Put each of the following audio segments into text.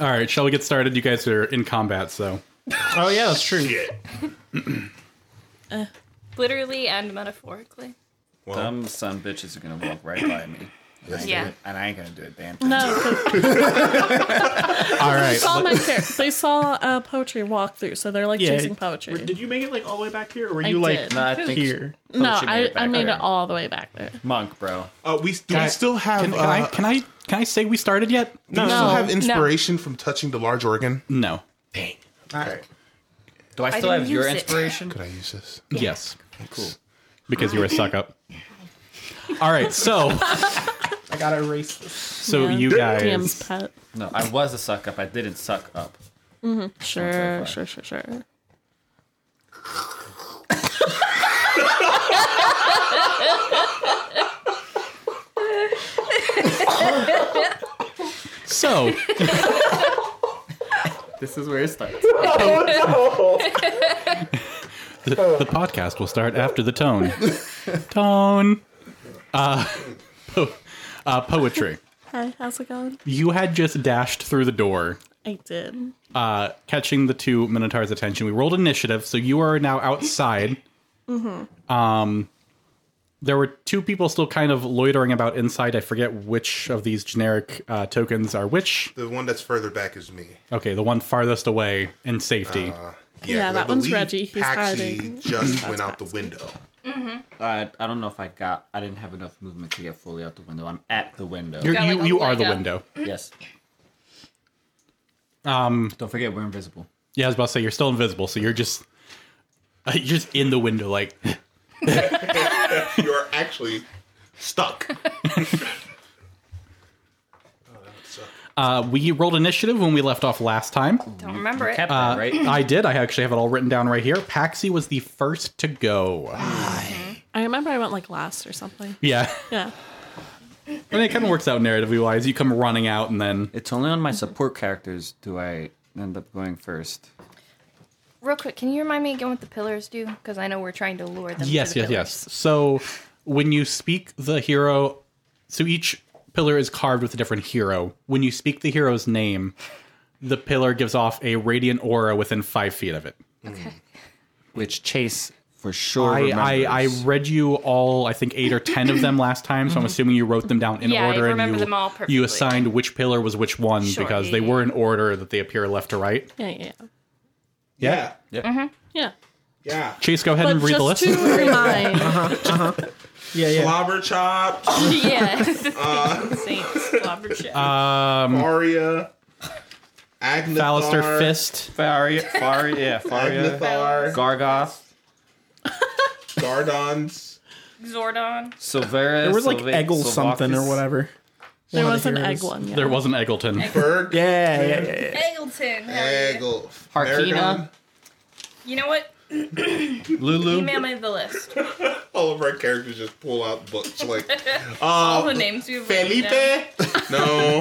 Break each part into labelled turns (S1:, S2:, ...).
S1: All right, shall we get started? You guys are in combat, so
S2: Oh yeah, that's true.
S3: Literally and metaphorically.
S4: Well,
S5: Dumb son bitches are gonna walk right by me.
S3: Yeah.
S5: And I ain't gonna do it, damn thing.
S6: No, 'cause
S1: all
S6: they
S1: right,
S6: saw my character. They saw uh, poetry walk through, so they're like
S2: Yeah.
S6: chasing poetry.
S2: Did you make it like all the way back here, or were
S6: I
S2: you like
S6: did.
S5: No, I think
S2: here?
S6: no,
S5: Poetry
S6: I, I
S5: back
S6: made
S5: there.
S6: it all the way back there.
S5: Monk, bro.
S4: uh, we do
S1: I-
S4: we still have
S2: Oh,
S1: Can, can
S4: uh,
S1: I can I can I say we started yet?
S4: do we still
S6: No.
S4: have
S6: No.
S4: inspiration from touching the large organ?
S1: No.
S4: Dang.
S5: Alright. Do I still
S3: didn't
S5: have your
S3: use it.
S5: inspiration?
S4: Could I use this?
S1: Yes,
S5: Cool.
S1: because you were a suck up. All right, so
S2: I gotta erase this.
S1: so
S6: Yeah.
S1: you
S6: DM's
S1: guys
S6: pet.
S5: No, I was a suck up. I didn't suck up.
S6: Sure, sure, sure, sure.
S1: so
S5: This is where it starts.
S1: the, the podcast will start after the tone. Tone. Uh, po- uh, poetry.
S6: Hi, how's it going?
S1: You had just dashed through the door,
S6: I did.
S1: uh, catching the two minotaurs' attention. We rolled initiative, so you are now outside. Um, there were two people still kind of loitering about inside. I forget which of these generic uh, tokens are which.
S4: The one that's further back is me.
S1: Okay, the one farthest away in safety.
S6: Yeah,
S4: 'cause
S6: that
S4: I
S6: one's
S4: believe
S6: Reggie. He's
S4: Paxi
S6: hiding.
S4: just went out the window.
S5: I, I don't know if I got. I didn't have enough movement to get fully out the window. I'm at the window.
S1: You're,
S3: Got,
S1: you
S3: like, a
S1: you are
S3: leg
S1: the
S3: up.
S1: window.
S5: yes. Um. Don't forget we're invisible.
S1: Yeah, I was about to say you're still invisible, so you're just uh, you're just in the window, like
S4: you are actually stuck. Oh,
S1: uh, we rolled initiative when we left off last time.
S3: Don't remember it.
S5: Kept that, right?
S1: I did. I actually have it all written down right here. Paxi was the first to go.
S6: I remember I went like last or something.
S1: Yeah,
S6: Yeah.
S1: I mean it kind of works out narratively wise. You come running out, and then
S5: It's only on my support characters do I end up going first.
S3: Real quick, can you remind me again what the pillars do? Because I know we're trying to lure them.
S1: yes,
S3: to the
S1: yes, yes. So when you speak the hero, so each pillar is carved with a different hero. When you speak the hero's name, the pillar gives off a radiant aura within five feet of it.
S5: Which Chase for sure.
S1: I, I, I
S5: remembers.
S1: read you all, I think, eight or ten of them last time, so I'm assuming you wrote them down in
S3: Mm-hmm. Yeah, I
S1: order and
S3: remember
S1: you,
S3: them all
S1: you
S3: perfectly.
S1: assigned which pillar was which one
S3: Sure,
S1: because
S3: yeah,
S1: they
S3: yeah,
S1: were in order that they appear left to right.
S6: Yeah, yeah, yeah.
S4: Yeah.
S5: Yeah.
S6: yeah.
S4: Yeah.
S1: Chase, go ahead
S6: But
S1: and read the
S6: just
S1: list.
S6: to remind,
S2: Yeah, yeah.
S4: Slobber chop,
S3: yes. yeah. Saints, slobber shit.
S4: Mm.
S1: Um,
S4: Aria, Agnathar,
S1: Ballister Fist.
S5: Faria, Faria, yeah, Faria,
S4: Agnathar,
S5: Gargoth,
S4: Gardons.
S3: Zordon.
S5: Silvera.
S2: There was like
S5: Silva-
S2: Eggle
S5: Silvacus.
S2: something or whatever.
S6: there
S2: One of
S6: was
S2: the
S6: an
S2: heroes.
S6: egg one. Yeah.
S1: There wasn't Eggleton.
S4: Berg.
S2: Yeah, yeah, yeah, yeah.
S3: Eggleton. how are you?
S5: Harkina.
S4: Eggle. Maragon.
S3: You know what?
S5: Lulu.
S3: Email me the list.
S4: All of our characters just pull out books like
S7: uh,
S3: All the names we've written
S4: Felipe.
S3: down.
S4: no.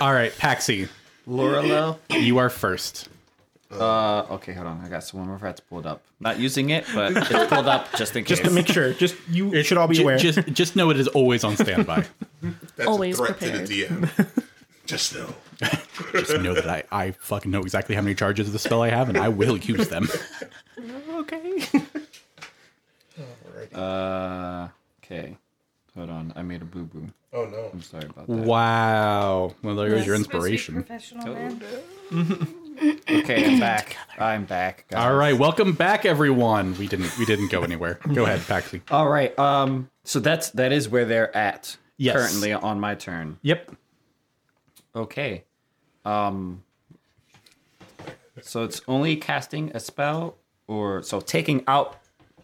S1: All right, Paxi,
S5: Lorelo.
S1: you are first.
S5: Uh, okay, hold on. I got some more rats pulled up. Not using it, but it's pulled up just in case.
S2: Just to make sure, just you should all be
S1: Ju-
S2: aware.
S1: Just, just know it is always on standby.
S4: That's
S6: Always
S4: a threat
S6: prepared.
S4: to the DM. Just know.
S1: just know that I, I fucking know exactly how many charges of the spell I have, and I will use them.
S2: okay.
S5: Uh, okay. Hold on. I made a boo boo.
S4: Oh no.
S5: I'm sorry about that.
S1: Wow. Well, there goes your
S3: Supposed to be
S1: inspiration.
S3: professional, man.
S5: Okay, I'm back. I'm back. guys.
S1: All right, welcome back, everyone. We didn't we didn't go anywhere. Go ahead, Paxi.
S5: All right. Um. So that's that is where they're at
S1: Yes.
S5: currently on my turn.
S1: Yep.
S5: Okay. Um. So it's only casting a spell, or so taking out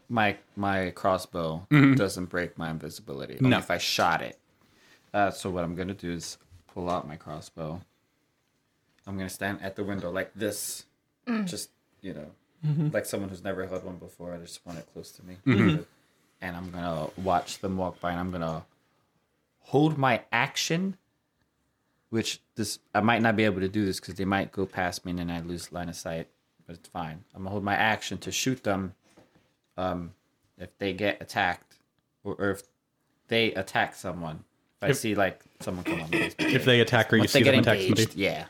S5: my my crossbow doesn't break my invisibility. Only
S1: No.
S5: if I shot it. Uh, so what I'm gonna do is pull out my crossbow. I'm gonna stand at the window like this, just you know, like someone who's never held one before. I just want it close to me, and I'm gonna watch them walk by, and I'm gonna hold my action which this I might not be able to do this because they might go past me and then I lose line of sight. But it's fine. I'm gonna hold my action to shoot them. Um, if they get attacked, or, or if they attack someone, if, I see like someone come on me,
S1: If they attack or you
S5: once they
S1: see
S5: get
S1: them attack
S5: engaged,
S1: somebody.
S5: yeah,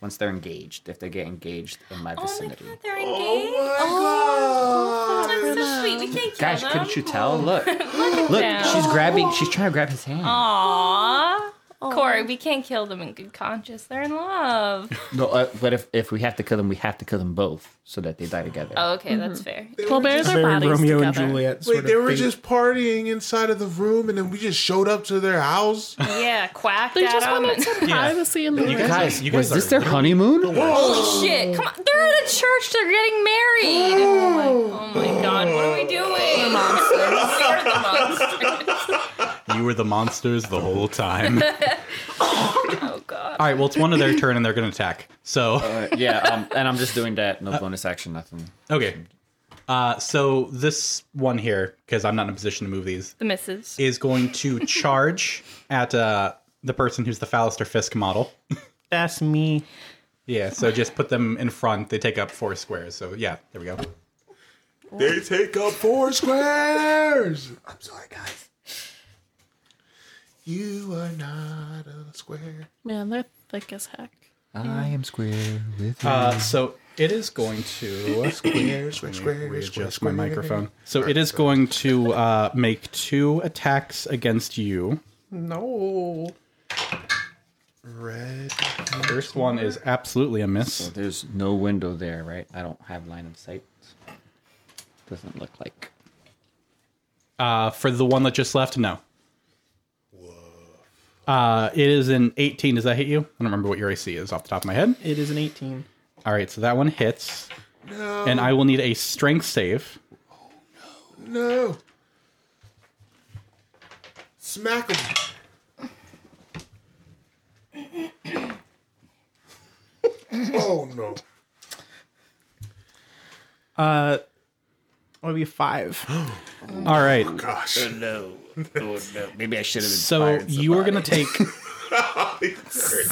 S5: once they're engaged, if they get engaged in my
S8: Oh my
S5: vicinity.
S8: god, they're engaged.
S7: Oh my
S8: That's so sweet. We can't kill
S5: Gosh,
S8: them.
S5: couldn't you tell? Look,
S8: Look,
S5: look,
S8: at
S5: she's grabbing, she's trying to grab his hand.
S8: Aww. Corey, we can't kill them in good conscience. They're in love.
S5: No, uh, but if if we have to kill them, we have to kill them both so that they die together.
S8: Oh, okay, that's fair.
S6: Well, bears
S2: It's
S6: their
S2: very
S6: bodies
S2: Romeo
S6: together.
S2: and Juliet. Sort
S7: Wait, they
S2: of
S7: were
S2: thing.
S7: just partying inside of the room, and then we just showed up to their house.
S8: Yeah, quacked
S6: They
S8: at
S6: just
S8: them.
S6: wanted some privacy in
S1: You
S6: the
S1: guys-
S5: Guys,
S1: you
S5: was
S1: guys
S5: this
S1: are
S5: their honeymoon?
S8: Holy shit! Come on, they're at a church. They're getting married. Oh my, oh my god, what are we doing? We're monsters. We're the monsters.
S1: You were the monsters the whole time.
S8: Oh god.
S1: All right, well, it's one of their turn and they're going to attack. So,
S5: Uh, yeah, um, and I'm just doing that. No bonus action, nothing.
S1: okay. Uh, so this one here, because I'm not in a position to move these,
S9: The misses.
S1: is going to charge at uh, the person who's the Fallister Fisk model.
S2: That's me.
S1: Yeah, so just put them in front. They take up four squares. So, yeah, there we go.
S7: They take up four squares. I'm sorry, guys. You are not a square.
S6: Man, they're thick as heck.
S5: I am square with you.
S1: Uh, so it is going to
S7: Square, square, square, square,
S1: readjust my
S7: square.
S1: microphone. So it is going to uh, make two attacks against you.
S2: No.
S7: Red.
S1: First one is absolutely a miss.
S5: There's no window there, right? I don't have line of sight. Doesn't look like.
S1: Uh, for the one that just left, no. Uh, it is an 18. Does that hit you? I don't remember what your AC is off the top of my head.
S2: It is an 18.
S1: All right, so that one hits. And I will need a strength save.
S7: No. Smack him. oh no.
S2: Uh, would be a five.
S1: All right,
S7: Gosh.
S5: Oh, No, maybe I should have.
S1: so you are going to take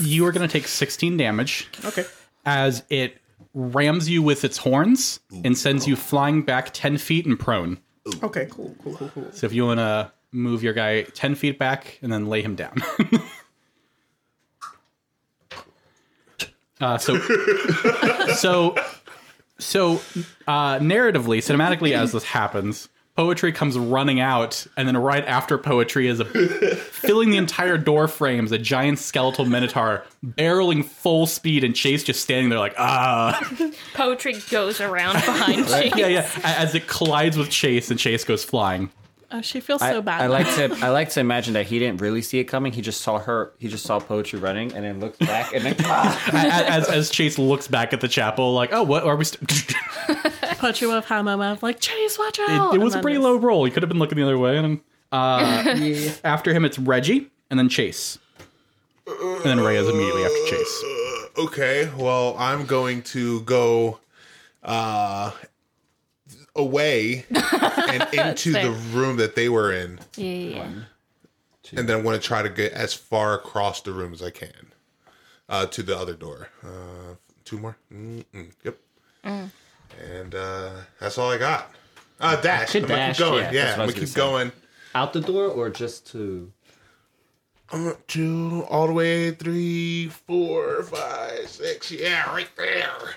S1: you are going to take 16 damage.
S2: Okay.
S1: as it rams you with its horns and sends you flying back 10 feet and prone.
S2: Okay. Cool. Cool. Cool. Cool.
S1: So if you want to move your guy 10 feet back and then lay him down. uh, so, so, so, uh, narratively, cinematically, as this happens, poetry comes running out, and then right after poetry is a, filling the entire door frames, a giant skeletal minotaur barreling full speed, and Chase just standing there like, ah.
S8: Poetry goes around behind Jake.
S1: yeah, yeah. A- As it collides with Chase, and Chase goes flying.
S6: Oh, she feels
S5: I,
S6: so bad.
S5: I like to. I like to imagine that he didn't really see it coming. He just saw her. He just saw poetry running, and then looked back, and then
S1: A- a- As, as Chase looks back at the chapel, like, oh, what are we? St-? it,
S6: put you off hammer mouth. Like, Chase, watch out.
S1: it was a
S6: And
S1: pretty
S6: then
S1: low roll. You could have been looking the other way. And uh, after him, it's Reggie, and then Chase, and then Reyes immediately after Chase.
S7: Okay, well, I'm going to go uh away and into the room that they were in.
S9: Yeah, yeah, yeah.
S7: And then I'm going to try to get as far across the room as I can uh, to the other door. Uh, two more? Mm-mm. Yep.
S9: Mm.
S7: And uh, that's all I got. Uh, dash.
S5: Should
S7: I'm going
S5: dash,
S7: to keep going.
S5: yeah,
S7: Yeah,
S5: that's what I
S7: I'm going
S5: was
S7: to
S5: gonna
S7: keep
S5: say.
S7: going.
S5: out the door, or just to.
S7: I'm going to all the way three, four, five, six. Yeah, right there.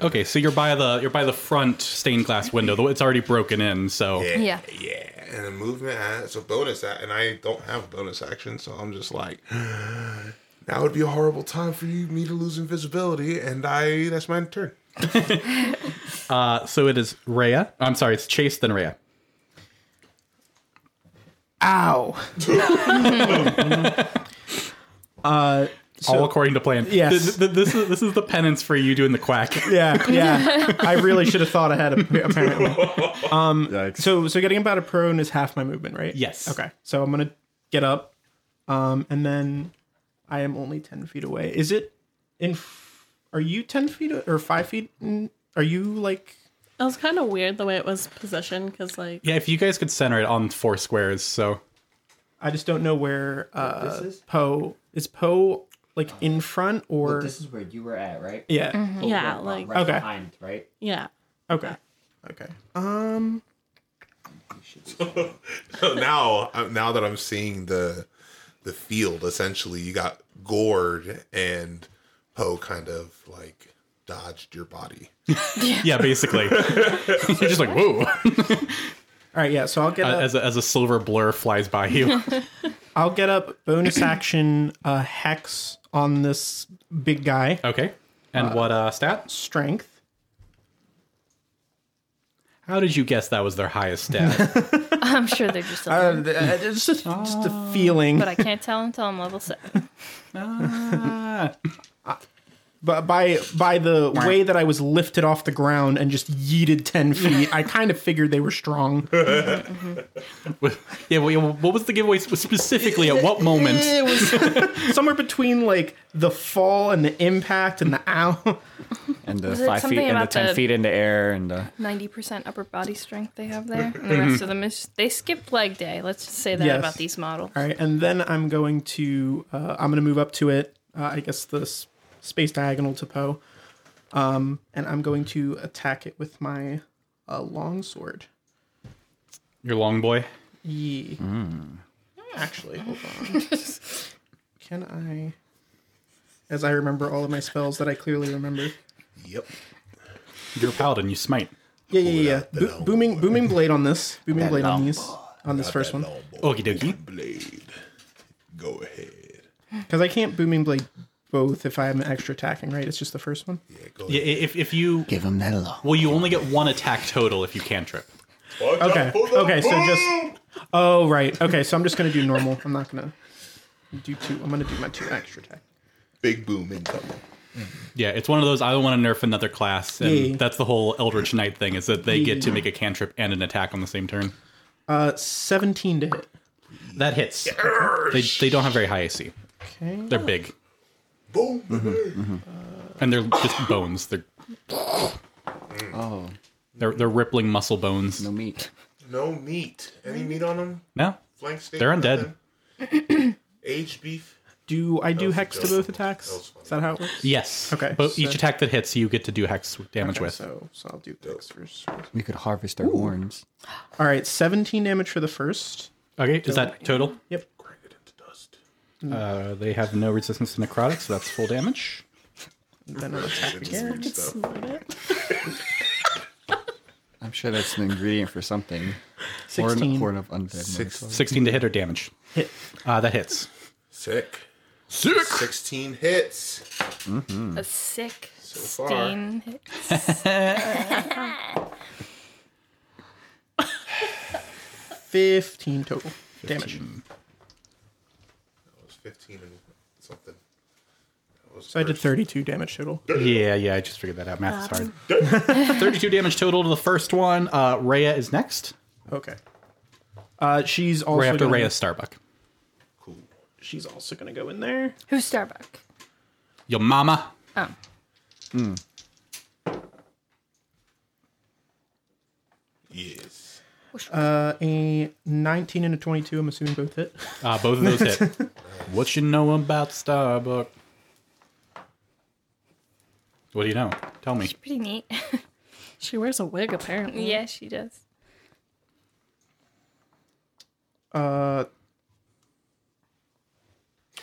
S1: Okay, so you're by the you're by the front stained glass window. Though it's already broken in, so
S9: Yeah.
S7: Yeah, and a movement it's a bonus act, and I don't have bonus action, so I'm just like, now would be a horrible time for you me to lose invisibility, and I that's my turn.
S1: uh, so it is Rhea. I'm sorry, it's Chase then Rhea.
S2: Ow. uh.
S1: All according to plan.
S2: Yes.
S1: Th- th- this is this is the penance for you doing the quack.
S2: Yeah. Yeah. I really should have thought ahead. ap- Apparently. Um, So so getting about a prone is half my movement, right?
S1: Yes.
S2: Okay. So I'm gonna get up, um, and then I am only ten feet away. Is it in? f- Are you ten feet or five feet? In, are you like?
S6: It was kind of weird the way it was positioned because, like,
S1: Yeah, if you guys could center it on four squares, so
S2: I just don't know where uh,
S5: this is?
S2: Poe is. Poe like in front or?
S5: This is where you were at, right?
S2: yeah.
S6: yeah, like,
S5: right
S2: Okay.
S5: behind, right?
S6: yeah.
S2: Okay. Okay. Um.
S7: So now, I'm- now that I'm seeing the the field, essentially, you got Gord and Poe kind of like dodged your body.
S1: Yeah, basically. You're just like, whoa,
S2: All right, yeah. So I'll get up.
S1: Uh, as a, as a silver blur flies by you.
S2: I'll get up. Bonus action uh, hex on this big guy.
S1: Okay. And what uh, stat?
S2: Strength.
S1: How did you guess that was their highest stat?
S8: I'm sure they're just.
S2: Uh,
S8: alone,
S2: th- uh, it's just, just a feeling.
S8: but I can't tell until I'm level seven.
S2: But by by the way that I was lifted off the ground and just yeeted ten feet, I kind of figured they were strong.
S1: yeah, well, yeah, what was the giveaway sp- specifically? At what moment?
S2: It was somewhere between like the fall and the impact and the ow.
S5: And the
S8: Was it
S5: five feet
S8: something
S5: and the
S8: about
S5: ten
S8: the-
S5: feet in the air and the
S8: Ninety percent upper body strength they have there, and the rest of them is they skip leg day. Let's just say that
S2: Yes.
S8: about these models.
S2: All right, and then I'm going to uh, I'm going to move up to it. Uh, I guess the s- space diagonal to Poe, um, and I'm going to attack it with my uh, long sword.
S1: Your long boy.
S2: Ye. Hmm. Actually, hold on. Can I? As I remember all of my spells that I clearly remember.
S7: Yep.
S1: Your paladin, you smite.
S2: Yeah, yeah, yeah.
S7: that
S2: Bo-
S7: long
S2: booming, booming blade on this. Booming blade on
S5: long
S2: these. On this first one,
S1: Okie dokie.
S7: Blade. Go ahead.
S2: because I can't booming blade both if I have an extra attacking. Right, it's just the first one.
S7: Yeah, go
S1: Yeah, i-
S7: ahead.
S1: if, if you
S5: give him that law.
S1: well, you only get one attack total if you cantrip.
S2: Okay. Okay. So just. Oh right. Okay. So I'm just gonna do normal. I'm not gonna do two. I'm gonna do my two extra attack.
S7: Big boom incoming.
S1: Yeah, it's one of those. I don't want to nerf another class, and
S2: Yeah.
S1: that's the whole Eldritch Knight thing is that they get to make a cantrip and an attack on the same turn.
S2: Uh, 17 to hit.
S1: That hits. They they don't have very high AC.
S2: Okay.
S1: They're big
S7: Boom.
S2: Mm-hmm.
S1: and they're just bones. They're
S5: Oh,
S1: they're, they're rippling muscle bones.
S5: no meat.
S7: No meat. Any meat on them?
S1: No,
S7: Flank steak?
S1: They're
S7: nothing? Aged beef.
S2: Do I do
S7: was a
S2: hex to
S7: joke. That
S2: both
S7: was
S2: attacks?
S7: funny.
S2: Is that how it works?
S1: Yes.
S2: Okay,
S1: But
S2: so-
S1: each attack that hits, you get to do hex damage
S2: Okay,
S1: with.
S2: so so I'll do hex first.
S5: We could harvest our horns.
S2: All right. 17 damage for the first.
S1: Okay, is that total?
S2: Yep.
S7: Grind it into dust.
S1: Uh, they have no resistance to necrotic, so that's full damage.
S2: Then I'll attack again.
S5: I'm sure that's an ingredient for something. Horn,
S2: 16.
S5: horn of undead.
S7: Six.
S5: mortal.
S1: 16 to hit or damage.
S2: Hit.
S1: Uh, that hits.
S7: Sick. Sick. 16 hits.
S8: A sick
S7: So far.
S8: stain.
S2: Fifteen total damage.
S7: That was 15 and something. That was
S2: So I did
S7: first.
S2: thirty-two damage total.
S1: Yeah, yeah, I just figured that out. Math is hard. 32 damage total to the first one. Uh, Rhea is next.
S2: Okay. Uh, she's also
S1: Right after
S2: gonna,
S1: Rhea Starbuck.
S7: Cool.
S2: She's also gonna go in there.
S8: Who's Starbuck?
S1: Your mama.
S8: Oh,
S7: Yes.
S2: Uh, a nineteen and a twenty-two. I'm assuming both hit.
S1: Uh, both of those hit. what you know about Starbuck? What do you know? Tell me.
S8: pretty neat.
S6: She wears a wig, apparently.
S8: yeah, she does.
S2: Uh,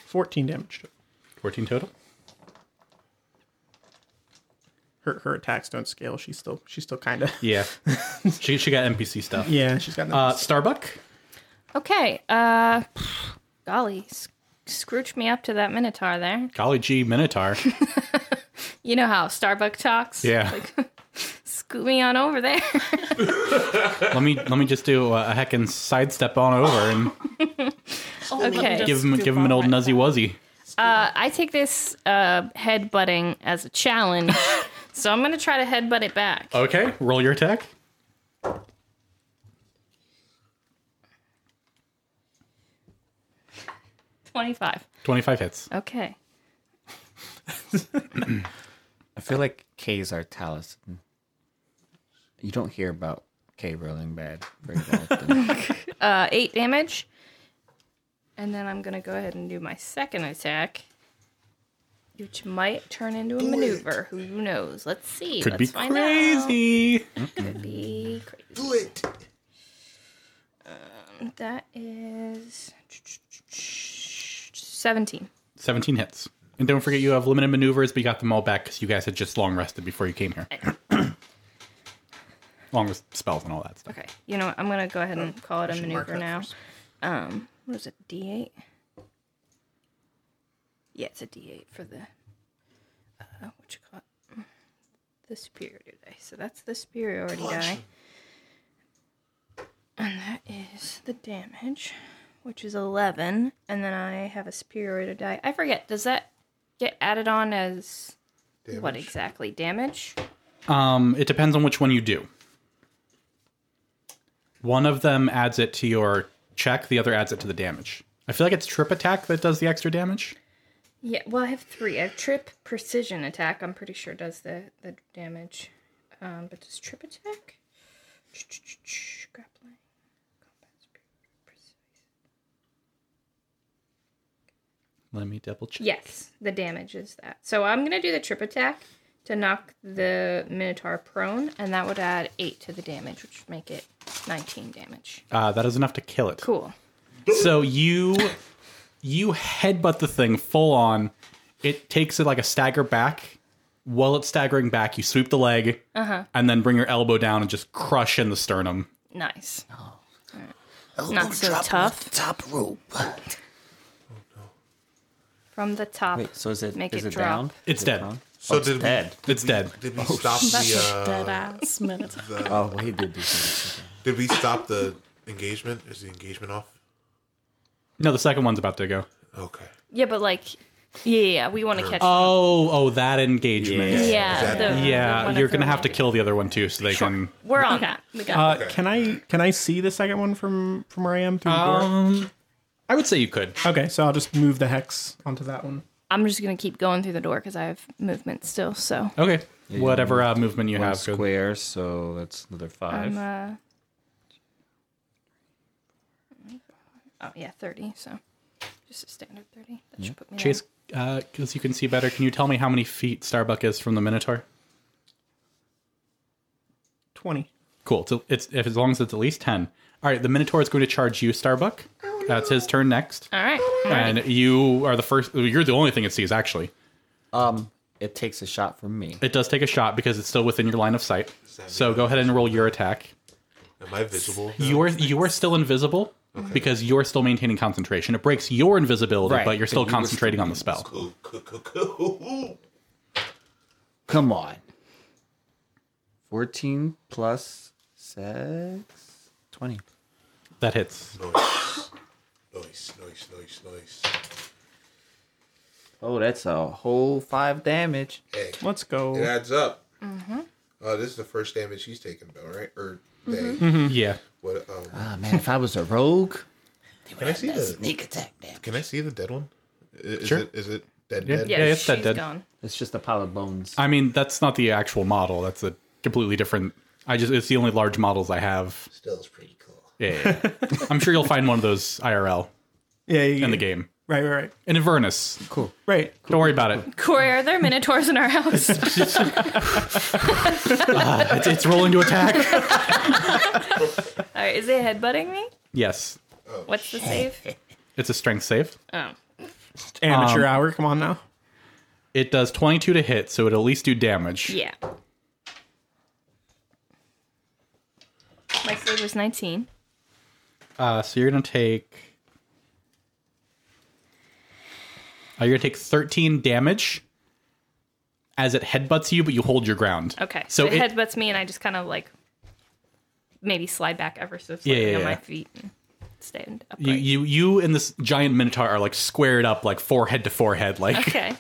S2: 14 damage.
S1: 14 total?
S2: Her her attacks don't scale. She's still she's still kind of
S1: Yeah. she, she got NPC stuff.
S2: yeah. She's got no
S1: Uh, Starbuck?
S8: Okay. Uh, golly, sc- scrooge me up to that minotaur there.
S1: Golly gee, Minotaur.
S8: You know how Starbuck talks.
S1: Yeah.
S8: Scoot me on over there.
S1: let me let me just do a, a heckin' sidestep on over and
S8: okay.
S1: give him give him an old nuzzy wuzzy.
S8: Uh, I take this uh, headbutting as a challenge, so I'm gonna try to headbutt it back.
S1: Okay, roll your attack.
S8: Twenty-five.
S1: Twenty five hits.
S8: Okay.
S5: I feel like K's are talisman. You don't hear about K rolling bad very often.
S8: Uh, eight damage, and then I'm gonna go ahead and do my second attack, which might turn into a maneuver. Who knows? Let's see.
S1: Could
S8: Let's
S1: be
S8: find
S1: crazy.
S8: out. Could be crazy.
S7: Do it.
S8: That is seventeen.
S1: Seventeen hits. And don't forget, you have limited maneuvers, but you got them all back because you guys had just long rested before you came here. long rest spells and all that stuff.
S8: Okay. You know what? I'm gonna go ahead and call it a
S2: Oh, should mark
S8: maneuver
S2: that
S8: now.
S2: first.
S8: Um, what is it? D8. Yeah, it's a D8 for the uh, what you call it? The superiority die. So that's the superiority die, and that is the damage, which is 11. And then I have a superiority die. I forget. Does that get added on as what exactly? Damage.
S1: Um, it depends on which one you do. One of them adds it to your check, the other adds it to the damage. I feel like it's trip attack that does the extra damage.
S8: Yeah, well, I have three. I have trip, precision attack. I'm pretty sure does the the damage. Um, but does trip attack? Ch-ch-ch-ch, Grappling. Combat speed, precise.
S1: Let me double check.
S8: Yes, the damage is that. So I'm gonna do the trip attack to knock the minotaur prone, and that would add eight to the damage, which would make it 19 damage.
S1: Uh, that is enough to kill it.
S8: Cool.
S1: So you you headbutt the thing full on. It takes it like a stagger back. While it's staggering back, you sweep the leg
S8: Uh-huh.
S1: and then bring your elbow down and just crush in the sternum.
S8: Nice. Not so tough.
S5: Top rope.
S8: From the top.
S5: Wait, so is it
S8: Make
S5: is
S8: it
S5: it, down?
S8: drop.
S1: It's
S5: Is it
S1: dead.
S5: down?
S7: So
S5: Oh, it's
S7: did we-
S5: dead.
S1: It's dead.
S7: Did we stop
S6: That's
S7: the?
S6: a
S7: Uh,
S6: dead ass minute.
S5: Oh, well, he did do something.
S7: did we stop the engagement? Is the engagement off?
S1: No, the second one's about to go.
S7: Okay.
S8: Yeah, but like, yeah, yeah, yeah, we want to catch.
S1: Oh, oh, that engagement.
S8: yeah, the- the
S1: Yeah,
S8: one at
S1: you're
S8: the
S1: gonna have to
S8: romantic-
S1: kill the other one too, so they can.
S8: We're on that. We got
S2: Uh, Can I can I see the second one from from where I am through the door?
S1: Um, I would say you could.
S2: Okay, so I'll just move the hex onto that one.
S8: I'm just gonna keep going through the door because I have movement still. So
S1: Okay, whatever uh, movement you
S5: One
S1: have. good.
S5: square, so that's another 5
S8: I'm. Uh, oh yeah, thirty. So just a standard thirty. That should put me.
S1: Chase, because you can see better, can you tell me how many feet Starbuck is from the Minotaur?
S2: Twenty.
S1: Cool. So it's if as long as it's at least ten. All right, the Minotaur is going to charge you, Starbuck. That's his turn next,
S8: All right.
S1: and you are the first. You're the only thing it sees. Actually,
S5: Um, it takes a shot from me.
S1: it does take a shot because it's still within your line of sight. So go ahead and roll your attack.
S7: Am I visible? now?
S1: You're you are still invisible because you're still maintaining concentration. It breaks your invisibility,
S5: Right,
S1: but you're
S5: but
S1: still
S5: you were
S1: concentrating
S5: still
S1: on the spell.
S7: Ooh, Oh, coo, coo, coo.
S5: Come on. 14 plus 6 20.
S1: That hits.
S7: Nice. Nice, nice, nice, nice.
S5: Oh, that's a whole 5 damage.
S7: Hey,
S2: Let's
S7: it
S2: go.
S7: adds up. Uh, this is the first damage he's taken, though, right? Or they.
S8: Hmm.
S1: Yeah.
S7: What? Um,
S5: Ah, man, if I was a rogue,
S7: can I see the?
S5: sneak attack damage.
S7: Can I see the dead one? I- Is
S1: Sure.
S7: it? Is it dead?
S1: Yeah.
S7: Dead.
S1: Yeah.
S8: Yeah,
S1: it's dead,
S8: she's
S1: dead.
S8: gone.
S5: It's just a pile of bones.
S1: I mean, that's not the actual model. That's a completely different. I just it's the only large models I have.
S7: Still is pretty cool.
S1: Yeah. I'm sure you'll find one of those IRL
S2: Yeah, yeah, yeah.
S1: in the game.
S2: Right, right, right,
S1: In Avernus.
S5: Cool.
S2: right.
S1: Don't worry about it.
S8: Corey, are there minotaurs in our house?
S1: It's, it's rolling to attack.
S8: All right, is it headbutting me?
S1: Yes.
S8: What's the save?
S1: It's a strength save.
S8: Oh,
S2: Amateur hour. Come on now.
S1: It does 22 to hit, so it'll at least do damage.
S8: yeah. My save was 19.
S1: Uh, so you're going to take. Uh, you're going to take 13 damage as it headbutts you, but you hold your ground.
S8: Okay.
S1: So
S8: So it,
S1: it-
S8: headbutts me, and I just kind of like maybe slide back ever so slightly
S1: Yeah, yeah,
S8: on
S1: yeah.
S8: my feet and stand upright.
S1: You, you, you and this giant minotaur are like squared up, like forehead to forehead. Like
S8: okay.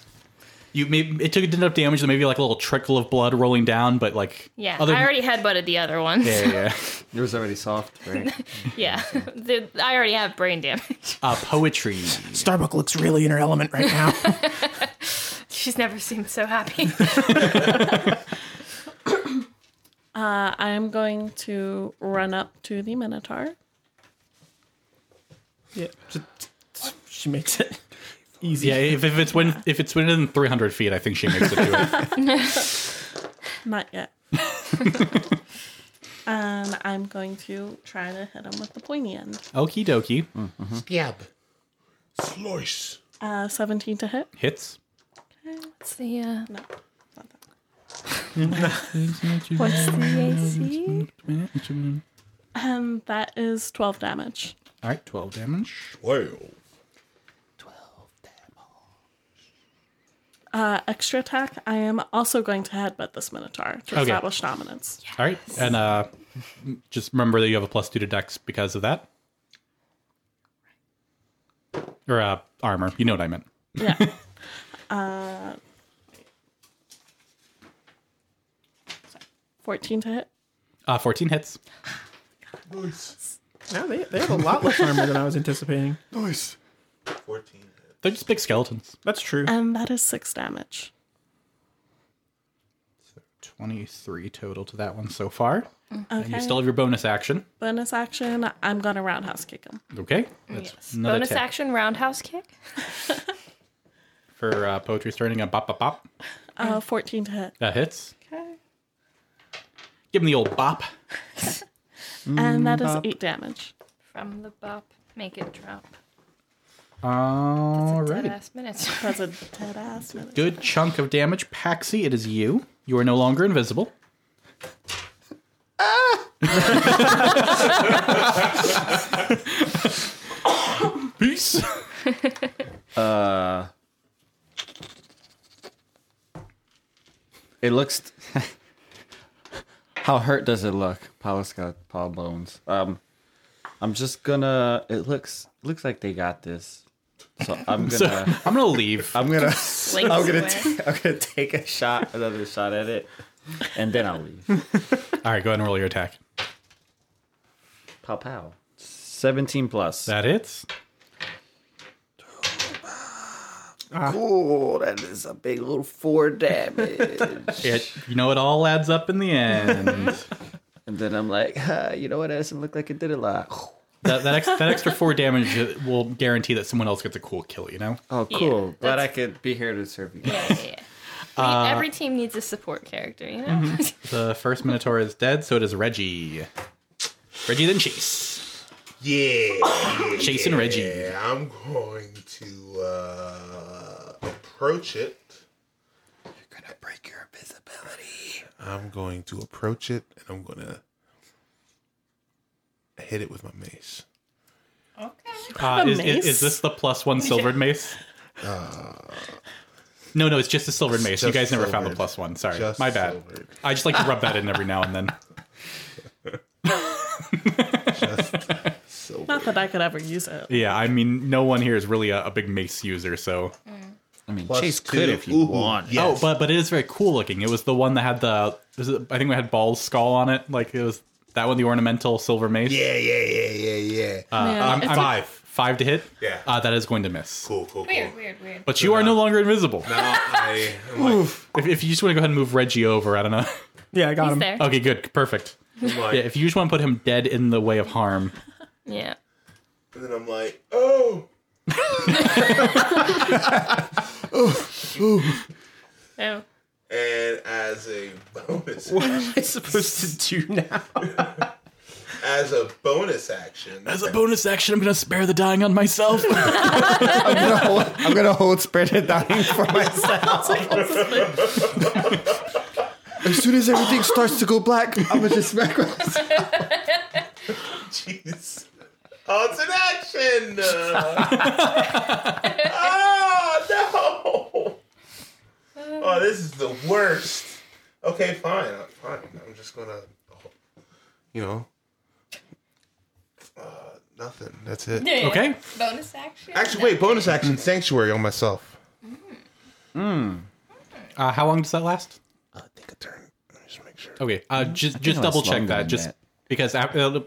S1: you, maybe it took enough damage that maybe like a little trickle of blood rolling down, but like
S8: Yeah.
S1: other
S8: I already headbutted the other ones.
S1: yeah, yeah, yeah.
S5: It was already soft, right?
S8: Yeah. the, I already have brain damage.
S1: uh, poetry.
S2: Starbuck looks really in her element right now.
S8: She's never seemed so happy.
S6: Uh, I am going to run up to the Minotaur.
S2: yeah, just- she makes it easy.
S1: Yeah, if, if it's when if it's within 300 feet, I think she makes it to it.
S6: Not yet. and I'm going to try to hit him with the pointy end.
S1: Okie dokie
S7: Scab. Slice.
S6: Uh, 17 to hit.
S1: hits.
S8: What's the uh,
S6: No, not that.
S8: what's the AC?
S1: All
S6: Um, that is 12 damage.
S1: right, 12 damage.
S7: Whoa.
S6: Uh, extra attack. I am also going to headbutt this minotaur to
S1: Okay.
S6: establish dominance.
S1: All right, and uh, just remember that you have a plus two to dex because of that. Or uh, armor. You know what I meant.
S6: Yeah. uh, Fourteen to hit.
S1: Uh, 14 hits.
S2: Now they, they have a lot less armor than I was anticipating.
S7: Nice. 14.
S1: They're just big skeletons.
S2: That's true.
S8: Uh,
S6: And Um, that is six damage.
S1: 23 total to that one so far. And
S6: Okay.
S1: you still have your bonus action.
S6: Bonus action. I'm gonna roundhouse kick him.
S1: Okay. That's another
S8: Bonus
S1: tip
S8: action roundhouse kick.
S1: For uh, poetry starting a bop, bop, bop.
S6: Uh, Fourteen to hit.
S1: That hits.
S6: Okay.
S1: Give him the old bop.
S6: And that
S4: Mm,
S6: is
S2: bop.
S6: eight damage.
S8: From the bop, make it drop.
S1: All
S8: Dead
S1: right.
S8: ass minutes.
S6: That's a dead ass. minute.
S1: Good chunk of damage. Paxi, it is you. You are no longer invisible. Ah! Peace.
S5: Uh, it looks. how hurt does it look? Paul's got Paul bones. Um, I'm just gonna. It looks looks like they got this. So I'm
S1: So
S5: gonna.
S1: I'm gonna leave.
S5: I'm gonna.
S8: Links
S5: I'm gonna.
S8: away.
S5: T- I'm gonna take a shot, another shot at it, and then I'll leave.
S1: All right, go ahead and roll your attack.
S5: Pow pow. Seventeen plus.
S1: That hits.
S5: oh, that is a big little four damage.
S1: It. You know, it all adds up in the end.
S5: and then I'm like, ah, you know what? It doesn't look like it did a lot.
S1: that that, ex- that extra four damage will guarantee that someone else gets a cool kill. You know.
S5: Oh, cool. Glad I
S8: that's-
S5: could be here to serve you.
S8: yeah, yeah, yeah. We-
S1: Uh,
S8: Every team needs a support character, you know.
S1: The first Minotaur is dead, so it is Reggie. Reggie then Chase.
S7: Yeah.
S1: Chase and Reggie.
S7: Yeah, I'm going to uh, approach it.
S5: You're gonna break your invisibility.
S7: I'm going to approach it and I'm going to hit it with my mace.
S1: Uh,
S6: a
S1: is, is,
S6: mace?
S1: is this the plus one silvered mace? no, no, it's just a silvered mace. You
S7: Uh,
S1: guys
S7: just
S1: never found the
S7: silvered.
S1: plus one. Sorry,
S7: Just
S1: my bad.
S7: silvered.
S1: I just like to rub that in every now and then.
S7: So
S6: Not that I could ever use it.
S1: Yeah, I mean, no one here is really a, a big mace user, so.
S5: I mean,
S7: Plus
S5: Chase
S7: two.
S5: could if you
S7: Ooh,
S5: want.
S7: yeah. Yes.
S1: Oh, but but it is very cool looking. It was the one that had the, was it- I think we had Ball's skull on it. Like it was that one, the ornamental silver mace.
S7: yeah, yeah, yeah, yeah, yeah.
S5: Uh,
S6: Yeah,
S1: I'm,
S6: it's
S1: I'm-
S6: a-
S1: five, five to hit.
S7: Yeah.
S1: uh, that is going to miss.
S7: cool, cool, cool.
S8: Weird, weird, weird.
S1: But you are no longer invisible.
S7: Now I am like,
S1: If, if you just want to go ahead and move Reggie over, I don't know.
S2: Yeah, I got
S8: He's
S2: him.
S8: there.
S1: okay, good, perfect.
S7: I'm like
S1: Yeah, if you just want to put him dead in the way of harm,
S8: Yeah.
S7: and then I'm like, oh.
S8: Oh.
S7: And as a bonus,
S2: am I supposed to do now?
S7: as a bonus action,
S1: as a bonus action, I'm gonna spare the dying on myself.
S5: I'm gonna hold, I'm gonna hold spread it dying for myself. as soon as everything starts to go black, I'm gonna just smack myself.
S7: Jeez. Oh, it's an action! oh, no! Oh, this is the worst. Okay, fine. I'm fine. I'm just gonna, you know, uh, nothing. That's it.
S1: okay,
S8: Bonus action.
S7: Actually, wait, bonus action sanctuary on myself.
S1: uh, how long does that last?
S7: Uh, take a turn. Let me Just make sure.
S1: Okay, uh, just
S5: it
S1: just double
S5: lasts
S1: check
S5: longer
S1: that,
S5: than
S1: just
S5: that.
S1: because after,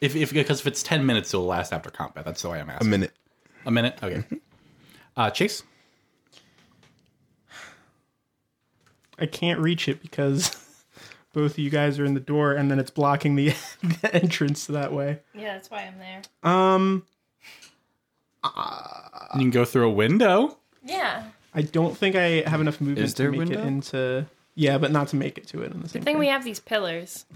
S1: if if because if it's ten minutes, it'll last after combat. That's the way I'm
S7: A
S1: asking.
S7: minute.
S1: A minute. Okay. Uh, Chase.
S2: I can't reach it because both of you guys are in the door, and then it's blocking the, the entrance that way.
S8: Yeah, that's why I'm there.
S2: Um,
S1: You can go through a window.
S8: Yeah.
S2: I don't think I have enough movement
S5: Is there
S2: to make
S5: window?
S2: it into. Yeah, but not to make it to it in the same
S8: Thing
S2: thing.
S8: we have these pillars.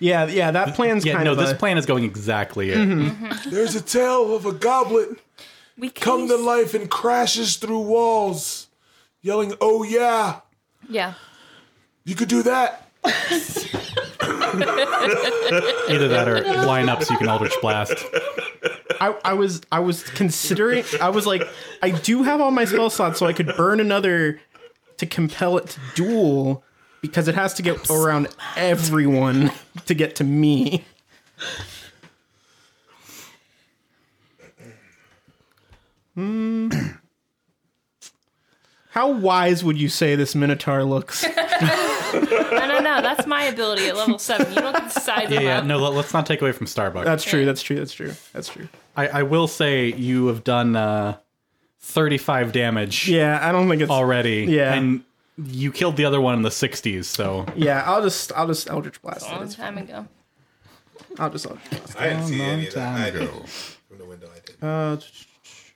S2: yeah, yeah, that plan's
S1: Yeah,
S2: kind
S1: no,
S2: of
S1: this
S2: a-
S1: plan is going exactly. it.
S7: There's a tail of a goblet
S6: We can
S7: come to life and crashes through walls, yelling, "Oh yeah,
S8: Yeah.
S7: you could do that."
S1: Either that or line up so you can Eldritch Blast.
S2: I, I was I was considering I was like I do have all my spell slots so I could burn another to compel it to duel because it has to get around everyone to get to me. Hmm. How wise would you say this Minotaur looks?
S8: No, no, no. That's my ability at level seven. You don't get to size
S1: Yeah,
S8: them
S1: yeah.
S8: up.
S1: No, let, us not take away from Starbucks.
S2: That's true. That's true. That's true. That's true.
S1: I, I will say you have done uh, 35 damage
S2: Yeah, I don't think it's
S1: already.
S2: Yeah.
S1: And you killed the other one in the 60s, so.
S2: Yeah, I'll just I'll just Eldritch Blast.
S8: A long
S2: It.
S8: time ago.
S2: I'll just Eldritch Blast.
S4: I didn't see any of
S1: long
S4: that. I
S1: time
S4: didn't. From the window, I did.
S2: it. Uh, t- t-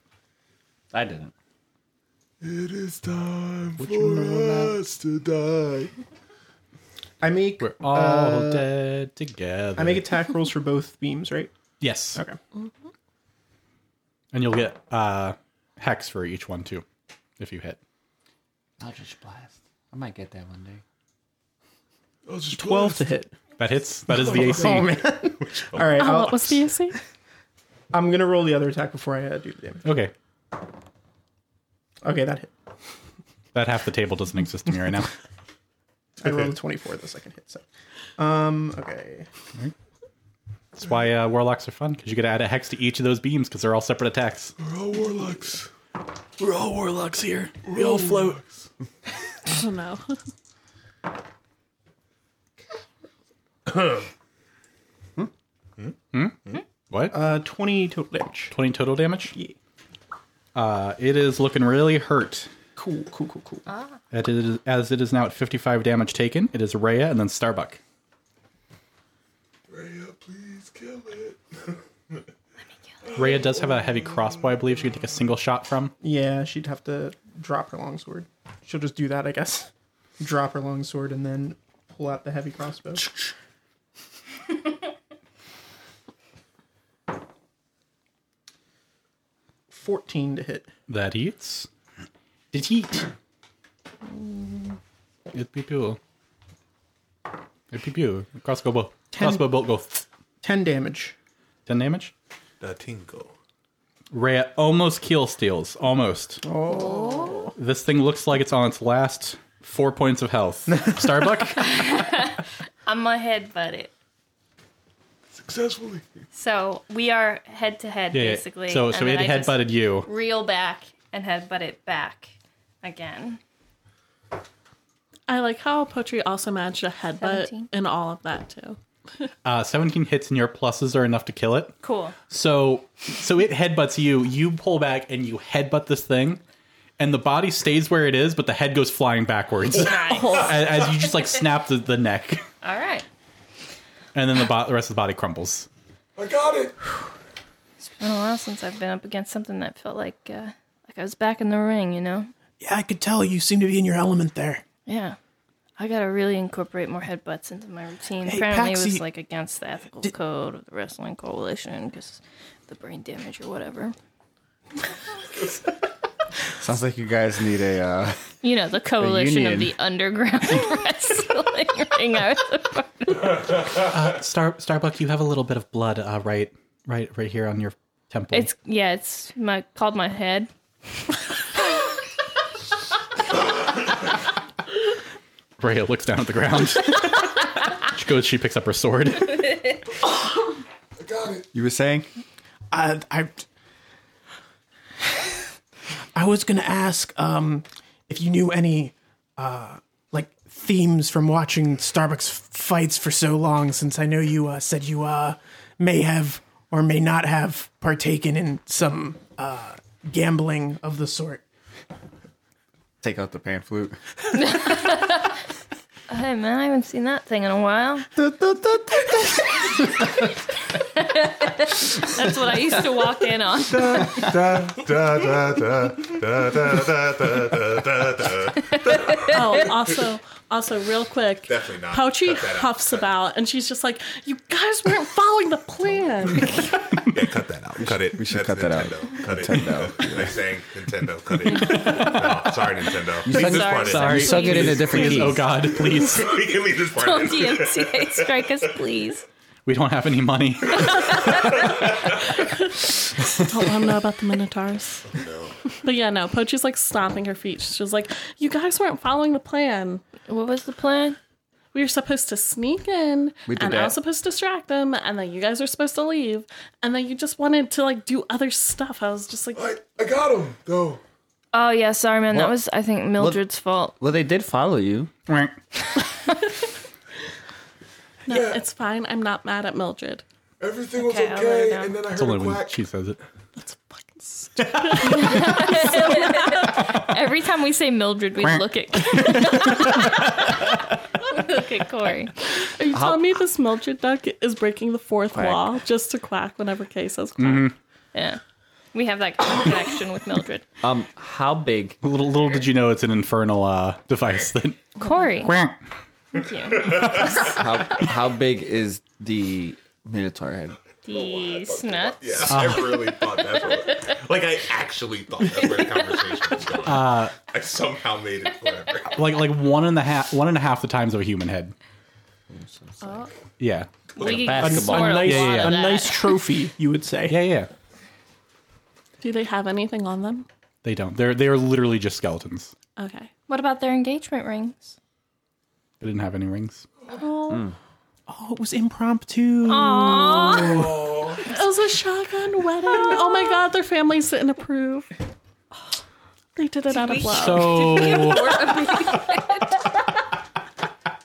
S5: I didn't.
S7: It is time for us to die.
S2: I make
S1: We're all dead together.
S2: Uh, I make attack rolls for both beams, right?
S1: Yes.
S2: Okay.
S1: And you'll get uh, hex for each one, too, if you hit.
S5: Eldritch Blast. I might get that one day.
S7: I was just
S2: Twelve to hit.
S1: That hits. That is the AC.
S2: Oh man! All right,
S6: Oh,
S2: I'll,
S6: what was the AC?
S2: I'm gonna roll the other attack before I uh, do the damage.
S1: Okay.
S2: Okay, that hit.
S1: That half the table doesn't exist to me right now.
S2: I rolled a twenty-four the second hit. So, um, okay,
S1: That's why uh, warlocks are fun, because you get to add a hex to each of those beams, because they're all separate attacks.
S7: We're all warlocks.
S1: We're all warlocks here. We all float.
S6: I don't know.
S1: What?
S2: uh, twenty total damage.
S1: 20 total damage?
S2: Yeah.
S1: Uh, it is looking really hurt.
S2: Cool, cool, cool, cool.
S6: Ah.
S1: As it is, as it is now at 55 damage taken, it is Rhea and then Starbuck.
S7: Rhea, please kill it.
S1: Rhea does have a heavy crossbow, I believe she can take a single shot from.
S2: Yeah, she'd have to drop her longsword. She'll just do that, I guess. Drop her longsword and then pull out the heavy crossbow. Fourteen to hit.
S1: That eats. It eat. It pew pew. It pew pew. Crossbow bolt. Crossbow bolt go.
S2: Ten damage.
S1: 10 damage.
S4: The tingle.
S1: Rhea almost keel steals. Almost. Oh. This thing looks like it's on its last four points of health. Starbuck?
S8: I'm a headbutt it.
S7: Successfully.
S8: So we are head to head,
S1: Yeah, yeah.
S8: basically.
S1: So, so
S8: and
S1: it
S8: then I just
S1: headbutted you.
S8: Reel back and headbutt it back again.
S6: I like how Potri also managed a headbutt
S8: 17.
S6: in all of that too.
S1: Uh, 17 hits and your pluses are enough to kill it.
S8: Cool.
S1: So so it headbutts you, you pull back and you headbutt this thing, and the body stays where it is, but the head goes flying backwards as,
S8: Nice.
S1: as you just like snap the, the neck,
S8: All right.
S1: and then the, bo- the rest of the body crumbles.
S7: I got it.
S8: It's been a while since I've been up against something that felt like uh, like I was back in the ring, you know?
S2: Yeah, I could tell you seem to be in your element there.
S8: Yeah. I gotta really incorporate more headbutts into my routine.
S2: Hey,
S8: Apparently, it
S2: Paxi,
S8: was like against the ethical code of the wrestling coalition because the brain damage or whatever.
S5: Sounds like you guys need a. Uh,
S8: You know, the coalition of
S5: union.
S8: the underground wrestling ring. I was a part of.
S1: Star Starbuck, you have a little bit of blood uh, right right right here on your temple.
S8: It's yeah, it's my called my head.
S1: Rhea looks down at the ground. she goes. She picks up her sword.
S7: I got it.
S5: you were saying?
S2: I, I, I was gonna ask um, if you knew any uh, like themes from watching Starbucks fights for so long, since I know you uh, said you uh, may have or may not have partaken in some uh, gambling of the sort.
S5: Take out the pan flute.
S8: Hey man, I haven't seen that thing in a while. That's what I used to walk in on.
S4: Da, da, da, da, da, da, da, da, da, da, da.
S6: Oh, also, also, real quick.
S4: Definitely not.
S6: Pochi
S4: Cut that out.
S6: huffs about, and she's just like, "You guys weren't following the plan."
S4: Yeah, cut that out. Cut it. We
S5: should cut
S4: That's
S5: that out.
S4: Nintendo. Cut
S5: Nintendo.
S4: it. They saying Nintendo. Cut it. No, sorry, Nintendo. Leave this
S5: said-
S4: part in.
S1: Sorry.
S5: You suck it into different
S1: Please,
S5: keys.
S1: oh God, please.
S4: We can leave this part in.
S8: DMCA, strike us, please.
S1: We don't have any money.
S6: Don't let them know about the minotaurs.
S5: Oh,
S4: No.
S6: But yeah, no. Pochi's like stomping her feet. She's like, "You guys weren't following the plan.
S8: What was the plan?
S6: We were supposed to sneak in,
S5: We did
S6: and I
S5: that.
S6: was supposed to distract them, and then you guys were supposed to leave, and then you just wanted to like do other stuff." I was just like,
S7: I, I got him, though.
S8: Oh yeah, sorry man. that
S5: Well-
S8: was I think Mildred's fault.
S5: Well, they did follow you.
S6: "No, it's fine. I'm not mad at Mildred.
S7: Everything
S8: Okay, I'll
S7: was
S8: let
S7: okay,
S8: her know.
S7: and then I heard
S1: Only
S7: a
S1: when
S7: quack.
S1: she says it.
S6: That's fucking stupid."
S8: Every time we say Mildred, we look at look at Corey.
S6: Are you telling me this Mildred duck is breaking the fourth wall just to quack whenever Kay says quack?
S5: Mm-hmm.
S8: Yeah, we have that connection with Mildred.
S5: Um, how big?
S1: Little, little did you know it's an infernal uh, device that.
S8: Corey,
S1: Quack.
S8: thank you.
S5: How how big is the minotaur head?
S8: The snuts.
S4: Yeah,
S5: Ah.
S4: I really thought that's what. Like I actually thought that's where the conversation was going.
S5: Uh,
S4: I somehow made it forever.
S1: Like like one and a half one and a half the times of a human head. Yeah.
S8: We
S5: basketball.
S8: snort
S2: a nice,
S1: Yeah, yeah, yeah.
S2: a nice trophy, you would say.
S1: Yeah, yeah.
S6: Do they have anything on them?
S1: They don't. They're they're literally just skeletons.
S6: Okay.
S8: What about their engagement rings?
S1: They didn't have any rings.
S2: Oh, it was impromptu.
S6: It was a shotgun wedding. oh my god, their families didn't approve. They did it out of love.
S1: So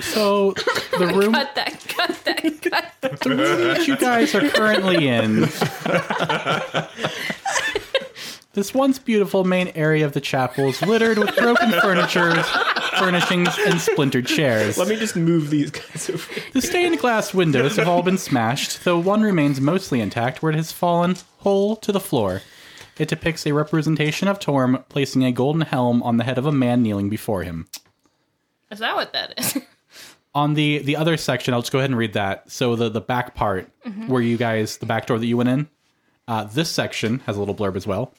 S1: So the room
S8: Cut that! Cut that! Cut that!
S1: the room that you guys are currently in. this once beautiful main area of the chapel is littered with broken furniture, furnishings, and splintered chairs.
S2: Let me just move these guys over.
S1: The stained glass windows have all been smashed, though one remains mostly intact where it has fallen whole to the floor. It depicts a representation of Torm placing a golden helm on the head of a man kneeling before him.
S8: Is that what that is?
S1: On the the other section, I'll just go ahead and read that. So the the back part where you guys the back door that you went in, uh, this section has a little blurb as well.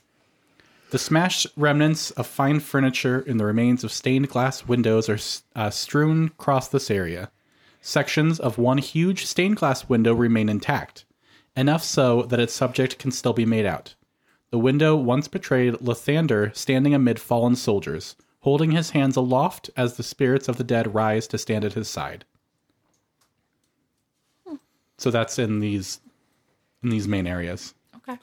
S1: The smashed remnants of fine furniture and the remains of stained glass windows are s- uh, strewn across this area. Sections of one huge stained glass window remain intact, enough so that its subject can still be made out. The window once portrayed Lathander standing amid fallen soldiers, holding his hands aloft as the spirits of the dead rise to stand at his side. So that's in these in these main areas.
S8: Okay.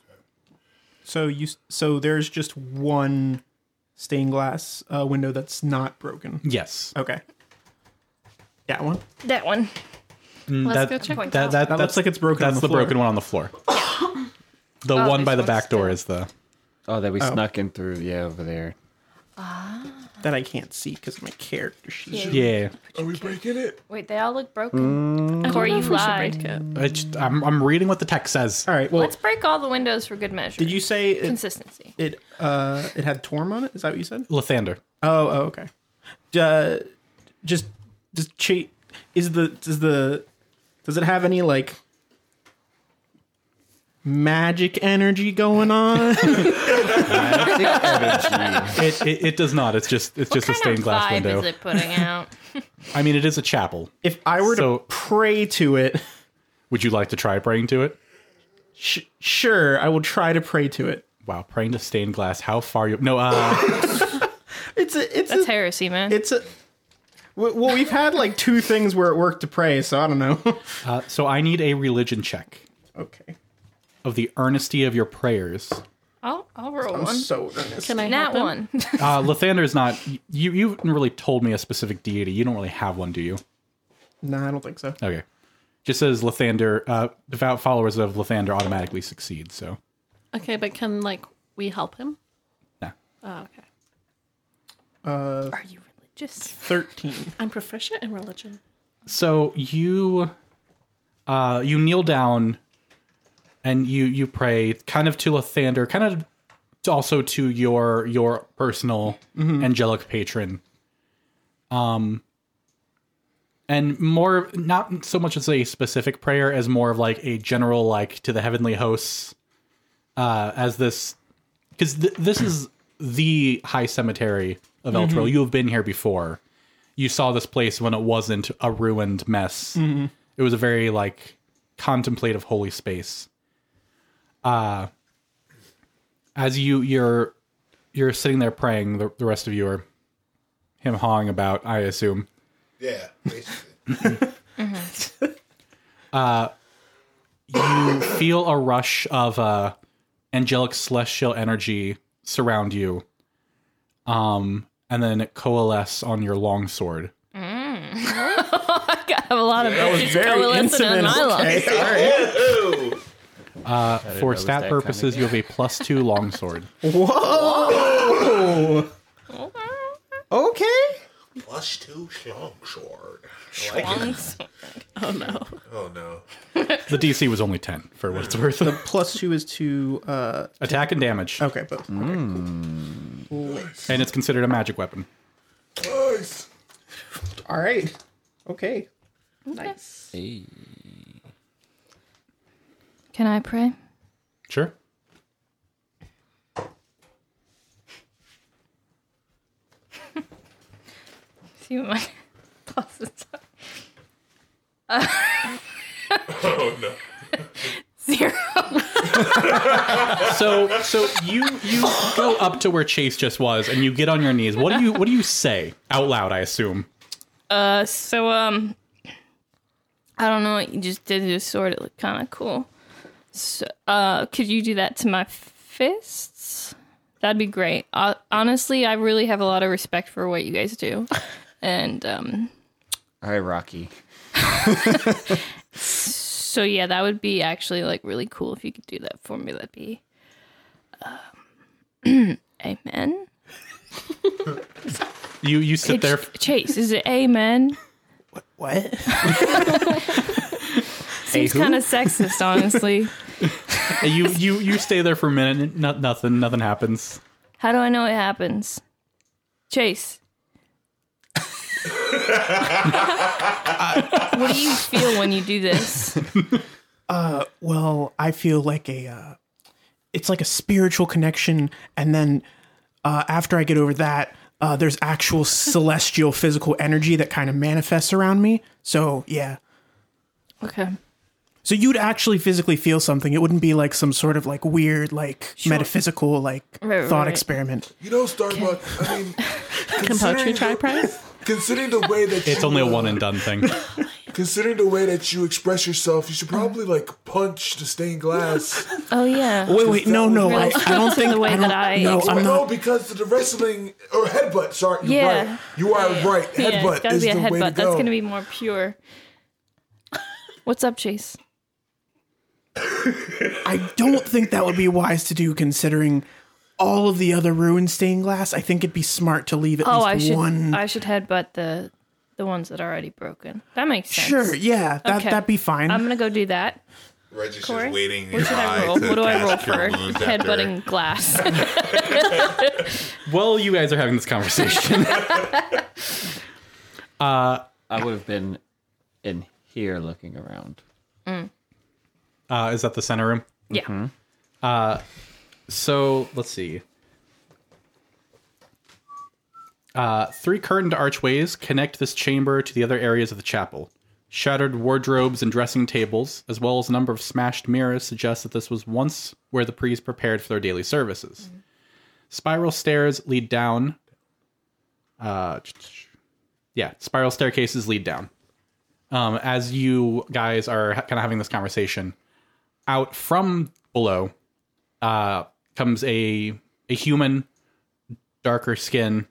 S2: So you, so there's just one stained glass uh, window that's not broken.
S1: Yes.
S2: Okay. That one.
S8: That one.
S1: Let's
S8: go check
S1: that,
S8: it
S1: that, that-
S8: out.
S2: That
S1: that's
S2: looks like it's broken.
S1: that's
S2: on
S1: the
S2: the, floor.
S1: broken one on the floor. The one by the
S8: Oh, this one's
S1: back door is the
S5: Oh, that we snuck in through. Yeah, over there.
S2: that I can't see because of my character sheet.
S1: yeah.
S7: Are we breaking it?
S8: Wait, they all look broken. Corey, you lied.
S1: I just, I'm I'm reading what the text says.
S2: All right. Well,
S8: Let's break all the windows for good measure.
S2: did you say it,
S8: consistency?
S2: it uh it had Torm on it? Is that what you said?
S1: Lathander.
S2: Oh, oh okay. Uh, just just cheat. Is the does the does it have any like magic energy going on?
S1: It, it it does not. It's just it's just a
S8: What kind
S1: stained
S8: of
S1: glass
S8: vibe
S1: window.
S8: is it putting out?
S1: I mean, it is a chapel.
S2: if I were
S1: So-
S2: to pray to it,
S1: Would you like to try praying to it?
S2: sh- sure, I will try to pray to it.
S1: Wow, praying to stained glass. How far you? No, uh,
S2: It's a it's
S8: That's
S2: a,
S8: heresy, man.
S2: it's a well, well, we've had like two things where it worked to pray, so I don't know.
S1: uh, so I need a religion check
S2: okay,
S1: of the earnesty of your prayers.
S8: I'll, I'll roll
S2: I'm
S8: one.
S2: so earnest.
S6: Can I
S8: Nat
S6: help him?
S8: one.
S1: Uh, Lathander is not. You you haven't really told me a specific deity. You don't really have one, do you?
S2: Nah, I don't think so.
S1: Okay. Just says Lathander. Uh, devout followers of Lathander automatically succeed. So
S6: Okay, but can like we help him?
S1: Nah.
S6: Oh, okay.
S8: Are you
S3: Just
S2: 13.
S6: I'm proficient in religion.
S1: So you uh you kneel down and you you pray kind of to Lathander, kind of to- also to your your personal angelic patron. Um and more not so much as a specific prayer as more of like a general like to the heavenly hosts uh as this cuz th- this is the high cemetery of mm You have been here before you saw this place when it wasn't a ruined mess. It was a very like contemplative holy space. Uh as you you're you're sitting there praying, the, the rest of you are him hawing about, I assume.
S4: Yeah, basically.
S1: You feel a rush of uh angelic celestial energy surround you. Um and then coalesce on your longsword.
S8: I have a lot of bitches coalescing in my lungs.
S4: Oh,
S1: For
S5: was
S1: stat
S5: that
S1: purposes, you have a plus two longsword.
S2: Whoa! okay.
S4: Plus two longsword.
S6: Oh no.
S4: Oh no.
S1: The DC was only 10 for what it's worth.
S2: Plus two is two. Uh,
S1: Attack and damage.
S2: okay, both.
S1: And it's considered a magic weapon.
S4: Nice.
S2: All right. Okay.
S3: nice.
S5: Hey.
S8: Can I pray?
S1: Sure.
S8: See what my pluses are.
S4: Oh no.
S8: Zero.
S1: So so you you go up to where Chase just was and you get on your knees. What do you what do you say out loud, I assume?
S8: Uh, so um, I don't know what you just did to your sword. It looked kind of cool. So, uh, could you do that to my fists? That'd be great. Uh, honestly, I really have a lot of respect for what you guys do, and um,
S5: All right, Rocky.
S8: so yeah, that would be actually like really cool if you could do that for me. That'd be, um, amen.
S1: You you sit there
S8: Ch- Chase, is it amen?
S2: What?
S8: Seems kind of sexist, honestly.
S1: you you you stay there for a minute and not, nothing nothing happens.
S8: How do I know it happens? Chase. what do you feel when you do this?
S2: Well, I feel like a. Uh, it's like a spiritual connection, and then uh, after I get over that, uh, there's actual celestial physical energy that kind of manifests around me. So yeah.
S8: Okay.
S2: So you'd actually physically feel something. It wouldn't be like some sort of like weird, like metaphysical, like
S8: Right, right,
S2: thought
S8: right.
S2: experiment.
S7: You know, Starbuck. I mean,
S6: Can poetry try prize?
S7: considering the way that
S1: It's
S7: you,
S1: only a
S7: uh,
S1: one and done thing.
S7: Considering the way that you express yourself, you should probably
S8: Mm.
S7: like punch the stained glass.
S8: Oh yeah.
S2: Wait, wait, no, no, I, I don't think.
S8: The way
S2: I don't,
S8: that I
S2: no,
S8: express-
S2: I'm
S7: no,
S2: not.
S7: because of the wrestling or headbutt. Sorry, you're
S8: Yeah.
S7: right. You are right.
S8: yeah,
S7: Headbutt
S8: it's gotta
S7: is
S8: be a
S7: the way to
S8: headbutt. That's
S7: go.
S8: gonna be more pure. What's up, Chase?
S2: I don't think that would be wise to do, considering all of the other ruined stained glass. I think it'd be smart to leave at
S8: Oh,
S2: least
S8: I should
S2: one.
S8: I should headbutt the the ones that are already broken. That makes sense.
S2: sure, yeah, that
S8: Okay. Um,
S2: that'd be fine.
S8: I'm gonna go do that.
S4: Reggie's just
S8: Corey?
S4: waiting.
S8: What should I roll? What do I roll for? Headbutting glass.
S1: well, you guys are having this conversation.
S5: I would have been in here looking around.
S1: Uh, is that the center room?
S8: yeah.
S1: So let's see. Uh, three curtained archways connect this chamber to the other areas of the chapel. Shattered wardrobes and dressing tables, as well as a number of smashed mirrors, suggest that this was once where the priests prepared for their daily services. Spiral stairs lead down. Uh, yeah, spiral staircases lead down. Um, as you guys are ha- kind of having this conversation, out from below, uh, comes a a human, darker skin.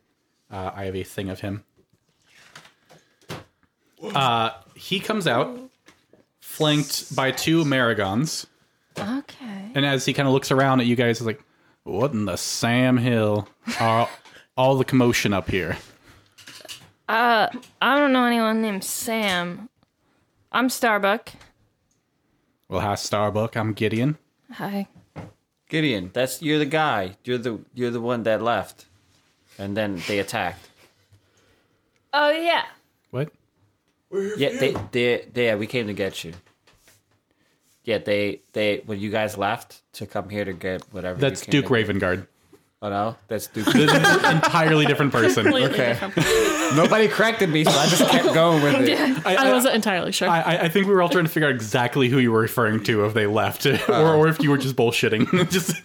S1: Uh, I have a thing of him. Uh, he comes out, flanked by two Marigons,
S8: Okay.
S1: and as he kind of looks around at you guys, he's like, "What in the Sam Hill are all the commotion up here?"
S8: Uh, I don't know anyone named Sam. I'm Starbuck.
S1: Well, hi, Starbuck. I'm Gideon.
S8: Hi.
S5: Gideon, that's you're the guy. You're the you're the one that left, and then they attacked.
S8: Oh yeah.
S1: What?
S5: Yeah, they they, they yeah, we came to get you. Yeah, they they when you guys left to come here to get whatever.
S1: That's
S5: you came
S1: Duke
S5: to-
S1: Ravengard.
S5: Oh no, that's Duke.
S1: This is an entirely different person.
S5: okay. Nobody corrected me, so I just kept going with it.
S1: I,
S6: I
S1: I,
S6: wasn't entirely sure.
S1: I, I think we were all trying to figure out exactly who you were referring to if they left, or, or if you were just bullshitting. just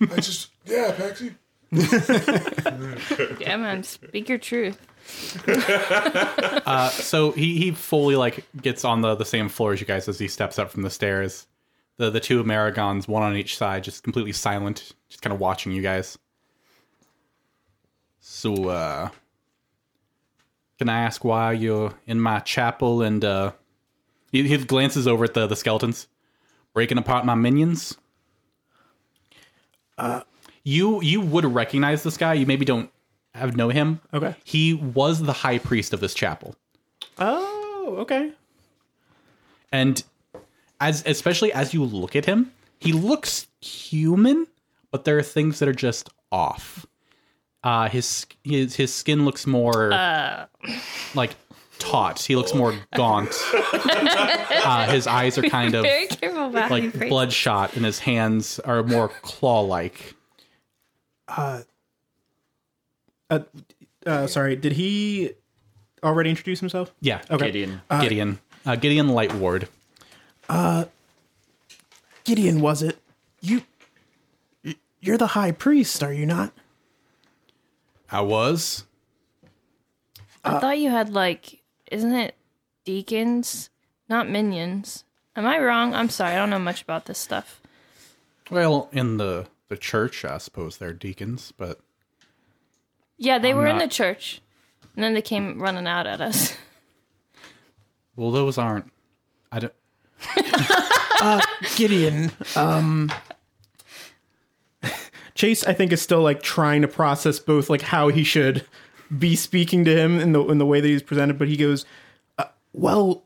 S7: I just, yeah, Paxi.
S8: Yeah, man. Speak your truth.
S1: so he he fully like gets on the the same floor as you guys as he steps up from the stairs. The the two Marigons, one on each side, just completely silent, just kind of watching you guys. So, uh, can I ask why you're in my chapel? And uh, he, he glances over at the the skeletons, breaking apart my minions. Uh, you you would recognize this guy. You maybe don't have know him.
S2: Okay.
S1: he was the high priest of this chapel.
S2: Oh, okay.
S1: and as especially as you look at him he looks human but there are things that are just off uh his his, his skin looks more like taut he looks more gaunt uh, his eyes are kind of
S8: Very careful about how you
S1: like
S8: phrase-
S1: bloodshot and his hands are more claw like
S2: Uh, uh, sorry, did he already introduce himself?
S1: yeah
S2: Okay.
S5: Gideon.
S1: gideon uh, gideon lightward
S2: Gideon, was it? You, y- you're the high priest, are you not?
S1: i was
S8: I thought you had like, isn't it deacons, not minions? Am I wrong? I'm sorry. I don't know much about this stuff.
S1: well in the the church i suppose they're deacons but
S8: Yeah, they were in
S1: not-
S8: the church, and then they came running out at us.
S1: well those aren't i don't
S2: Gideon, um, Chase, I think is still like trying to process both like how he should be speaking to him in the in the way that he's presented, but he goes, uh, "Well,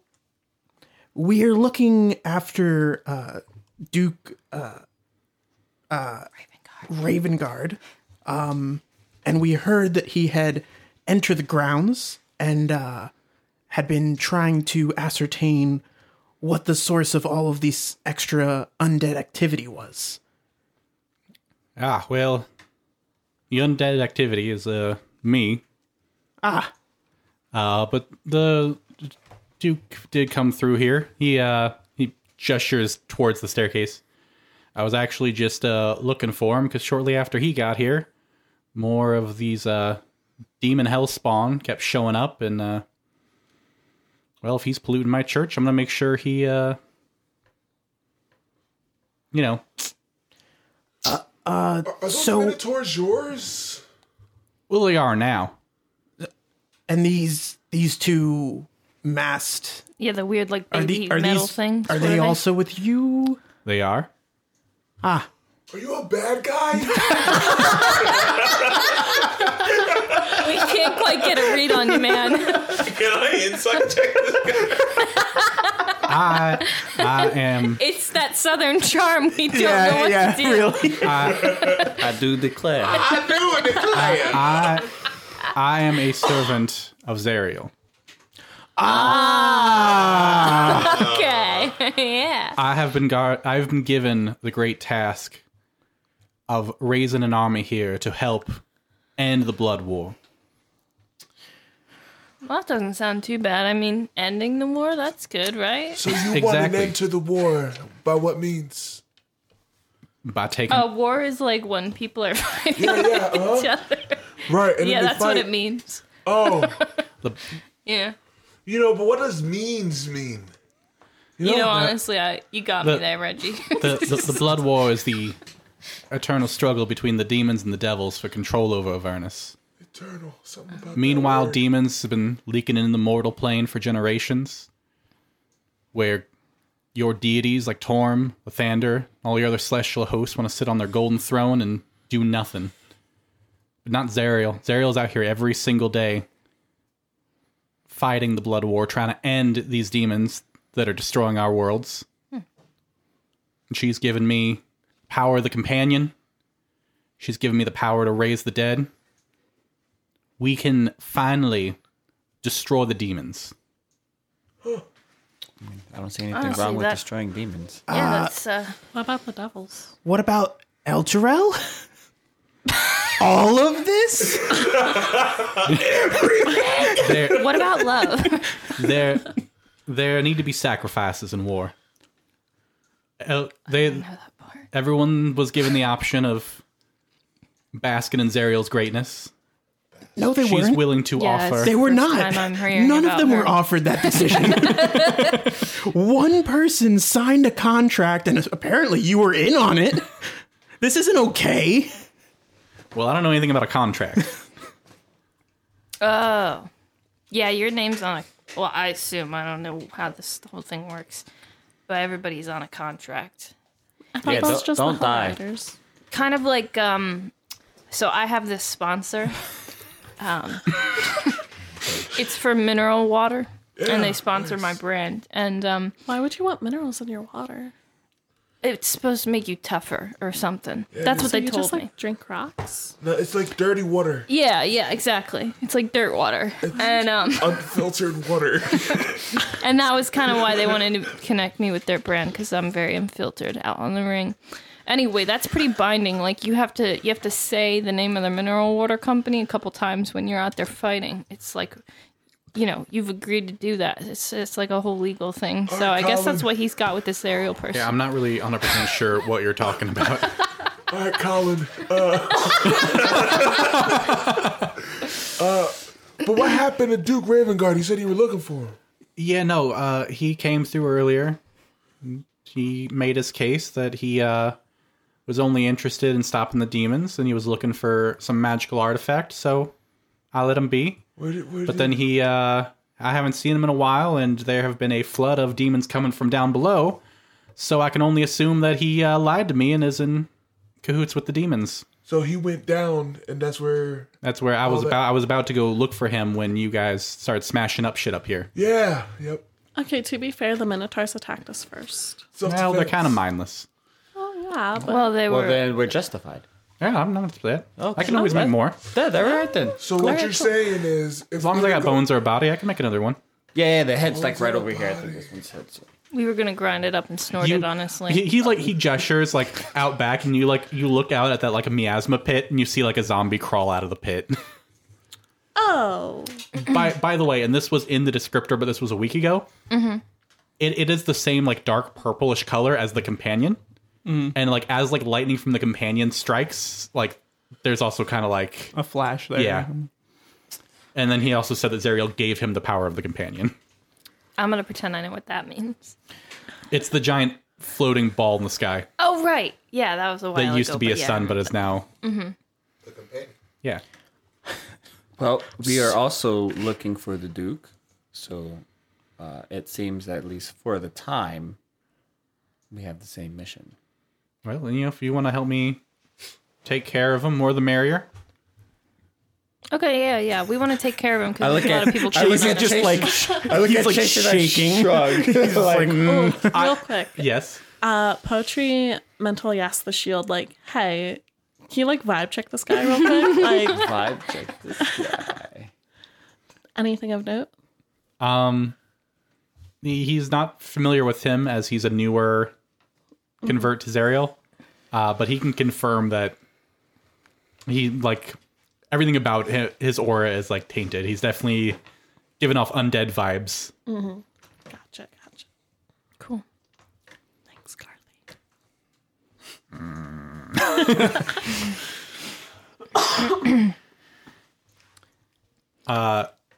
S2: we're looking after uh, Duke uh, uh, Ravengard, Ravengard um, and we heard that he had entered the grounds and uh, had been trying to ascertain." what the source of all of this extra undead activity was.
S1: Ah, well, the undead activity is uh me. Ah. Uh, but the Duke did come through here. He uh he gestures towards the staircase. I was actually just uh looking for him because shortly after he got here, more of these uh demon hell spawn kept showing up, and uh, well, if he's polluting my church, I'm gonna make sure he uh, you know,
S7: Are those
S2: So-
S7: Minotaurs yours?
S1: well they are now.
S2: And these these two masked
S8: yeah, the weird like
S2: are,
S8: baby
S2: the, are
S8: metal
S2: these
S8: things.
S2: are
S8: What
S2: they also with you?
S1: They are.
S7: Are you a bad guy?
S8: We can't quite get a read on you, man.
S4: Can I inside check this guy?
S1: I I am
S8: It's that southern charm. We don't know what to do.
S5: I do declare.
S4: I knew it. I
S1: I I am a servant of Zariel.
S8: Okay. yeah.
S1: I have been guard I've been given the great task of raising an army here to help end the blood war.
S8: Well, that doesn't sound too bad. I mean, ending the war, that's good, right?
S7: So you want an
S1: Exactly.
S7: end to the war. By what means?
S1: By taking
S8: A war is like when people are fighting
S7: Yeah, yeah, uh-huh.
S8: each other.
S7: Right. And then
S8: Yeah,
S7: they
S8: that's what
S7: fight.
S8: it means.
S7: Oh,
S1: the
S8: Yeah.
S7: you know, but what does means mean?
S8: You know, honestly, I you got me
S1: the-
S8: there, Reggie.
S1: the, the, the blood war is the eternal struggle between the demons and the devils for control over Avernus.
S7: Eternal. Something about that
S1: Meanwhile,
S7: word.
S1: demons have been leaking in the mortal plane for generations, where your deities like Torm, Lathander, all your other celestial hosts want to sit on their golden throne and do nothing. But not Zariel. Zariel's out here every single day, fighting the blood war, trying to end these demons that are destroying our worlds. And she's given me power of the companion. She's given me the power to raise the dead. We can finally destroy the demons.
S5: I don't see anything wrong with destroying demons.
S8: Yeah, that's uh,
S6: What about the devils?
S2: What about El Jarrell? All of this?
S1: There,
S8: what about love?
S1: there, there need to be sacrifices in war. El- they, everyone was given the option of Baskin and Zeriel's greatness.
S2: No, they
S1: She's
S2: weren't.
S1: willing to
S8: Yes.
S1: offer.
S2: they were
S8: First
S2: not.
S8: time I'm hearing
S2: None of
S8: about
S2: them
S8: her.
S2: were offered that decision. One person signed a contract, and apparently you were in on it. This isn't okay.
S1: Well, I don't know anything about a contract.
S8: Oh, yeah, your name's on a. Well, I assume I don't know how this whole thing works, but everybody's on a contract.
S6: I thought
S5: Yeah,
S6: that was
S5: don't-
S6: just
S5: don't
S6: the Hell
S5: die.
S6: Riders.
S8: Kind of like um, so I have this sponsor. Um, it's for mineral water, and they sponsor my brand, and um,
S6: Why would you want minerals in your water?
S8: it's supposed to make you tougher or something. That's what
S6: So
S8: they
S6: you
S8: told
S6: just
S8: me.
S6: like drink rocks.
S7: No, it's like dirty water,
S8: yeah, yeah, exactly. It's like dirt water, and um.
S7: unfiltered water.
S8: and that was kind of why they wanted to connect me with their brand because I'm very unfiltered out on the ring. Anyway, that's pretty binding. Like you have to you have to say the name of the mineral water company a couple times when you're out there fighting. It's like you know you've agreed to do that. It's it's like a whole legal thing. So I guess that's
S7: Colin.
S8: what he's got with this aerial person.
S1: I'm not really 100% sure what you're talking about.
S7: All right, Colin. Uh, uh, but what happened to Duke Ravengard? He said you were looking for him.
S1: Yeah, no, uh, he came through earlier. He made his case that he uh, was only interested in stopping the demons and he was looking for some magical artifact, so I let him be.
S7: Where did, where
S1: But
S7: did-
S1: then he, uh, I haven't seen him in a while, and there have been a flood of demons coming from down below, so I can only assume that he uh, lied to me and is in cahoots with the demons.
S7: so he went down, and that's where.
S1: That's where I was
S7: that-
S1: about. I was about to go look for him when you guys started smashing up shit up here.
S7: Yeah. Yep.
S6: Okay, to be fair, the minotaurs attacked us first.
S1: Well, they're
S7: Self-defense.
S1: kind of mindless.
S6: Oh yeah, but
S8: well, they
S5: Well,
S8: were.
S5: then we're justified.
S1: Yeah, I'm not upset. that.
S5: Okay.
S1: I Oh, can always make more.
S5: Yeah, they're right then.
S7: So what you're saying is, if
S1: As long as I got bones or a body, I can make another one.
S5: Yeah, yeah, the head's like right over here. I think this one's head. so-
S8: we were gonna grind it up and snort it. Honestly,
S1: he, he like he gestures like out back, and you like you look out at that like a miasma pit, and you see like a zombie crawl out of the pit.
S6: oh,
S1: by by the way, and this was in the descriptor, but this was a week ago. Mm-hmm. It it is the same like dark purplish color as the companion, and like as like lightning from the companion strikes, like there's also kind of like
S2: A flash there.
S1: yeah. And then he also said that Zeriel gave him the power of the companion.
S8: I'm gonna pretend I know what that means.
S1: It's the giant floating ball in the sky
S8: Oh right, yeah, that was a while
S1: that used
S8: ago,
S1: to be
S8: but
S1: a
S8: yeah.
S1: sun, but is now
S4: The companion.
S1: yeah.
S5: Well, we are also looking for the Duke. So uh, it seems that at least for the time, we have the same mission.
S1: Well, you know, if you want to help me take care of him, more the merrier.
S8: Okay, yeah, yeah, we want to take care of him because a lot of people.
S5: I look
S8: choosing
S5: at
S8: us.
S5: just like I hmm. look at like shaking.
S6: real quick.
S1: Yes.
S6: Uh, poetry mentally asked the shield like, "Hey, can you like vibe check this guy real quick? like
S5: Vibe check this guy.
S6: anything of note?"
S1: Um, he- he's not familiar with him as he's a newer convert to Zerial, uh, but he can confirm that he like everything about hi- his aura is like tainted. He's definitely giving off undead vibes.
S6: Gotcha, gotcha.
S8: cool.
S6: Thanks, Carly.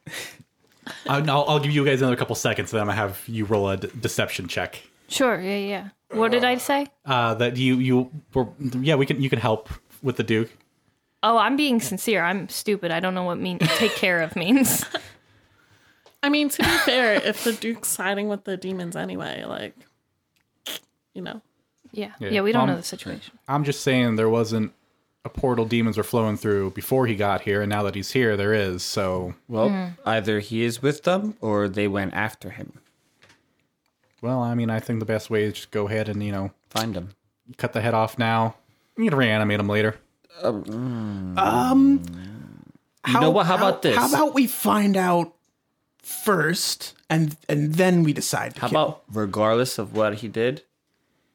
S1: I- I'll, I'll give you guys another couple seconds, then I have you roll a d- deception check.
S8: Sure. Yeah. Yeah. What did I say?
S1: Uh, that you you were, yeah we can you can help with the Duke.
S8: Oh, I'm being sincere. I'm stupid. I don't know what mean take care of means.
S6: I mean, to be fair, if the Duke's siding with the demons anyway, like, you know,
S8: Yeah.
S1: Yeah.
S8: Yeah. we don't
S1: Um,
S8: know the situation.
S1: I'm just saying there wasn't a portal demons were flowing through before he got here, and now that he's here, there is. So,
S5: Well, either he is with them or they went after him.
S1: well, I mean, I think the best way is just go ahead and you know
S5: Find him.
S1: cut the head off now. You can reanimate him later.
S5: You know what? How about this?
S2: Um, How about we find out first, and and then we decide. To
S5: How
S2: kill.
S5: about regardless of what he did,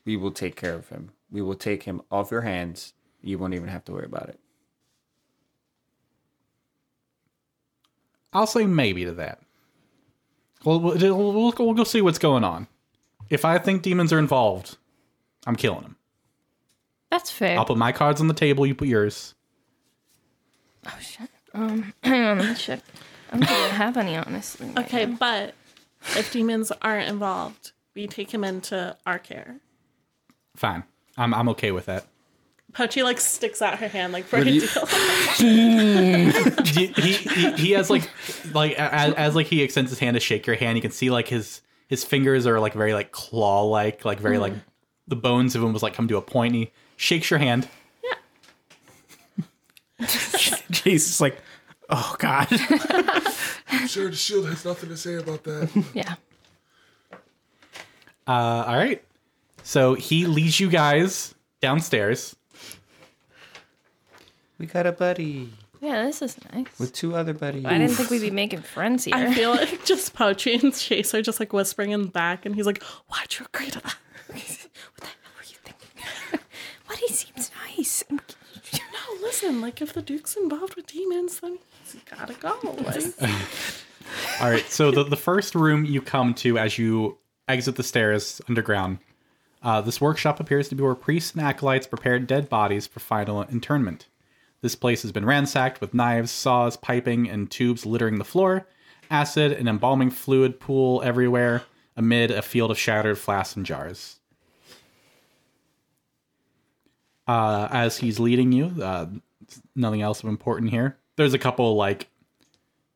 S5: we will take care of him. We will take him off your hands. You won't even have to worry about it.
S1: I'll say maybe to that. Well, we'll, we'll, we'll- we'll go see what's going on. If I think demons are involved, I'm killing them.
S8: That's fair.
S1: I'll put my cards on the table. You put yours.
S8: Hang on, let me check. I don't think I have any, honestly. right
S6: Okay,
S8: now.
S6: but if demons aren't involved, we take him into our care.
S1: Fine. I'm I'm okay with that.
S6: Pochi like sticks out her hand like for
S5: What
S6: a
S5: do you-
S6: deal.
S1: he, he, he has like like a- as, as like he extends his hand to shake your hand you can see like his his fingers are like very like claw like like very like the bones of him was like come to a point and he shakes your hand
S2: Jesus, like, oh god,
S7: I'm sure the shield has nothing to say about that.
S8: Yeah.
S1: uh, all right so he leads you guys downstairs
S5: We got a buddy
S8: Yeah, this is nice.
S5: with two other buddies.
S8: I didn't think we'd be making friends here.
S6: I feel like just Pochi and Chase are just like whispering in the back, and he's like, "Why'd you agree to that?"
S8: What are you thinking? but he seems nice.
S6: No, listen. Like if the Duke's involved with demons, then he's gotta go. Like,
S1: all right so the, the first room you come to as you exit the stairs underground uh, this workshop appears to be where priests and acolytes prepare dead bodies for final internment This place has been ransacked with knives, saws, piping, and tubes littering the floor, acid and embalming fluid pool everywhere, amid a field of shattered flasks and jars. Uh, as he's leading you, uh, nothing else of important here. There's a couple like,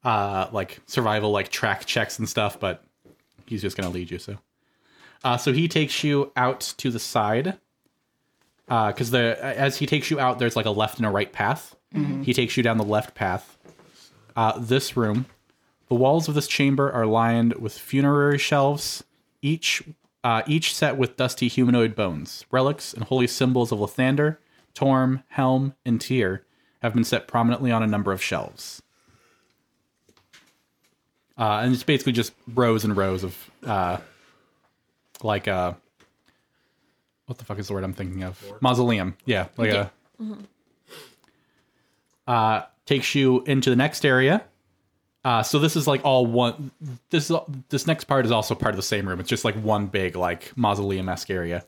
S1: uh, like survival like track checks and stuff, but he's just gonna lead you. So, uh, so he takes you out to the side because the as he takes you out, there's like a left and a right path. He takes you down the left path. Uh, this room, the walls of this chamber are lined with funerary shelves, each uh, each set with dusty humanoid bones, relics, and holy symbols of Lathander, Torm, Helm, and Tyr have been set prominently on a number of shelves. Uh, and it's basically just rows and rows of uh, like uh, what the fuck is the word I'm thinking of? Mausoleum. Yeah, like a. Uh, takes you into the next area. Uh, so this is like all one. This is this next part is also part of the same room. It's just like one big like mausoleum esque area.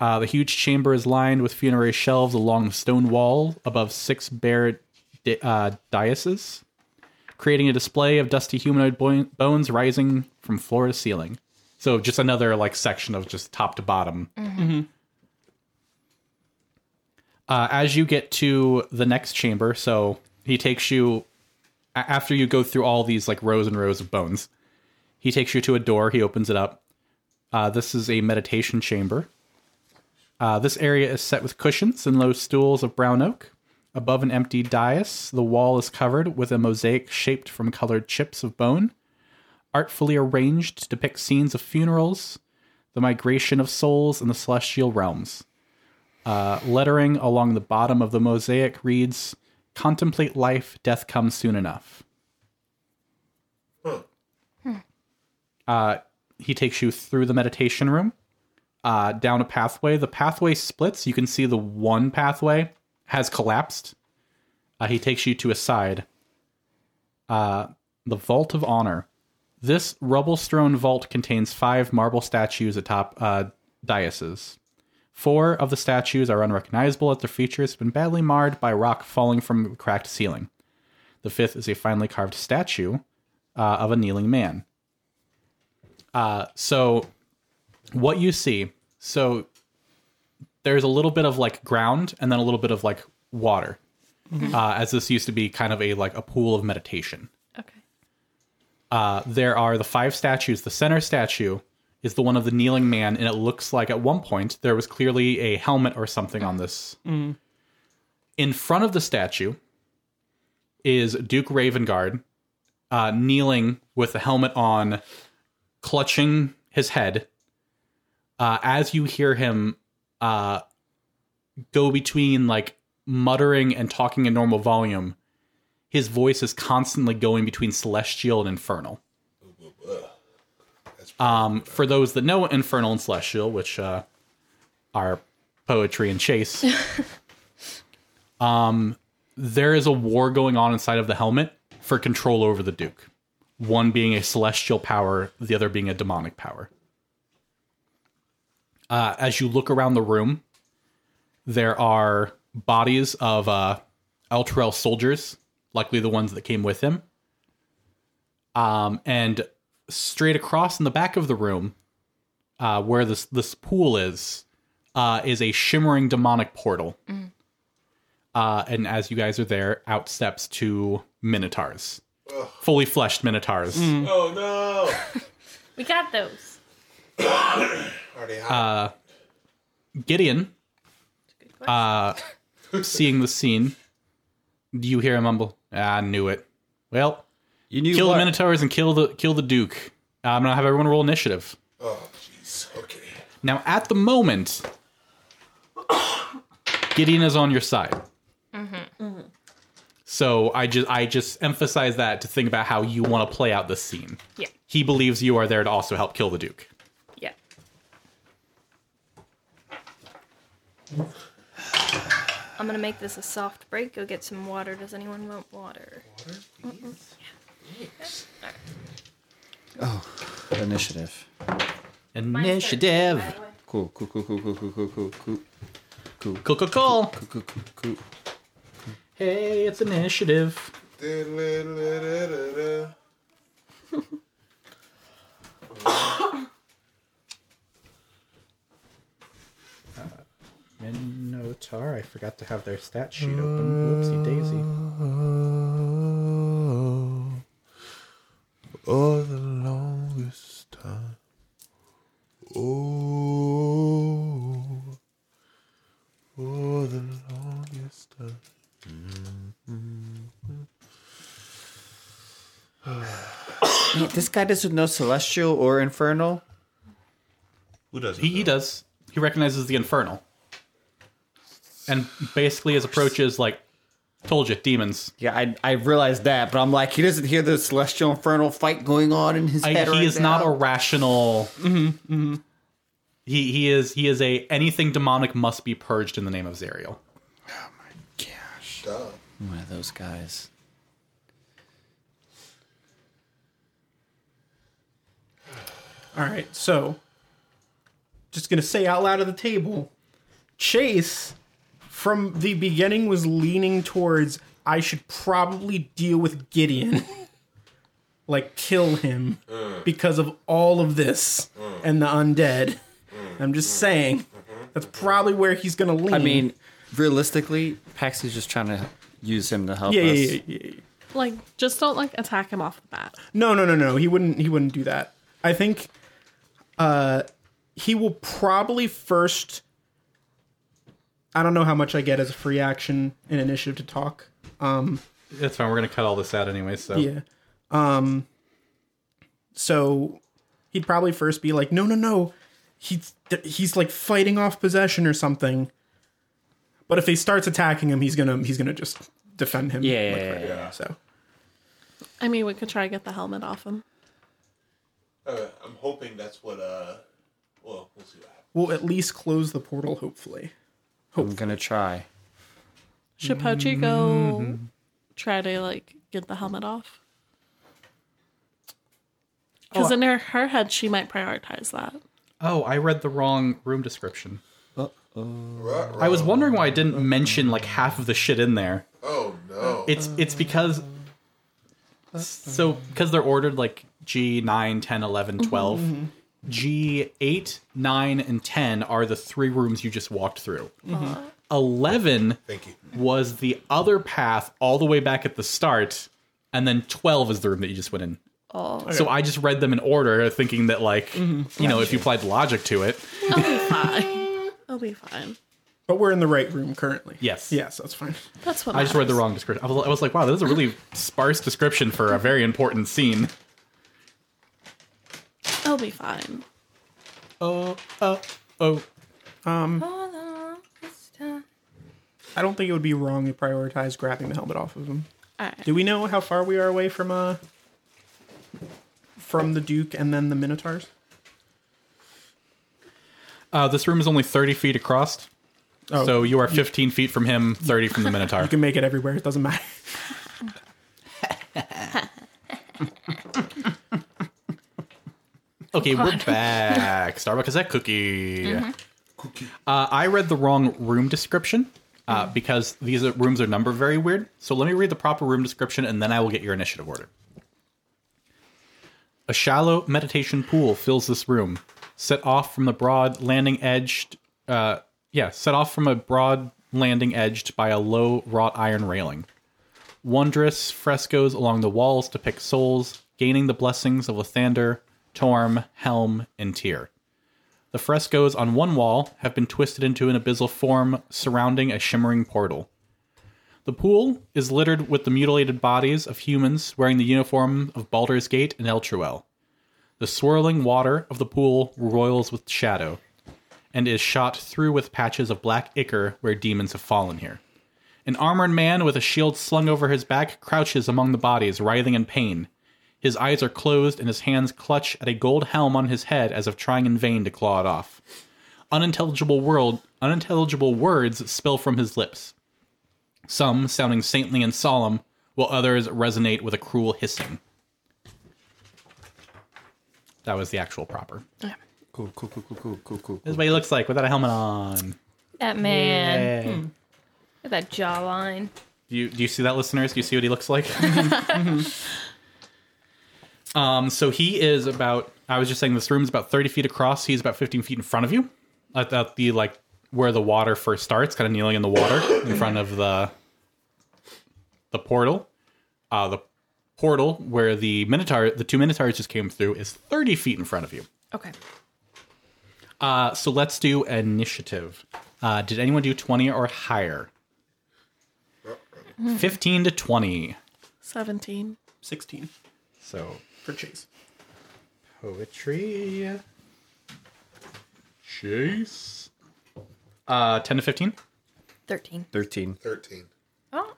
S1: Uh, the huge chamber is lined with funerary shelves along the stone wall above six bare di- uh, dioceses, creating a display of dusty humanoid bo- bones rising from floor to ceiling. So just another like section of just top to bottom. Uh, as you get to the next chamber, so he takes you a- after you go through all these like rows and rows of bones. He takes you to a door. He opens it up. Uh, this is a meditation chamber. Uh, this area is set with cushions and low stools of brown oak. Above an empty dais, the wall is covered with a mosaic shaped from colored chips of bone artfully arranged to depict scenes of funerals, the migration of souls, and the celestial realms. Uh, lettering along the bottom of the mosaic reads, Contemplate life, death comes soon enough. Uh, he takes you through the meditation room, uh, down a pathway. The pathway splits. You can see the one pathway has collapsed. Uh, he takes you to a side. Uh, the Vault of Honor. This rubble strewn vault contains five marble statues atop uh, dioceses. Four of the statues are unrecognizable as their features have been badly marred by rock falling from a cracked ceiling. The fifth is a finely carved statue uh, of a kneeling man. Uh, so, what you see, so there's a little bit of like ground and then a little bit of like water, uh, as this used to be kind of a like a pool of meditation.
S6: okay.
S1: Uh, there are the five statues. The center statue is the one of the kneeling man, and it looks like at one point there was clearly a helmet or something on this. In front of the statue is Duke Ravengard uh, kneeling with the helmet on, clutching his head. Uh, as you hear him uh, go between like muttering and talking in normal volume, his voice is constantly going between celestial and infernal. Um, for those that know infernal and celestial, which uh, are poetry and chase, um, there is a war going on inside of the helmet for control over the Duke. One being a celestial power, the other being a demonic power. Uh, as you look around the room, there are bodies of uh, Elturel soldiers, likely the ones that came with him. Um, and straight across in the back of the room, uh, where this this pool is, uh, is a shimmering demonic portal. Uh, and as you guys are there, out steps two minotaurs, fully fleshed minotaurs.
S7: Mm.
S4: Oh no!
S8: We got those.
S4: Already hot.
S1: Gideon, uh, seeing the scene, do you hear him mumble? I knew it. Well,
S5: You knew
S1: kill
S5: what?
S1: the minotaurs and kill the kill the duke. I'm gonna have everyone roll initiative.
S4: oh jeez. Okay.
S1: Now, at the moment, Gideon is on your side. So I just I just emphasize that to think about how you want to play out this scene.
S8: Yeah.
S1: He believes you are there to also help kill the Duke.
S8: Yeah. I'm gonna make this a soft break. Go get some water. Does anyone want water?
S5: Initiative.
S1: Initiative.
S5: Cool, cool, cool, cool, cool, cool, cool, cool, cool,
S1: Cool, cool, cool.
S5: cool, cool, cool, cool.
S1: Hey, it's initiative.
S4: Da-da-da-da-da.
S1: Minotaur. I forgot to have their stat sheet open. Whoopsie daisy.
S4: oh,
S7: Oh, the longest time. Oh, oh, the longest time.
S5: This guy doesn't know celestial or infernal.
S4: Who doesn't?
S1: He, he does. He recognizes the infernal. And basically, his approach is like, told you, demons.
S5: Yeah, I I realized that, but I'm like, he doesn't hear the celestial infernal fight going on in his
S1: I,
S5: head.
S1: he
S5: right
S1: is
S5: now.
S1: not a rational. He he is he is a anything demonic must be purged in the name of Zariel.
S4: Duh.
S5: one of those guys.
S2: All right, so just gonna say out loud at the table, Chase from the beginning was leaning towards I should probably deal with Gideon, like kill him because of all of this and the undead. I'm just saying that's probably where he's gonna lean.
S5: I mean, realistically, Pax is just trying to use him to help
S2: yeah,
S5: us.
S2: yeah, yeah, yeah, yeah.
S6: Like, just don't like attack him off the bat.
S2: No, no, no, no. He wouldn't. He wouldn't do that. I think uh, he will probably first. I don't know how much I get as a free action and initiative to talk.
S1: That's fine. We're gonna cut all this out anyway. So
S2: Yeah. Um. So he'd probably first be like, "No, no, no." He's th- he's like fighting off possession or something. But if he starts attacking him, he's gonna he's gonna just defend him.
S5: Yeah, yeah,
S2: like,
S5: yeah,
S2: right
S5: yeah.
S2: away, So
S6: I mean, we could try to get the helmet off him.
S4: Uh, I'm hoping that's what. Uh, well, we'll see what happens.
S2: we'll at least close the portal, hopefully.
S5: I'm gonna try.
S6: Should Pochi
S1: Mm-hmm.
S6: go try to like get the helmet off? Because in her, her head, she might prioritize that.
S1: Oh, I read the wrong room description. I was wondering why I didn't mention like half of the shit in there.
S4: Oh no!
S1: It's it's because so because they're ordered like G9, 10, 11, 12. G8, 9 and 10 are the three rooms you just walked through. 11
S4: Thank you.
S1: was the other path all the way back at the start and then 12 is the room that you just went in. So I just read them in order thinking that like you know if you applied logic to it.
S6: It'll be fine. It'll be fine.
S2: But we're in the right room currently.
S1: Yes.
S2: Yes, that's fine.
S6: That's what
S1: I just read the wrong description. I was, I was like, wow, that is a really sparse description for a very important scene.
S6: I'll be fine.
S1: Oh, oh, oh.
S3: Hold on, it's time.
S2: I don't think it would be wrong to prioritize grabbing the helmet off of him.
S6: Alright.
S2: Do we know how far we are away from uh from the Duke and then the Minotaurs?
S1: Uh, this room is only 30 feet across.
S2: Oh.
S1: So you are 15 feet from him, 30 from the Minotaur.
S2: You can make it everywhere. It doesn't matter.
S1: Okay, we're back. Starbucks is that cookie. Uh, I read the wrong room description uh, because these are, rooms are numbered very weird. So let me read the proper room description and then I will get your initiative order. A shallow meditation pool fills this room, set off from the broad landing edged. Uh, yeah, set off from a broad landing edged by a low wrought iron railing. Wondrous frescoes along the walls depict souls gaining the blessings of Lathander, Torm, Helm, and Tyr. The frescoes on one wall have been twisted into an abyssal form surrounding a shimmering portal. The pool is littered with the mutilated bodies of humans wearing the uniform of Baldur's Gate and Eltruel. The swirling water of the pool roils with shadow and is shot through with patches of black ichor where demons have fallen here. An armored man with a shield slung over his back crouches among the bodies, writhing in pain. His eyes are closed and his hands clutch at a gold helm on his head as if trying in vain to claw it off. Unintelligible world unintelligible words spill from his lips. Some sounding saintly and solemn, while others resonate with a cruel hissing. That was the actual proper.
S5: Cool, cool, cool, cool, cool, cool, cool.
S1: This is what he looks like without a helmet on.
S8: That man.
S1: Hey.
S8: Look at that jawline.
S1: Do you do you see that, listeners? Do you see what he looks like? um, so he is about. I was just saying this room's about thirty feet across. He's about fifteen feet in front of you, at, at the like where the water first starts, kind of kneeling in the water in front of the the portal. Uh, the portal where the minotaur, the two minotaurs just came through, is thirty feet in front of you.
S8: Okay.
S1: Uh, so let's do initiative. Uh, did anyone do twenty or higher? Fifteen to twenty.
S6: 17.
S2: Sixteen
S1: So
S2: for Chase.
S1: poetry. Chase. Uh, ten to fifteen.
S8: 13.
S5: 13.
S4: 13.
S8: Oh,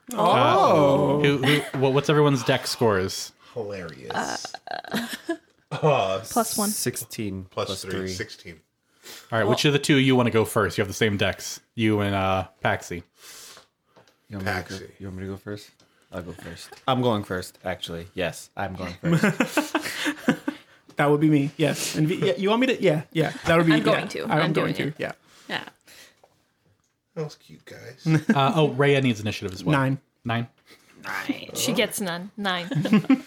S1: Uh, Who, who, well, what's everyone's deck scores?
S4: Hilarious.
S8: plus one.
S5: 16
S4: Plus, plus three, 16.
S1: All right, which of the two you want to go first? You have the same decks, you and uh, Paxi.
S5: You want, me to go,
S4: Paxi.
S5: you want me to go first? I'll go first. I'm going first, actually. Yes, I'm going first.
S2: That would be me. Yes. And v- yeah, you want me to? Yeah. Yeah. That would be.
S8: I'm
S2: yeah.
S8: going to.
S2: I'm,
S8: I'm
S2: going to.
S8: doing
S2: Yeah.
S6: Yeah.
S4: That was cute, guys.
S1: Uh, oh, Raya needs initiative as well.
S2: Nine.
S1: Nine.
S8: She gets none. Nine.
S4: it's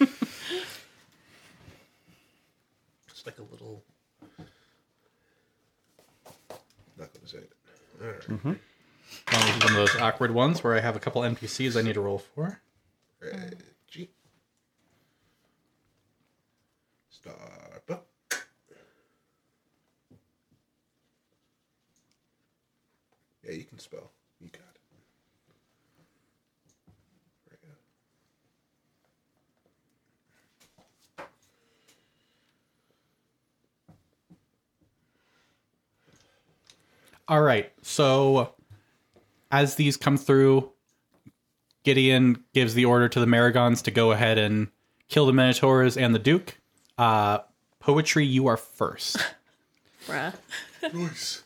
S4: like a little. Not going to say it. All right.
S5: Mm-hmm.
S1: Um, this is one of those awkward ones where I have a couple NPCs I need to roll for.
S4: G. Starbuck. Yeah, you can spell. You got it. There we go.
S1: All right. So as these come through, Gideon gives the order to the Maragons to go ahead and kill the Minotaurs and the Duke. Uh, poetry, you are first,
S6: Bruh.
S4: Nice.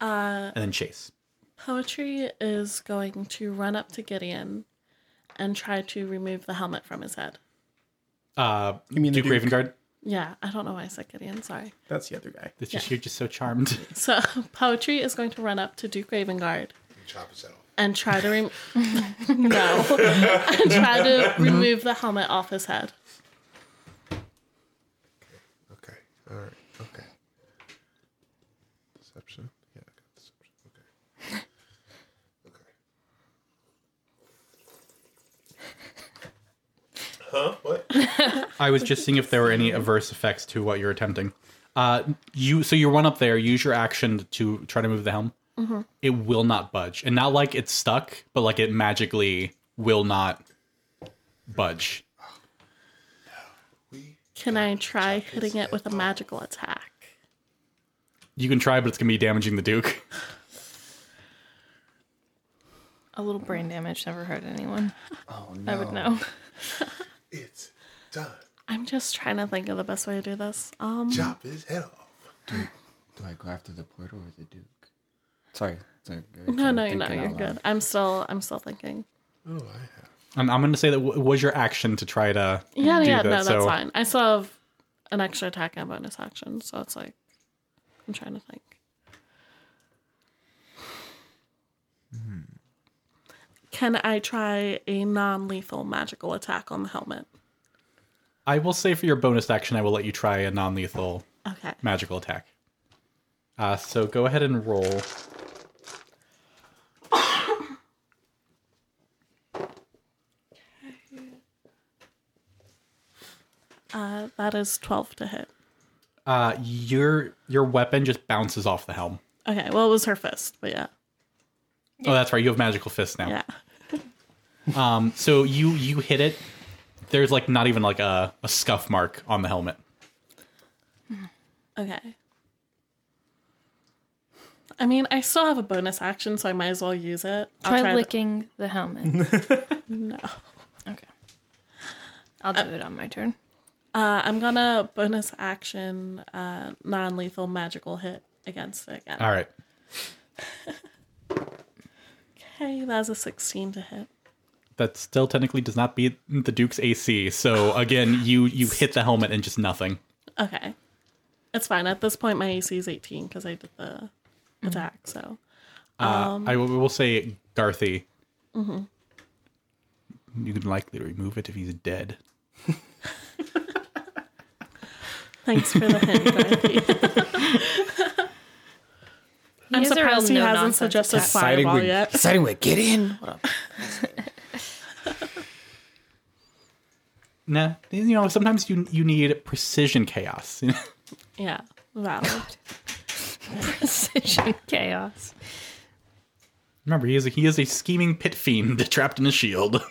S1: and then Chase.
S6: Poetry is going to run up to Gideon and try to remove the helmet from his head.
S1: Uh,
S2: You mean the
S1: Duke,
S2: Duke?
S1: Ravenguard?
S6: Yeah, I don't know why I said Gideon, sorry.
S2: That's the other guy.
S1: It's just you're just so charmed.
S6: So Poetry is going to run up to Duke Ravenguard
S4: Chop his head off.
S6: and try to rem no and try to remove the helmet off his head.
S4: Okay. All right. Okay. Deception. Yeah, I got deception. Okay. okay. Huh? What?
S1: I was just seeing if there were any adverse effects to what you're attempting. Uh, you so you run up there, use your action to try to move the helm. it will not budge. And not like it's stuck, but like it magically will not budge.
S6: Can I try hitting it with a magical attack?
S1: You can try, but it's going to be damaging the Duke.
S8: A little brain damage never hurt anyone. Oh no. I would know.
S7: It's done.
S6: I'm just trying to think of the best way to do this. Um,
S7: Chop his head off.
S5: Do I go after the portal or the Duke? Sorry. sorry
S6: no, no, no, you're good. I'm still, I'm still thinking.
S1: And I'm going to say that w- was your action to try to
S6: Yeah,
S1: do
S6: yeah,
S1: that.
S6: no, that's
S1: so
S6: fine. I still have an extra attack and a bonus action, so it's like I'm trying to think. Can I try a non-lethal magical attack on the helmet?
S1: I will say for your bonus action, I will let you try a non lethal
S6: Okay.
S1: magical attack. Uh, so go ahead and roll.
S6: Uh, that is twelve to hit.
S1: Uh, your your weapon just bounces off the helm.
S6: Okay. Well, it was her fist, but yeah,
S1: Oh, that's right. You have magical fists now.
S6: yeah.
S1: Um, so you you hit it. There's like not even like a, a scuff mark on the helmet.
S6: Okay. I mean, I still have a bonus action, so I might as well use it. I'll
S8: Try,
S6: the-
S8: licking the helmet.
S6: no.
S8: okay. I'll do it on my turn.
S6: Uh, I'm gonna bonus action uh, non lethal magical hit against it again.
S1: All right.
S6: Okay, that's a 16 to hit.
S1: That still technically does not beat the Duke's AC. So again, you you hit the helmet and just nothing.
S6: Okay. It's fine. At this point, my AC is 18 because I did the
S1: Mm-hmm.
S6: attack, so.
S1: Uh,
S2: Um,
S1: I will will say, Garthy, you can likely remove it if he's dead.
S6: Thanks for the hint, Dorothy. I'm
S8: is a real
S6: surprised he hasn't
S8: no-nonsense
S6: suggested
S8: attack.
S6: fireball yet.
S5: Anyway, get in.
S1: Nah, you know sometimes you you need precision chaos.
S6: Yeah, valid.
S8: Precision chaos.
S1: Remember, he is a, he is a scheming pit fiend trapped in a shield.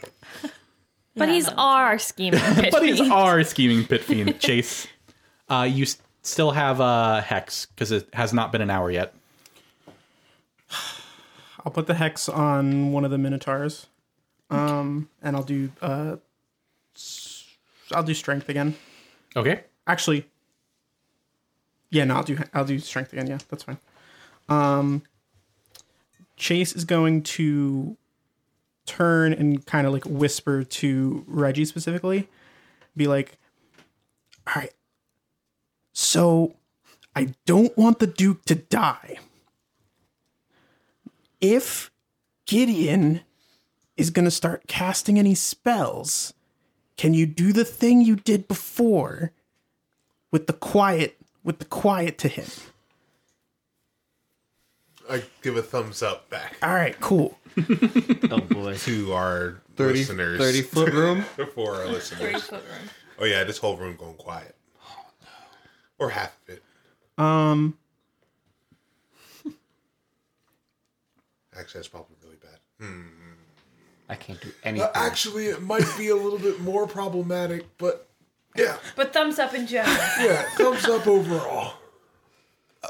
S8: But he's our scheming bitch.
S1: but he's our scheming pit fiend chase uh you s- still have a uh, hex because it has not been an hour yet
S2: I'll put the hex on one of the minotaurs, um, and I'll do uh, s- I'll do strength again.
S1: okay
S2: Actually, yeah, no, I'll do I'll do strength again. Yeah, that's fine. Um, Chase is going to turn and kind of like whisper to Reggie specifically, be like, "All right, so I don't want the Duke to die. If Gideon is going to start casting any spells." Can you do the thing you did before with the quiet with the quiet to him.
S4: I give a thumbs up back
S2: All right, cool.
S5: Oh boy.
S4: to our
S5: 30,
S4: listeners.
S5: 30 foot room.
S4: for our listeners. Oh yeah, this whole room going quiet. Or half of it.
S2: Um,
S4: Actually, that's probably really bad.
S5: I can't do
S7: Uh,
S5: anything.
S7: actually, it might be a little bit more problematic, but
S4: Yeah,
S3: But thumbs up in general.
S7: yeah, thumbs up overall.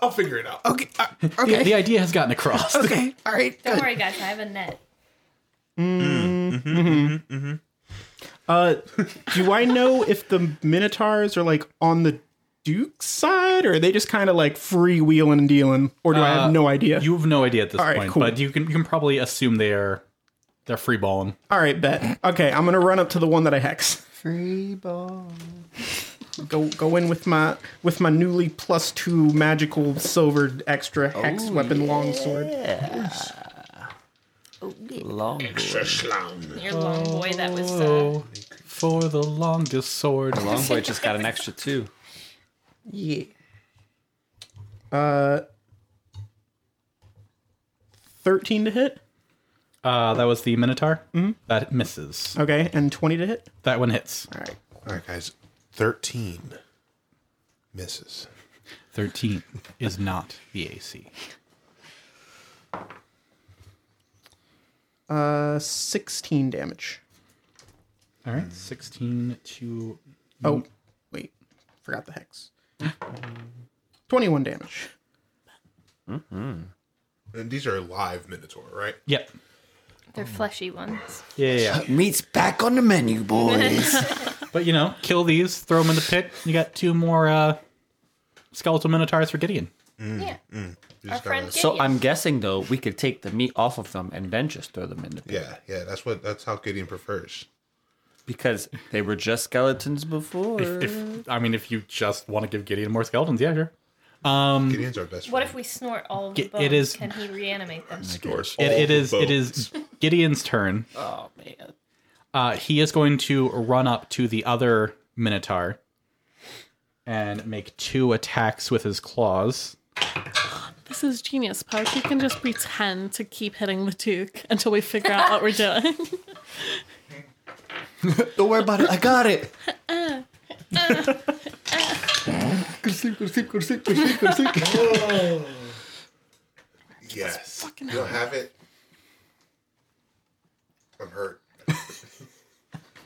S4: I'll figure it out.
S2: okay, uh,
S1: the,
S2: okay,
S1: the idea has gotten across
S2: okay. All right.
S3: Don't worry, guys. I have a net.
S2: Uh, do I know if the minotaurs are like on the duke's side, or are they just kind of like freewheeling and dealing, or do I
S1: Uh,
S2: have no idea?
S1: you have no idea at this
S2: right,
S1: point
S2: cool.
S1: but you can you can probably assume they're they're free balling
S2: All right, bet. Okay, I'm gonna run up to the one that I hex.
S5: Free ball.
S2: Go go in with my with my newly plus two magical silver extra hex weapon longsword.
S5: Long
S8: Your long boy that was uh,
S1: for the longest sword
S5: Long boy just got an extra two.
S2: Yeah. Uh, thirteen to hit.
S1: uh that was the minotaur that misses
S2: Okay, and 20 to hit.
S1: that one hits
S2: All right.
S4: All right, guys. 13 misses.
S1: 13 is not the ac
S2: Uh, 16 damage.
S1: All right, 16 to.
S2: Oh,
S10: Mm-hmm.
S2: wait. Forgot the hex. 21 damage.
S4: And these are live Minotaur, right?
S1: Yep.
S8: They're fleshy ones.
S1: Yeah, yeah,
S10: Meat's back on the menu, boys.
S1: yeah. But you know, kill these, throw them in the pit. You got two more uh, skeletal minotaurs for Gideon.
S8: Yeah.
S4: You
S8: Our
S4: just gotta-
S8: friend
S10: Hmm. so
S8: Gideon.
S10: I'm guessing though we could take the meat off of them and then just throw them in the pit
S4: Yeah, yeah. That's what. That's how Gideon prefers.
S10: because they were just skeletons before.
S1: If, if I mean, if you just want to give Gideon more skeletons, yeah, sure. Um,
S4: Gideon's our best.
S8: What if
S4: friend.
S8: we snort all of the
S1: Get-
S8: bones?
S1: it is-
S8: Can he reanimate them?
S4: Doors
S1: It,
S4: all
S1: it
S4: the
S1: is. It
S4: bones.
S1: is Gideon's turn.
S10: oh man.
S1: Uh, he is going to run up to the other minotaur and make two attacks with his claws.
S6: This is genius, Pouch. You can just pretend to keep hitting the Duke until we figure out what we're doing.
S10: Don't worry about it. I got it.
S4: Yes. You don't have it. I'm hurt.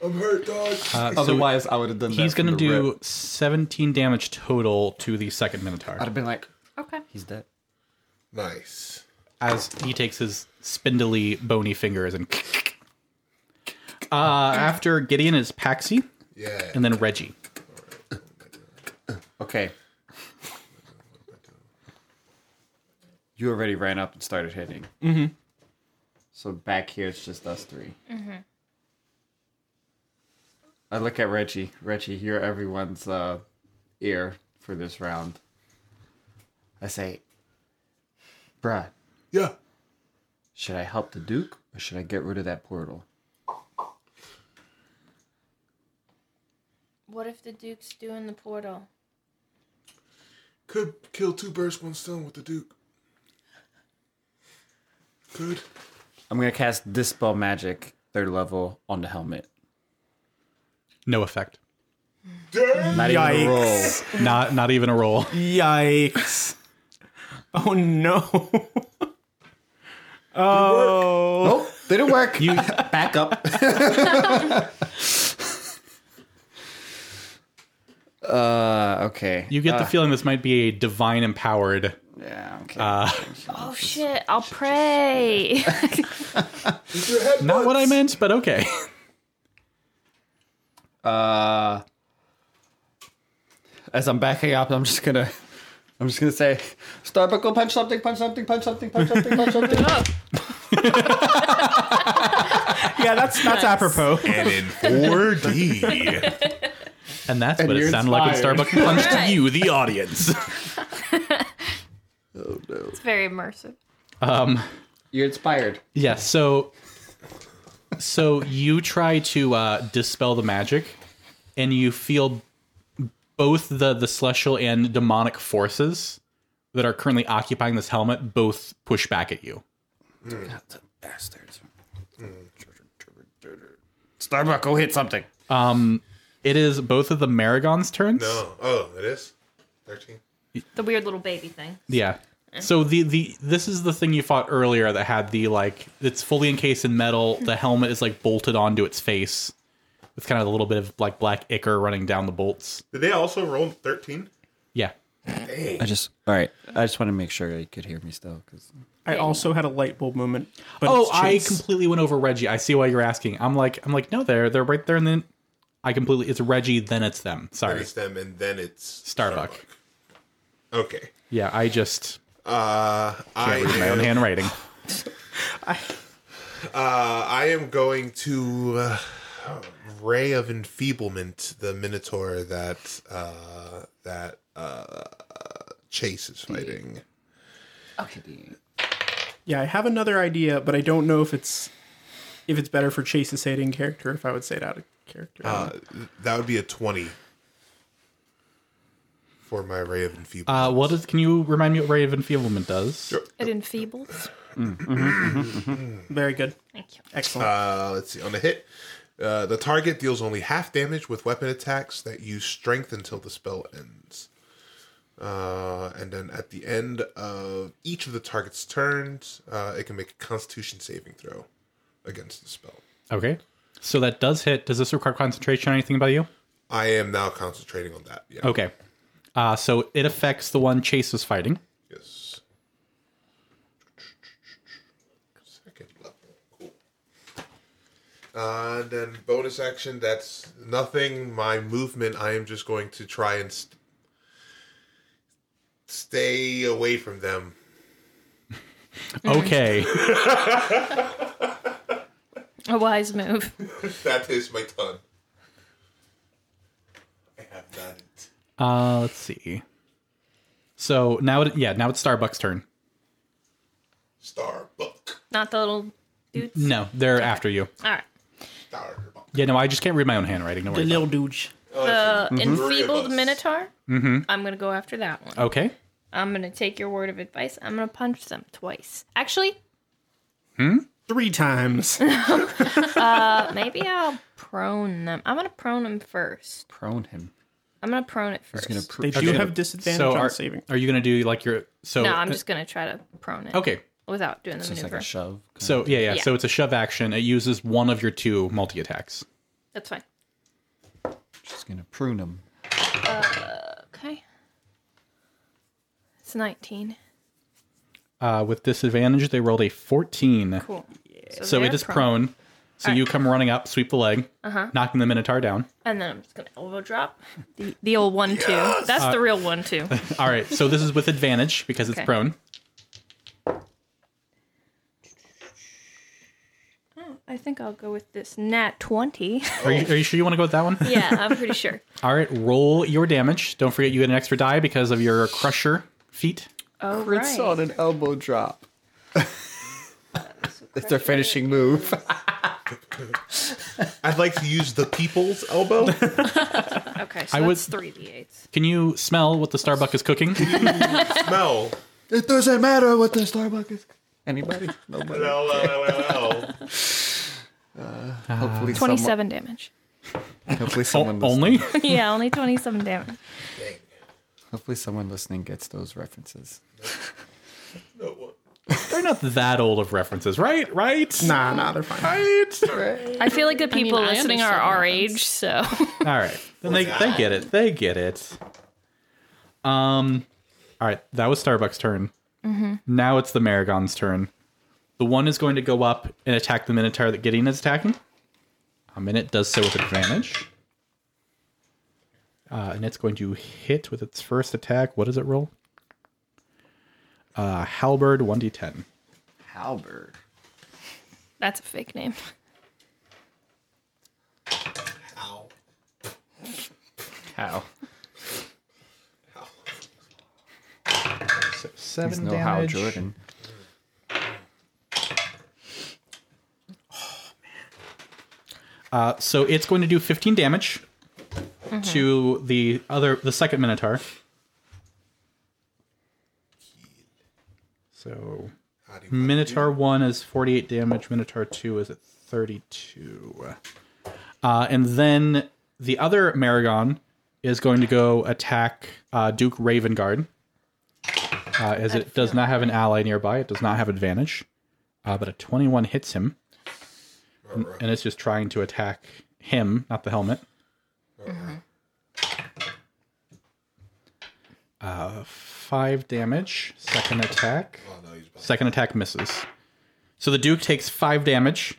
S7: I'm hurt, dog.
S1: Uh, so
S10: Otherwise, I would have done that.
S1: he's
S10: from
S1: going to
S10: the
S1: do
S10: rip.
S1: 17 damage total to the second minotaur.
S10: I'd have been like,
S8: Okay.
S10: he's dead.
S4: Nice.
S1: as he takes his spindly, bony fingers and. Uh, after Gideon is Paxi
S4: Yeah.
S1: and then Reggie.
S5: Okay. You already ran up and started hitting. Mm-hmm. So back here, it's just us 3 Mm-hmm. I look at Reggie. Reggie, you're everyone's uh, ear for this round. I say, Brad,
S7: yeah.
S5: should I help the Duke or should I get rid of that portal?
S8: What if the Duke's doing the portal?
S7: Could kill two birds, one stone with the Duke. Could.
S5: I'm going to cast Dispel Magic, third level, on the helmet.
S1: No effect.
S5: Not even a roll.
S1: Not not even a roll.
S2: Yikes. Oh no.
S10: Oh, didn't work. You back up.
S5: Uh, okay.
S1: You get the feeling this might be a divine empowered.
S5: yeah, okay.
S8: Oh shit! I'll pray.
S7: Is your head
S1: Not what I meant, but okay.
S5: Uh, as I'm backing up, I'm just gonna, I'm just gonna say, Starbuck, go punch something, punch something, punch something, punch something, punch something.
S2: Yeah, that's that's apropos.
S4: And in 4D.
S1: And that's what it
S5: you're
S1: sounded like when
S5: inspired.
S1: Starbuck punched
S8: Right.
S1: you, the audience.
S8: it's very immersive.
S5: You're inspired.
S1: Yeah, so so you try to uh, dispel the magic, and you feel both the the celestial and demonic forces that are currently occupying this helmet both push back at you.
S5: Bastards. Starbuck, go hit something.
S1: It is both of the Maragon's turns.
S4: no. Oh, it is? 13.
S8: The weird little baby thing.
S1: Yeah. So the the this is the thing you fought earlier that had the like it's fully encased in metal. The helmet is like bolted onto its face with kind of a little bit of like black ichor running down the bolts.
S4: Did they also roll 13?
S1: Yeah.
S5: I just, all right. I just want to make sure you could hear me still, because
S2: I also had a light bulb moment. But
S1: Oh,
S2: it's
S1: I
S2: Chase.
S1: completely went over Reggie. I see why you're asking. I'm like, I'm like, no, they're they're right there, and then I completely it's Reggie, then it's them.
S4: Then
S1: Sorry,
S4: it's them, and then it's
S1: Starbuck.
S4: Okay.
S1: Yeah, I just
S4: Uh, I
S1: read my
S4: am-
S1: own handwriting.
S4: Uh, I am going to uh, ray of enfeeblement the minotaur that uh, that uh, Chase is fighting.
S2: Yeah, I have another idea, but I don't know if it's if it's better for Chase to say it in character or if I would say it out of character.
S4: Uh, That would be a twenty for my ray of enfeeblement.
S1: Uh, what is? Can you remind me what Ray of Enfeeblement does?
S8: It enfeebles.
S2: Very good.
S8: Thank you.
S2: Excellent.
S4: Uh, let's see. On a hit, uh, the target deals only half damage with weapon attacks that use strength until the spell ends. Uh, and then at the end of each of the target's turns, uh, it can make a Constitution saving throw against the spell.
S1: Okay. So that does hit. Does this require concentration or anything by you?
S4: I am now concentrating on that. Yeah.
S1: Okay. Uh, so it affects the one Chase was fighting.
S4: Yes. Second level. Cool. Uh, and then bonus action. That's nothing. My movement. I am just going to try and st- stay away from them.
S1: Okay.
S8: A wise move.
S4: that is my ton. I have done it.
S1: uh, let's see. So now, it, yeah, now it's Starbucks' turn.
S4: Starbuck.
S8: Not the little dudes.
S1: No, they're after you.
S8: All right.
S4: Starbuck.
S1: Yeah, no, I just can't read my own handwriting. No
S10: The
S1: worry.
S10: little dudes.
S4: Oh,
S8: The
S4: Three of
S8: Uh, enfeebled
S4: us.
S8: minotaur. I'm gonna go after that one.
S1: Okay.
S8: I'm gonna take your word of advice. I'm gonna punch them twice. Actually,
S2: Three times.
S8: uh, maybe I'll prone them. I'm gonna prone them first.
S5: Prone him.
S8: I'm gonna prone it first.
S5: Gonna pr-
S2: They do have disadvantage
S1: So
S2: on
S1: are,
S2: saving.
S1: are you gonna do like your so? uh,
S8: no, I'm just gonna try to prone it.
S1: oh, okay.
S8: Without doing the
S5: Just like
S8: maneuver.
S5: a shove.
S1: So yeah, yeah,
S8: Yeah.
S1: So it's a shove action. It uses one of your two multi attacks.
S8: That's fine.
S5: Just gonna prune him.
S8: Okay. It's 19.
S1: Uh, with disadvantage, they rolled a fourteen.
S8: Cool.
S1: So
S8: they're
S1: it is prone. So you come running up, sweep the leg,
S8: Uh-huh.
S1: knocking the minotaur down.
S8: And then I'm just gonna elbow drop the the old one two. That's
S1: Uh,
S8: the real one two.
S1: All right, so this is with advantage because it's
S8: Okay.
S1: prone.
S8: I think I'll go with this nat twenty.
S1: Are you, are you sure you want to go with that one?
S8: yeah, I'm pretty sure.
S1: All right, roll your damage. Don't forget you get an extra die because of your crusher feat.
S8: Oh
S10: Crits on an elbow drop. it's their finishing move.
S4: I'd like to use the people's elbow.
S8: Okay, so
S1: I
S8: that's
S1: would-
S8: three d eights.
S1: Can you smell what the Starbuck is cooking?
S4: Smell.
S10: It doesn't matter what the Starbucks is. Anybody? Nobody.
S4: L, L, L, L, L.
S10: Hopefully
S8: Twenty seven damage.
S5: Him. Hopefully
S1: O-
S5: someone
S1: only?
S8: yeah, only twenty seven damage.
S5: Hopefully someone listening gets those references.
S4: No one.
S1: They're not that old of references, right? Right?
S2: Nah, nah, they're fine.
S1: Right?
S8: I feel like the
S6: mean,
S8: people
S6: I
S8: listening are
S6: understand
S8: our
S6: what
S8: age, so
S1: All right. Then they, they get it. They get it. Um. All right. That was Starbucks' turn. Now it's the Maragon's turn. The one is going to go up and attack the Minotaur that Gideon is attacking. Um, and it does so with advantage. Uh, and it's going to hit with its first attack. What does it roll? Uh, Halberd 1d10.
S5: Halberd.
S8: that's a fake name.
S4: Ow.
S10: How?
S1: So seven
S5: He's no
S1: damage.
S5: Hal Jordan.
S1: Uh, so it's going to do 15 damage to the other, the second Minotaur. So
S4: How do you-
S1: Minotaur one is 48 damage. Minotaur two is at 32. Uh, and then the other Maragon is going to go attack uh, Duke Ravenguard. Uh, as it does not have an ally nearby, it does not have advantage. Uh, but a 21 hits him. And, and it's just trying to attack him, not the helmet. Uh, five damage. Second attack.
S4: Oh, no, he's about-
S1: Second attack misses. So the Duke takes five damage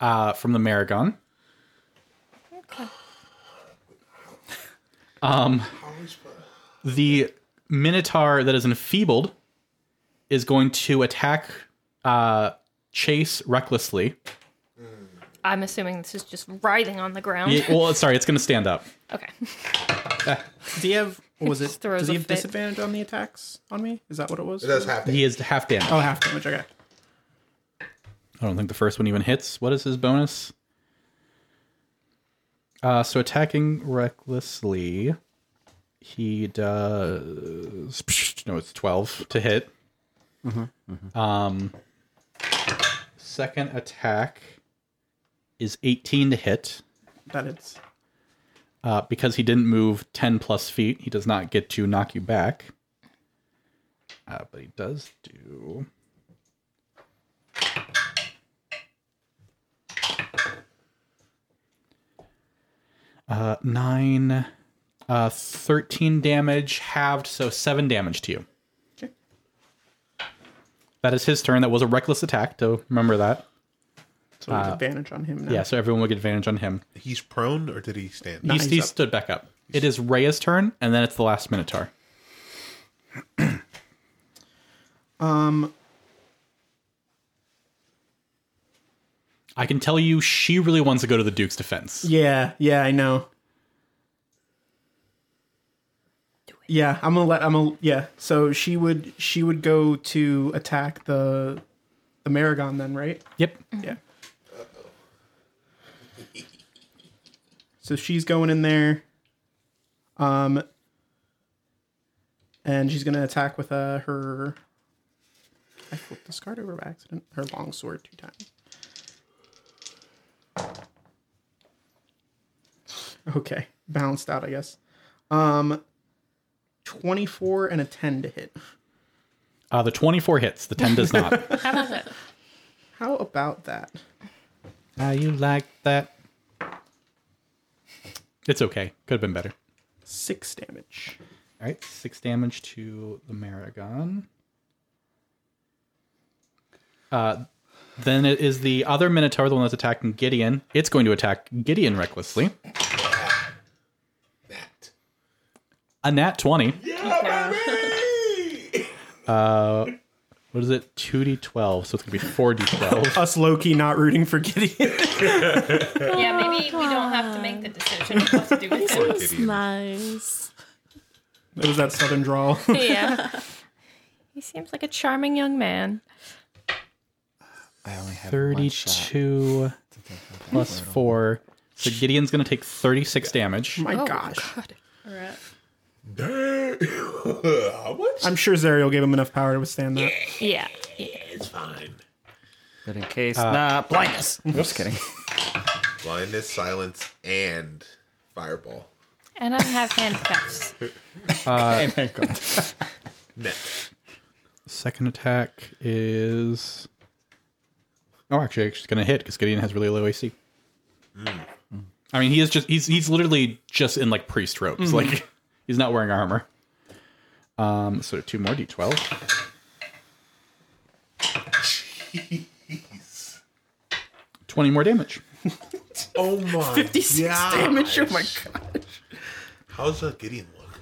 S1: uh, from the Maragon. Um, the Minotaur that is enfeebled is going to attack uh, Chase recklessly.
S8: I'm assuming this is just writhing on the ground.
S1: Yeah, well, sorry, it's going to stand up.
S8: Okay.
S2: Do you have? What was it?
S8: Just throws
S2: Does he
S8: a
S2: have
S8: fit.
S2: disadvantage on the attacks on me? Is that what it was?
S4: It does happen.
S1: He is half damage.
S2: Oh, half damage. Okay.
S1: I don't think the first one even hits. What is his bonus? Uh, so attacking recklessly, he does. No, it's twelve to hit. Um, second attack is eighteen to hit.
S2: That is.
S1: Uh, because he didn't move 10 plus feet, he does not get to knock you back. Uh, but he does do. Uh, nine, uh, 13 damage halved, so seven damage to you. That is his turn. That was a reckless attack, so remember that.
S2: So there's advantage on him now.
S1: Uh, Yeah, so everyone will get advantage on him.
S4: He's prone, or did he stand?
S1: He,
S2: he's
S1: he
S2: up.
S1: stood back up. It is Rhea's turn, and then it's the last Minotaur.
S2: Um,
S1: I can tell you she really wants to go to the Duke's defense.
S2: yeah, yeah, I know. Yeah, I'm gonna let I'm gonna yeah. So she would she would go to attack the the Maragon then, right?
S1: Yep.
S2: Yeah. So she's going in there. Um and she's gonna attack with uh her I flipped this card over by accident. Her long sword two times. Okay. Balanced out, I guess. Um 24 and a 10 to hit.
S1: Uh, the 24 hits, the 10 does not.
S8: How about that?
S2: How about that?
S1: How you like that? It's okay. Could have been better.
S2: Six damage.
S1: All right, six damage to the Maragon. Uh, then it is the other Minotaur, the one that's attacking Gideon. It's going to attack Gideon recklessly.
S4: That.
S1: A nat 20. Uh, what is it? 2d12, so it's going to be 4d12.
S2: Us Loki not rooting for Gideon.
S3: Yeah, maybe we don't have to make the decision of what to do with him.
S6: It's nice.
S2: It was that southern drawl. Oh
S8: Yeah. he seems like a charming young man.
S5: I only have one shot.
S1: 32 plus 4. So Gideon's going to take 36 damage.
S2: My gosh.
S4: How much?
S2: I'm sure Zerial gave him enough power to withstand that.
S8: Yeah.
S4: It's fine.
S5: But in case,
S10: uh,
S5: nah, blindness. I'm just kidding.
S4: Blindness, silence, and fireball.
S8: And I have handcuffs.
S2: Oh
S4: Net.
S1: Second attack is. Oh, actually, it's going to hit because Gideon has really low AC. I mean, he is just. He's, he's literally just in like priest robes. Like, he's not wearing armor. Um, so two more d12. Twenty more damage.
S4: Oh my. 56
S2: Damage, oh my god.
S4: How's uh, Gideon look?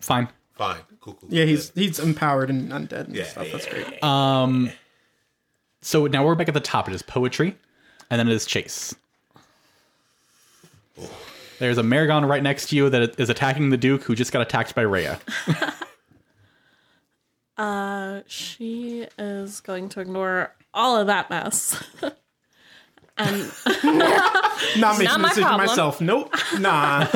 S1: Fine.
S4: Fine. Cool, cool. cool.
S2: Yeah, he's he's empowered and undead and
S4: Yeah,
S2: stuff. That's great. Uh,
S1: So now we're back at the top. It is poetry, and then it is chase. There's a Maragon right next to you that is attacking the Duke, who just got attacked by Rhea.
S6: Uh, she is going to ignore all of that mess. and
S2: Not
S8: not
S2: making a
S8: my
S2: decision
S8: problem.
S2: myself. Nope. Nah.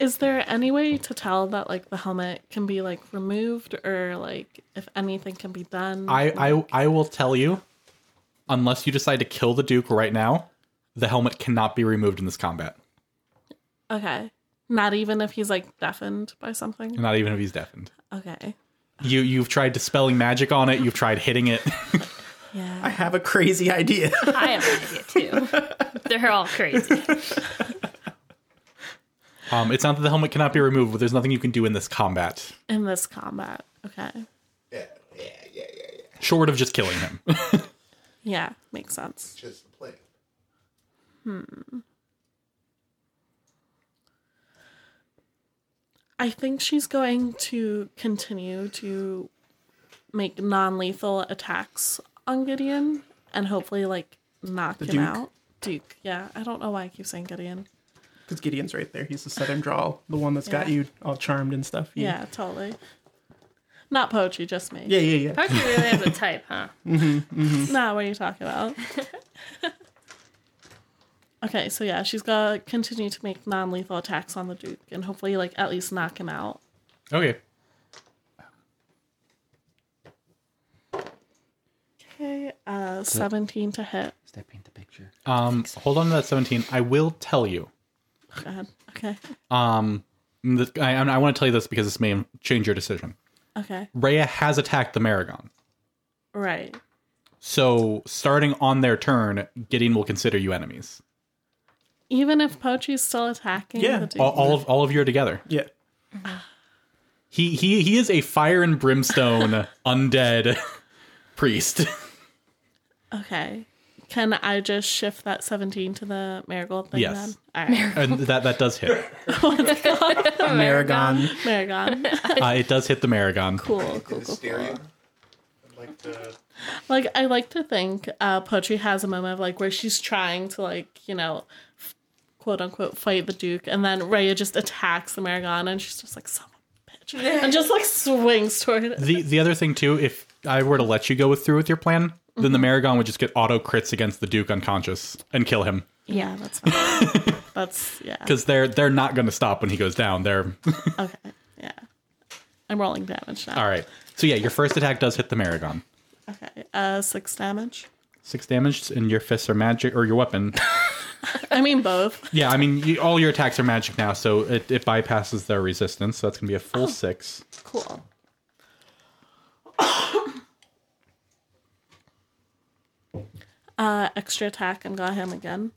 S6: is there any way to tell that like the helmet can be like removed or like if anything can be done?
S1: I, I I will tell you, unless you decide to kill the Duke right now, the helmet cannot be removed in this combat.
S6: okay. Not even if he's like deafened by something.
S1: Not even if he's deafened.
S6: Okay.
S1: You you've tried dispelling magic on it. You've tried hitting it.
S2: I
S6: Yeah.
S2: have a crazy idea.
S8: I have an idea too. They're all crazy.
S1: Um, it's not that the helmet cannot be removed, but there's nothing you can do in this combat
S6: In this combat. Okay.
S1: short of just killing him.
S6: Yeah, makes sense.
S4: Just the plan.
S6: I think she's going to continue to make non-lethal attacks on Gideon and hopefully like knock him
S2: Duke?
S6: out. Duke. Yeah, I don't know why I keep saying Gideon.
S2: Because Gideon's right there. He's the southern drawl, the one that's got
S6: Yeah.
S2: you all charmed and stuff. You-
S6: Yeah, totally. Not poetry, just me.
S2: Yeah, yeah, yeah.
S8: Parker really has a type, huh?
S6: Nah, what are you talking about? okay, so yeah, she's gonna continue to make non-lethal attacks on the Duke and hopefully, like, at least knock him out.
S1: okay.
S6: Okay, uh, seventeen to hit.
S5: Step into big future.
S1: Um, hold on to that 17. I will tell you.
S6: God. Okay.
S1: and th- I, I want to tell you this because this may change your decision.
S6: Okay.
S1: Rhea has attacked the Maragon.
S6: Right.
S1: So, starting on their turn, Gideon will consider you enemies.
S6: Even if Pochi's still attacking,
S2: Yeah.
S6: the dude-
S1: All, all of all of you are together.
S2: Yeah.
S1: He he he is a fire and brimstone undead priest.
S6: okay. Can I just shift that 17 to the marigold thing
S1: Yes.
S6: then? All right.
S1: and that that does hit.
S2: Maragon.
S6: Marigold.
S1: Uh, it does hit the Maragon.
S6: cool, cool, cool, cool. Like I like to think uh, Poetry has a moment of like where she's trying to like you know, f- quote unquote fight the Duke, and then Raya just attacks the Maragon, and she's just like son of a bitch, and just like swings toward it.
S1: The the other thing too, if I were to let you go with, through with your plan, then the Maragon would just get auto crits against the Duke unconscious and kill him
S6: Yeah, that's fine. that's yeah.
S1: because they're they're not going to stop when he goes down. They're
S6: Okay, yeah. I'm rolling damage now.
S1: all right. So yeah, your first attack does hit the Maragon.
S6: Okay, uh, six damage.
S1: Six damage, and your fists are magic, or your weapon.
S6: I mean both.
S1: yeah, I mean, you, all your attacks are magic now, so it, it bypasses their resistance. So that's going to be a
S5: Oh.
S1: full six.
S6: Cool. uh, extra attack and got him again.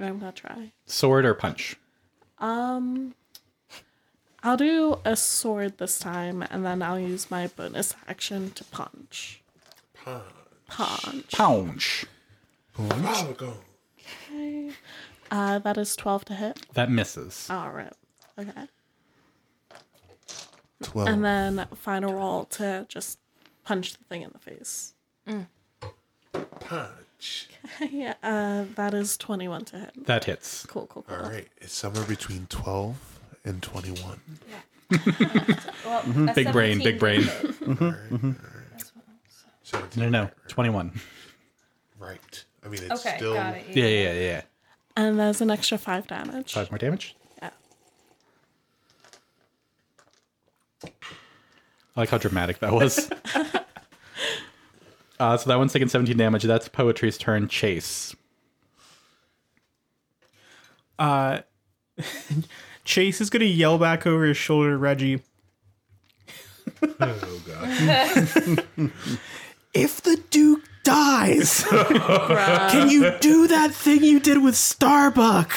S6: I'm gonna try.
S1: Sword or punch?
S6: Um, I'll do a sword this time, and then I'll use my bonus action to punch. Punch. Punch.
S1: Punch.
S7: Maragon.
S6: Okay. Uh, that is twelve to hit.
S1: That misses.
S6: All right. Okay.
S7: 12.
S4: Um,
S6: And then final roll to just punch the thing in the face.
S7: punch.
S6: yeah, uh, that is 21 to hit.
S1: That hits.
S6: Cool, cool, cool.
S7: All right. It's somewhere between 12 and 21.
S3: Well, that's
S1: Mm-hmm. Big brain,
S3: 17.
S1: big brain.
S7: So
S1: No, no, twenty-one.
S7: right. I mean, it's
S3: Okay,
S7: still.
S3: got it.
S1: Yeah, yeah, yeah, yeah.
S6: And there's an extra 5 damage.
S1: Five more damage.
S6: Yeah.
S1: I like how dramatic that was. uh, so that one's taking 17 damage. That's Poetry's turn. Chase.
S2: Uh, Chase is gonna yell back over his shoulder to Reggie.
S4: Oh god.
S2: If the Duke dies, can you do that thing you did with Starbuck?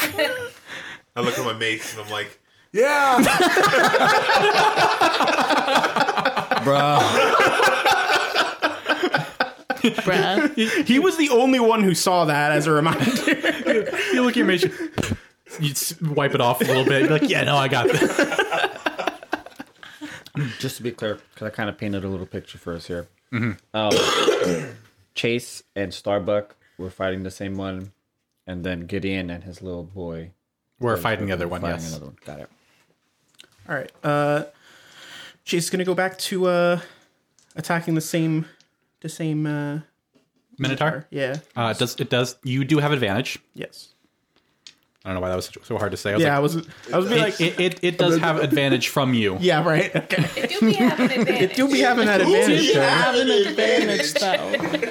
S4: I look at my mates and I'm like,
S7: Yeah.
S6: Bruh.
S2: He was the only one who saw that as a reminder.
S1: You look at your mage. You s- wipe it off a little bit. You're like, yeah, no, I got this.
S5: Just to be clear, because I kind of painted a little picture for us here.
S10: Mm-hmm.
S5: Um, Chase and Starbuck were fighting the same one, and then Gideon and his little boy
S1: We're fighting the other one,
S5: fighting
S1: yes.
S5: another one. Got it.
S2: All right. Uh, Chase is gonna go back to uh, attacking the same, the same. Uh,
S1: Minotaur.
S2: yeah.
S1: Uh, it does it does you do have advantage?
S2: Yes.
S1: I don't know why that was so hard to say. I was
S2: Yeah, I
S1: like,
S2: was. I was be like,
S1: it, it, it does have advantage from you.
S2: yeah, right. Okay.
S3: It do be having an advantage.
S2: You'll be having that advantage.
S6: You
S2: though.
S6: have an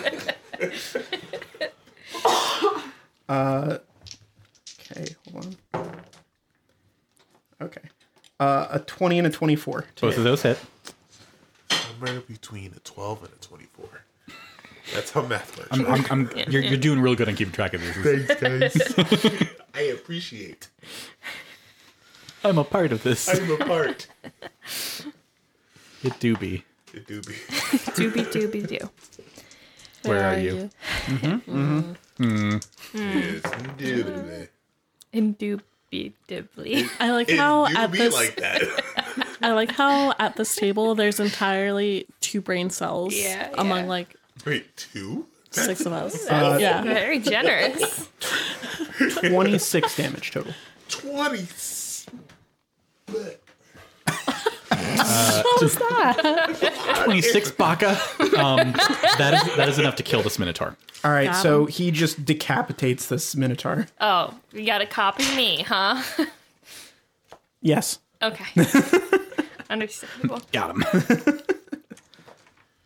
S6: advantage, though.
S2: Okay, hold on. Okay. Uh, a 20 and a 24. to
S1: Both
S2: hit.
S1: of those hit.
S7: somewhere between a 12 and a 24.
S4: that's how math works.
S1: I'm, I'm, I'm, you're, you're doing real good on keeping track of these.
S7: Thanks, guys.
S4: I appreciate.
S1: I'm a part of this.
S7: I'm a part.
S1: It do be.
S4: It do be.
S3: Doobie doobie doo.
S1: Where are you?
S4: Yes,
S6: Uh,
S4: indubitably.
S8: Indubitably.
S6: I like
S4: It
S6: how
S4: do
S6: at
S4: be
S6: this
S4: like that.
S6: I like how at this table there's entirely two brain cells
S3: Yeah,
S6: among
S3: yeah.
S6: like
S4: Wait, two?
S6: six of us.
S2: Uh,
S6: yeah.
S8: Very generous.
S2: 26 damage total.
S4: 20.
S1: Twenty six Baka. Um, that is that is enough to kill this Minotaur.
S2: All right,
S6: Got
S2: so he just decapitates this Minotaur.
S8: Oh, you gotta copy me, huh?
S2: Yes.
S8: Okay. Understandable.
S2: Uh,
S1: Got him.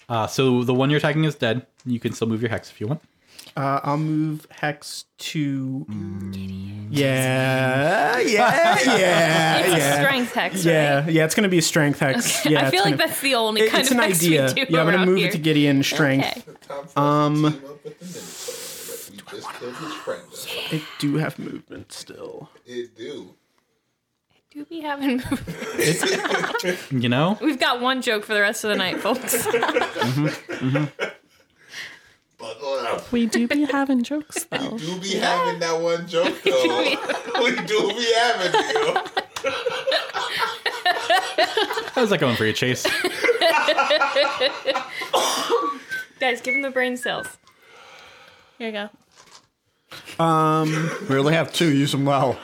S1: uh, so the one you're attacking is dead. You can still move your hex if you want.
S2: Uh, I'll move Hex to. Yeah, yeah, yeah,
S8: It's a
S2: yeah.
S8: strength hex, right?
S2: Yeah, yeah, it's gonna be a strength hex. Yeah,
S8: I
S2: it's
S8: feel like
S2: gonna-
S8: that's the only
S2: it-
S8: kind
S2: it's
S8: of
S2: an
S8: hex
S2: idea.
S8: we do
S2: yeah, I'm gonna
S8: around
S2: move
S8: here.
S2: it to Gideon strength.
S8: Okay.
S2: Um,
S7: Team up with the minotaur that we just killed his friend. of.
S2: I do have movement still.
S7: It do.
S8: Do we haven't
S1: You know?
S8: We've got one joke for the rest of the night, folks.
S7: Buckle up.
S6: We do be having jokes though.
S7: Do be having that one joke though. we do be having you. know?
S1: How's that going for you, Chase?
S8: Guys, give him the brain cells.
S6: Here you go.
S11: We only have two. Use them well.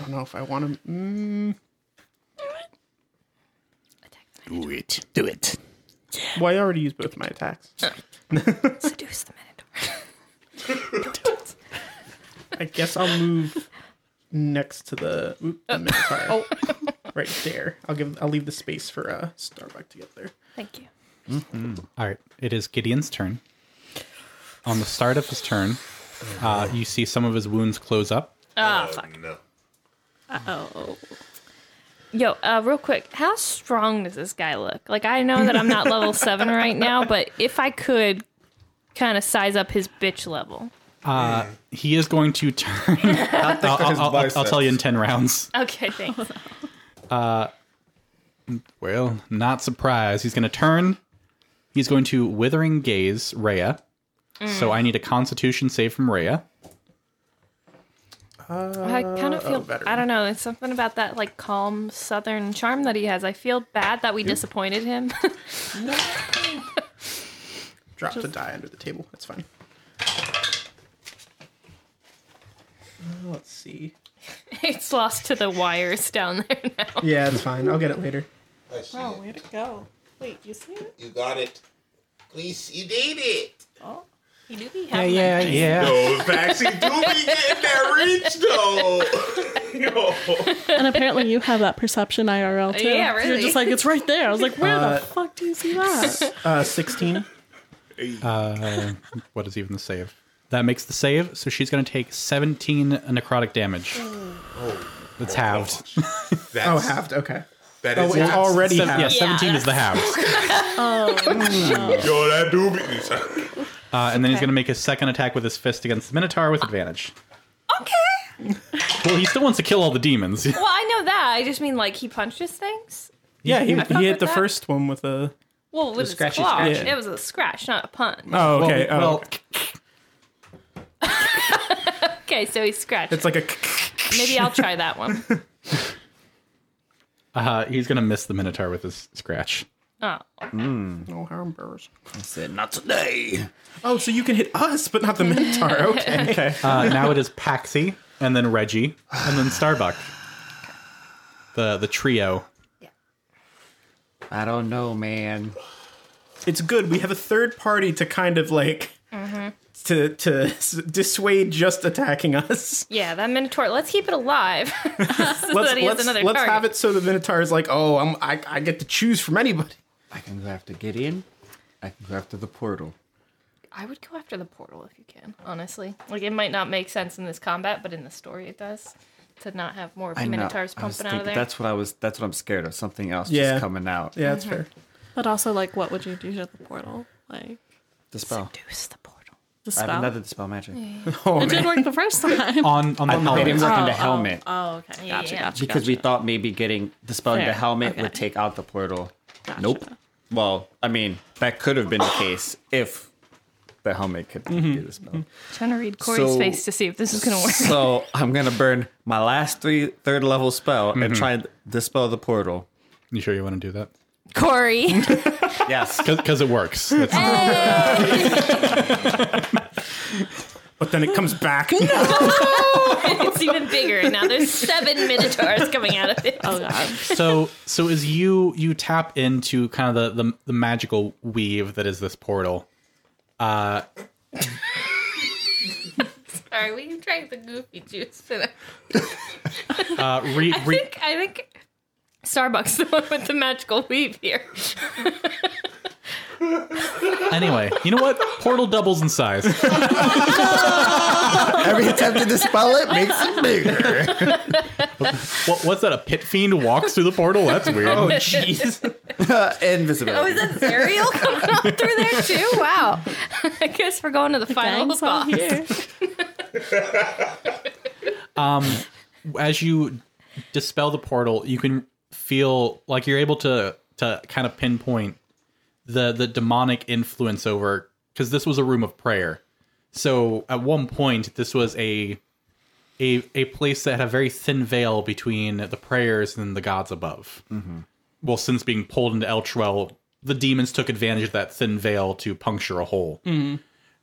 S2: I don't know if I mm. want to.
S11: Do it. Do it.
S2: Well, I already used both my attacks.
S8: Seduce the Minotaur.
S2: I guess I'll move next to the, oop, the Minotaur.
S8: Oh.
S2: right there. I'll give. I'll leave the space for uh, Starbuck to get there.
S8: Thank you.
S1: All right, it is Gideon's turn. On the start of his turn, uh, you see some of his wounds close up.
S4: Oh, no.
S6: Oh,
S8: Yo, uh, real quick, how strong does this guy look? Like, I know that I'm not level seven right now, but if I could kind of size up his bitch level.
S1: He is going to turn. I'll, I'll- I'll- I'll tell you in 10 rounds.
S8: Okay, thanks.
S1: Well, not surprised. He's going to turn. He's going to Withering Gaze Rhea. So I need a constitution save from Rhea.
S8: I kind
S1: Uh, oh,
S8: of feel, I don't know, it's something about that, like, calm southern charm that he has. I feel bad that we disappointed him.
S2: Drop the die under the table. That's fine. Uh, let's see.
S8: it's lost to the wires down there now.
S2: Yeah, it's fine. I'll get it later.
S4: I see
S6: oh,
S4: it.
S6: where'd it go? Wait, you see it?
S4: You got it. Please, you did it.
S6: Oh,
S8: You do be having
S1: Yeah, yeah.
S4: Those Oh, vaccine do be getting that reach though. Yo.
S6: and apparently you have that perception IRL too.
S8: Yeah,
S6: You're
S8: really.
S6: just like it's right there. I was like, where
S2: Uh,
S6: the fuck do you see that?
S2: Uh, sixteen.
S1: What is even the save? That makes the save. So she's going to take 17 necrotic damage. That's halved.
S4: That's,
S2: Oh, halved. Okay.
S4: That
S2: Oh,
S4: is
S2: it's
S4: halved.
S2: already
S1: Sev-
S2: halved.
S1: yeah, 17 is the halved.
S4: Yo, that do be.
S1: Uh, and then he's going to make his second attack with his fist against the Minotaur with advantage.
S8: Okay.
S1: Well, he still wants to kill all the demons.
S8: Well, I know that. I just mean, like, he punches things.
S2: Yeah, he,
S8: fuck
S2: he hit
S8: with
S2: the
S8: that.
S2: first one with a.
S8: Well, with his
S5: scratchy,
S8: claw.
S2: scratchy.
S8: It was a scratch, not a punch.
S2: Oh, okay.
S1: Well, well,
S2: oh,
S8: Okay, so he scratched.
S2: it's like a.
S8: Maybe I'll try that one.
S1: Uh, he's gonna miss the Minotaur with his scratch.
S8: Oh,
S2: No harm burst.
S10: I said, not today.
S2: Oh, so you can hit us, but not the Minotaur. Okay. okay.
S1: Uh, now it is Paxi, and then Reggie, and then Starbuck. The the trio.
S10: I don't know, man.
S2: it's good. We have a third party to kind of like to to s- dissuade just attacking us.
S8: yeah, that Minotaur. Let's keep it alive.
S2: Let's
S8: that he has
S2: let's,
S8: another
S2: let's
S8: target.
S2: have it so the Minotaur is like, oh, I'm, I I get to choose from anybody.
S10: I can go after Gideon. I can go after the portal.
S8: I would go after the portal if you can, honestly. Like, it might not make sense in this combat, but in the story it does. To not have more
S10: I know.
S8: Minotaurs
S10: I was
S8: pumping out of
S10: thinking-
S8: there.
S10: That's what I was. That's what I'm scared of. Something else
S2: Yeah.
S10: just coming out.
S2: Yeah, that's fair.
S6: but also, like, what would you do to the portal? Like,
S10: The spell.
S8: Deuce the portal.
S6: the
S10: I have
S6: spell.
S10: another dispel magic.
S2: Oh
S6: It
S2: man,
S6: didn't work the first time.
S1: On on the
S10: They
S1: helmet.
S10: didn't work on the
S6: Oh,
S10: helmet
S6: Oh, okay. Gotcha,
S8: Yeah.
S6: gotcha.
S10: because we
S6: gotcha.
S10: thought maybe getting dispelling
S6: Fair.
S10: the helmet
S6: Okay.
S10: would take out the portal.
S6: Gotcha.
S10: Nope. Well, I mean, that could have been the case if the helmet could
S1: Mm-hmm.
S10: do the spell.
S8: Trying to read Corey's
S10: So-
S8: face to see if this is gonna work.
S10: So I'm gonna burn my last three third level spell
S1: Mm-hmm.
S10: and try and dispel the portal.
S1: You sure you want to do that?
S8: Corey.
S10: Yes.
S1: Because it works. That's-
S2: but then it comes back.
S8: it's even bigger and now. There's seven minotaurs coming out of it.
S6: Oh god.
S1: so so as you you tap into kind of the the, the magical weave that is this portal.
S8: Sorry, we drank the goofy juice for that.
S1: Uh, re,
S8: I
S1: re,
S8: think I think Starbucks the one with the magical weave here.
S1: Anyway, you know what? Portal doubles in size.
S11: Every attempt to dispel it makes it bigger.
S1: What, what's that? A pit fiend walks through the portal? That's weird.
S10: Jeez.
S8: Oh,
S10: Invisibility.
S8: is that cereal coming up through there too? Wow. I guess we're going to the final
S6: Gang's all
S8: boss.
S6: here.
S1: as you dispel the portal, you can feel like you're able to to kind of pinpoint the the demonic influence over because this was a room of prayer. So at one point, this was a a a place that had a very thin veil between the prayers and the gods above. Well, since being pulled into Eltrell, the demons took advantage of that thin veil to puncture a hole.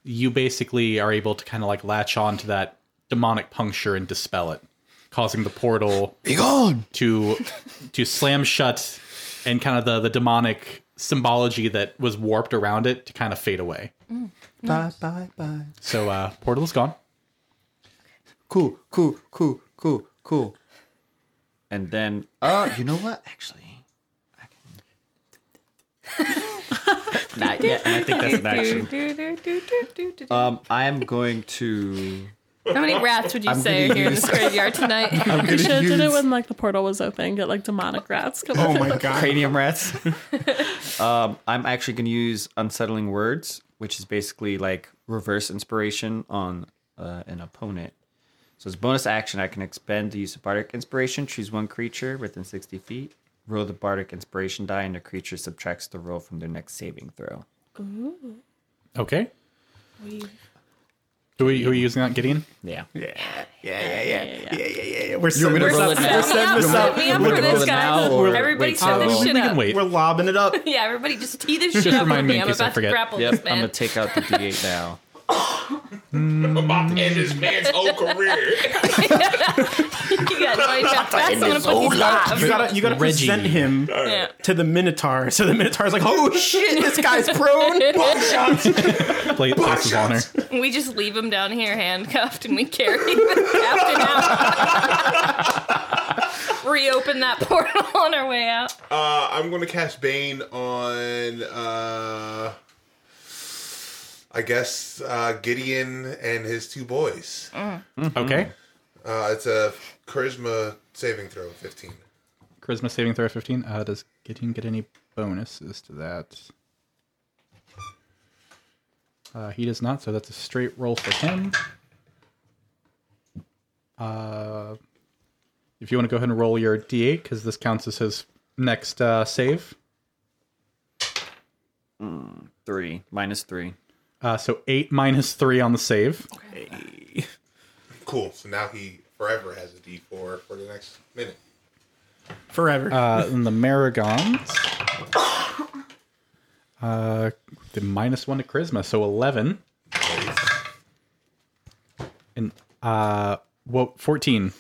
S1: You basically are able to kind of like latch on to that demonic puncture and dispel it, causing the portal
S11: Be gone.
S1: to to slam shut and kind of the the demonic symbology that was warped around it to kind of fade away.
S11: Bye bye bye.
S1: So uh portal is gone.
S10: Cool, cool, cool, cool, cool. And then, uh, you know what? Actually, I can. Not yet. And I think that's an action.
S8: Do, do, do, do, do, do.
S10: Um, I am going to.
S8: How many rats would you
S10: I'm
S8: say
S10: gonna
S8: are here in this graveyard tonight?
S6: You should have did it when like the portal was open. Get like demonic rats. Come
S11: Oh
S6: on.
S11: my god.
S10: Cranium rats. um, I'm actually going to use unsettling words, which is basically like reverse inspiration on uh, an opponent. So as bonus action, I can expend the use of bardic inspiration. Choose one creature within 60 feet. Roll the bardic inspiration die, and the creature subtracts the roll from their next saving throw.
S1: Okay. Who are you, who are you using that, Gideon?
S10: Yeah.
S11: Yeah, yeah, yeah, yeah, yeah, yeah. We're
S10: want me to
S11: we're,
S10: roll
S11: we're,
S10: it now?
S11: we're setting this up.
S8: Me up
S10: We're
S8: for
S10: gonna roll
S8: this,
S10: it now,
S8: guys.
S10: or
S8: Everybody
S10: wait
S8: set
S10: till-
S8: this
S1: we
S8: shit
S1: can
S8: up.
S1: wait.
S11: we're lobbing it up.
S8: Yeah, everybody just tee this shit up with
S1: remind me
S8: me.
S1: in
S8: I'm
S1: case I
S8: about to
S1: forget.
S8: grapple
S10: Yep,
S8: this
S10: I'm
S8: man.
S10: gonna take out the D8 now.
S4: About to end this man's whole career.
S8: you got no shot back. I'm gonna put these
S2: You
S8: lives.
S2: gotta, you gotta
S1: Reggie.
S2: present him
S8: Yeah.
S2: to the Minotaur. So the Minotaur's like, oh shit, this guy's prone.
S1: Play place of honor.
S8: We just leave him down here handcuffed and we carry the captain out. Reopen that portal on our way out.
S4: Uh, I'm gonna cast Bane on. Uh, I guess uh, Gideon and his two boys.
S1: Okay.
S4: Uh, it's a charisma saving throw, of 15.
S1: Charisma saving throw 15. Uh, does Gideon get any bonuses to that? Uh, he does not, so that's a straight roll for him. Uh, if you want to go ahead and roll your d8, because this counts as his next uh, save.
S10: Three minus three.
S1: Uh, so 8 minus 3 on the save.
S4: Cool. So now he forever has a D4 for the next minute.
S2: Forever.
S1: Uh, and the Maragons. Uh, the minus 1 to Charisma, so 11. And uh well 14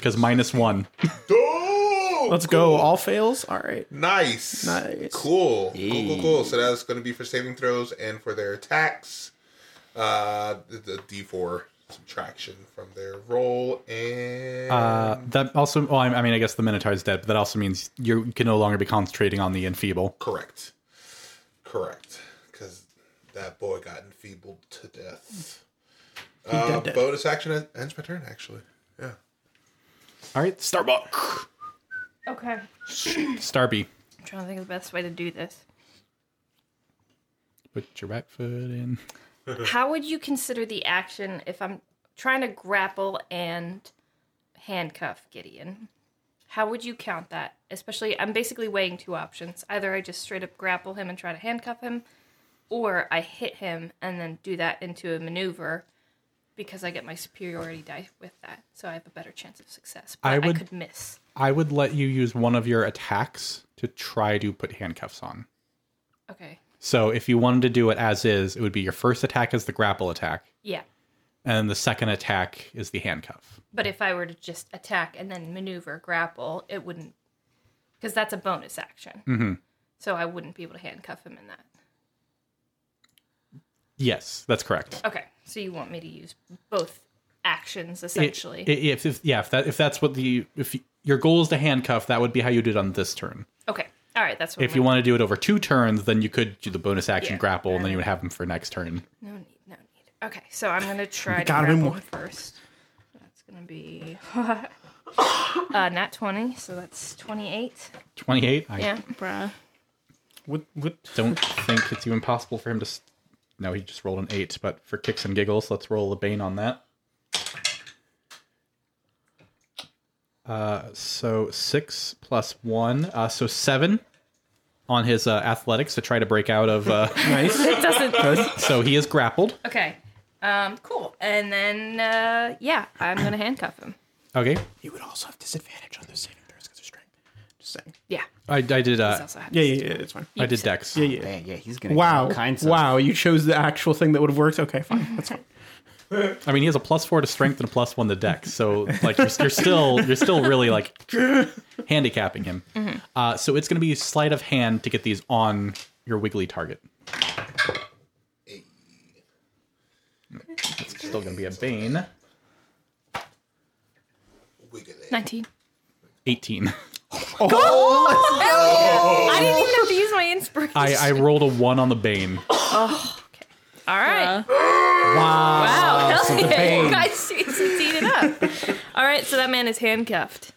S1: cuz minus 1.
S4: Oh,
S2: Let's go. All fails. All right.
S4: Nice.
S2: Nice.
S4: Cool. Cool, cool, cool. So that's going to be for saving throws and for their attacks. Uh, the, the D4 subtraction from their roll and
S1: Uh that also well I, I mean I guess the Minotaur is dead, but that also means you can no longer be concentrating on the enfeeble.
S4: correct, correct, because that boy got enfeebled to death. Uh,
S2: dead.
S4: bonus action en- ends my turn. Actually, yeah.
S1: All right, Starbuck.
S8: Okay.
S1: Starby.
S8: I'm trying to think of the best way to do this.
S1: Put your back foot in.
S8: How would you consider the action if I'm trying to grapple and handcuff Gideon? How would you count that? Especially, I'm basically weighing two options. Either I just straight up grapple him and try to handcuff him, or I hit him and then do that into a maneuver because I get my superiority die with that. So I have a better chance of success. But
S1: I
S8: I,
S1: would-
S8: could miss.
S1: I would let you use one of your attacks to try to put handcuffs on.
S8: Okay.
S1: So if you wanted to do it as is, it would be your first attack is the grapple attack,
S8: Yeah.
S1: and the second attack is the handcuff.
S8: But if I were to just attack and then maneuver, grapple, it wouldn't, because that's a bonus action. Mm-hmm. So I wouldn't be able to handcuff him in that.
S1: Yes, that's correct.
S8: Okay, so you want me to use both actions
S1: It-
S8: essentially?
S1: it- if, if yeah, if that if that's what the if your goal is to handcuff, that would be how you did on this turn.
S8: okay,
S3: All right, that's what
S1: If you want to do it over two turns, then you could do the bonus action
S3: Yeah.
S1: grapple, and then you would have him for next turn.
S3: No need, no need. Okay, so I'm gonna try to
S2: Gotta be
S3: grapple
S2: more.
S3: one first. That's gonna be uh, nat twenty, so that's twenty-eight.
S1: Twenty-eight. I
S3: Yeah.
S6: bruh.
S2: What? What?
S1: don't think it's even possible for him to. s no, he just rolled an eight. But for kicks and giggles, let's roll a bane on that. Uh, so six plus one, uh, so seven on his uh, athletics to try to break out of. Uh,
S2: Nice.
S3: It doesn't.
S1: so he is grappled.
S3: Okay. Um. Cool. And then uh, yeah, I'm gonna handcuff him.
S1: Okay,
S2: You would also have disadvantage on those saving throws because of strength. Just saying.
S3: Yeah.
S1: I, I did. Uh,
S3: Also
S2: Yeah, yeah, yeah. It's fine.
S1: I did Dex.
S2: Yeah, yeah.
S5: Man, yeah, he's gonna
S2: Wow.
S5: get all kinds of
S2: Wow. You chose the actual thing that would have worked. Okay, fine. That's fine.
S1: I mean, he has a plus four to strength and a plus one to dex. So like you're, you're still you're still really like handicapping him. Uh, so it's going to be sleight of hand to get these on your wiggly target. It's still going to be a bane.
S3: Nineteen.
S1: Eighteen.
S3: I didn't even have to use my inspiration.
S1: I, I rolled a one on the bane.
S3: All right.
S2: Wow.
S3: Wow. Hell yeah. You guys succeeded up. All right. So that man is handcuffed.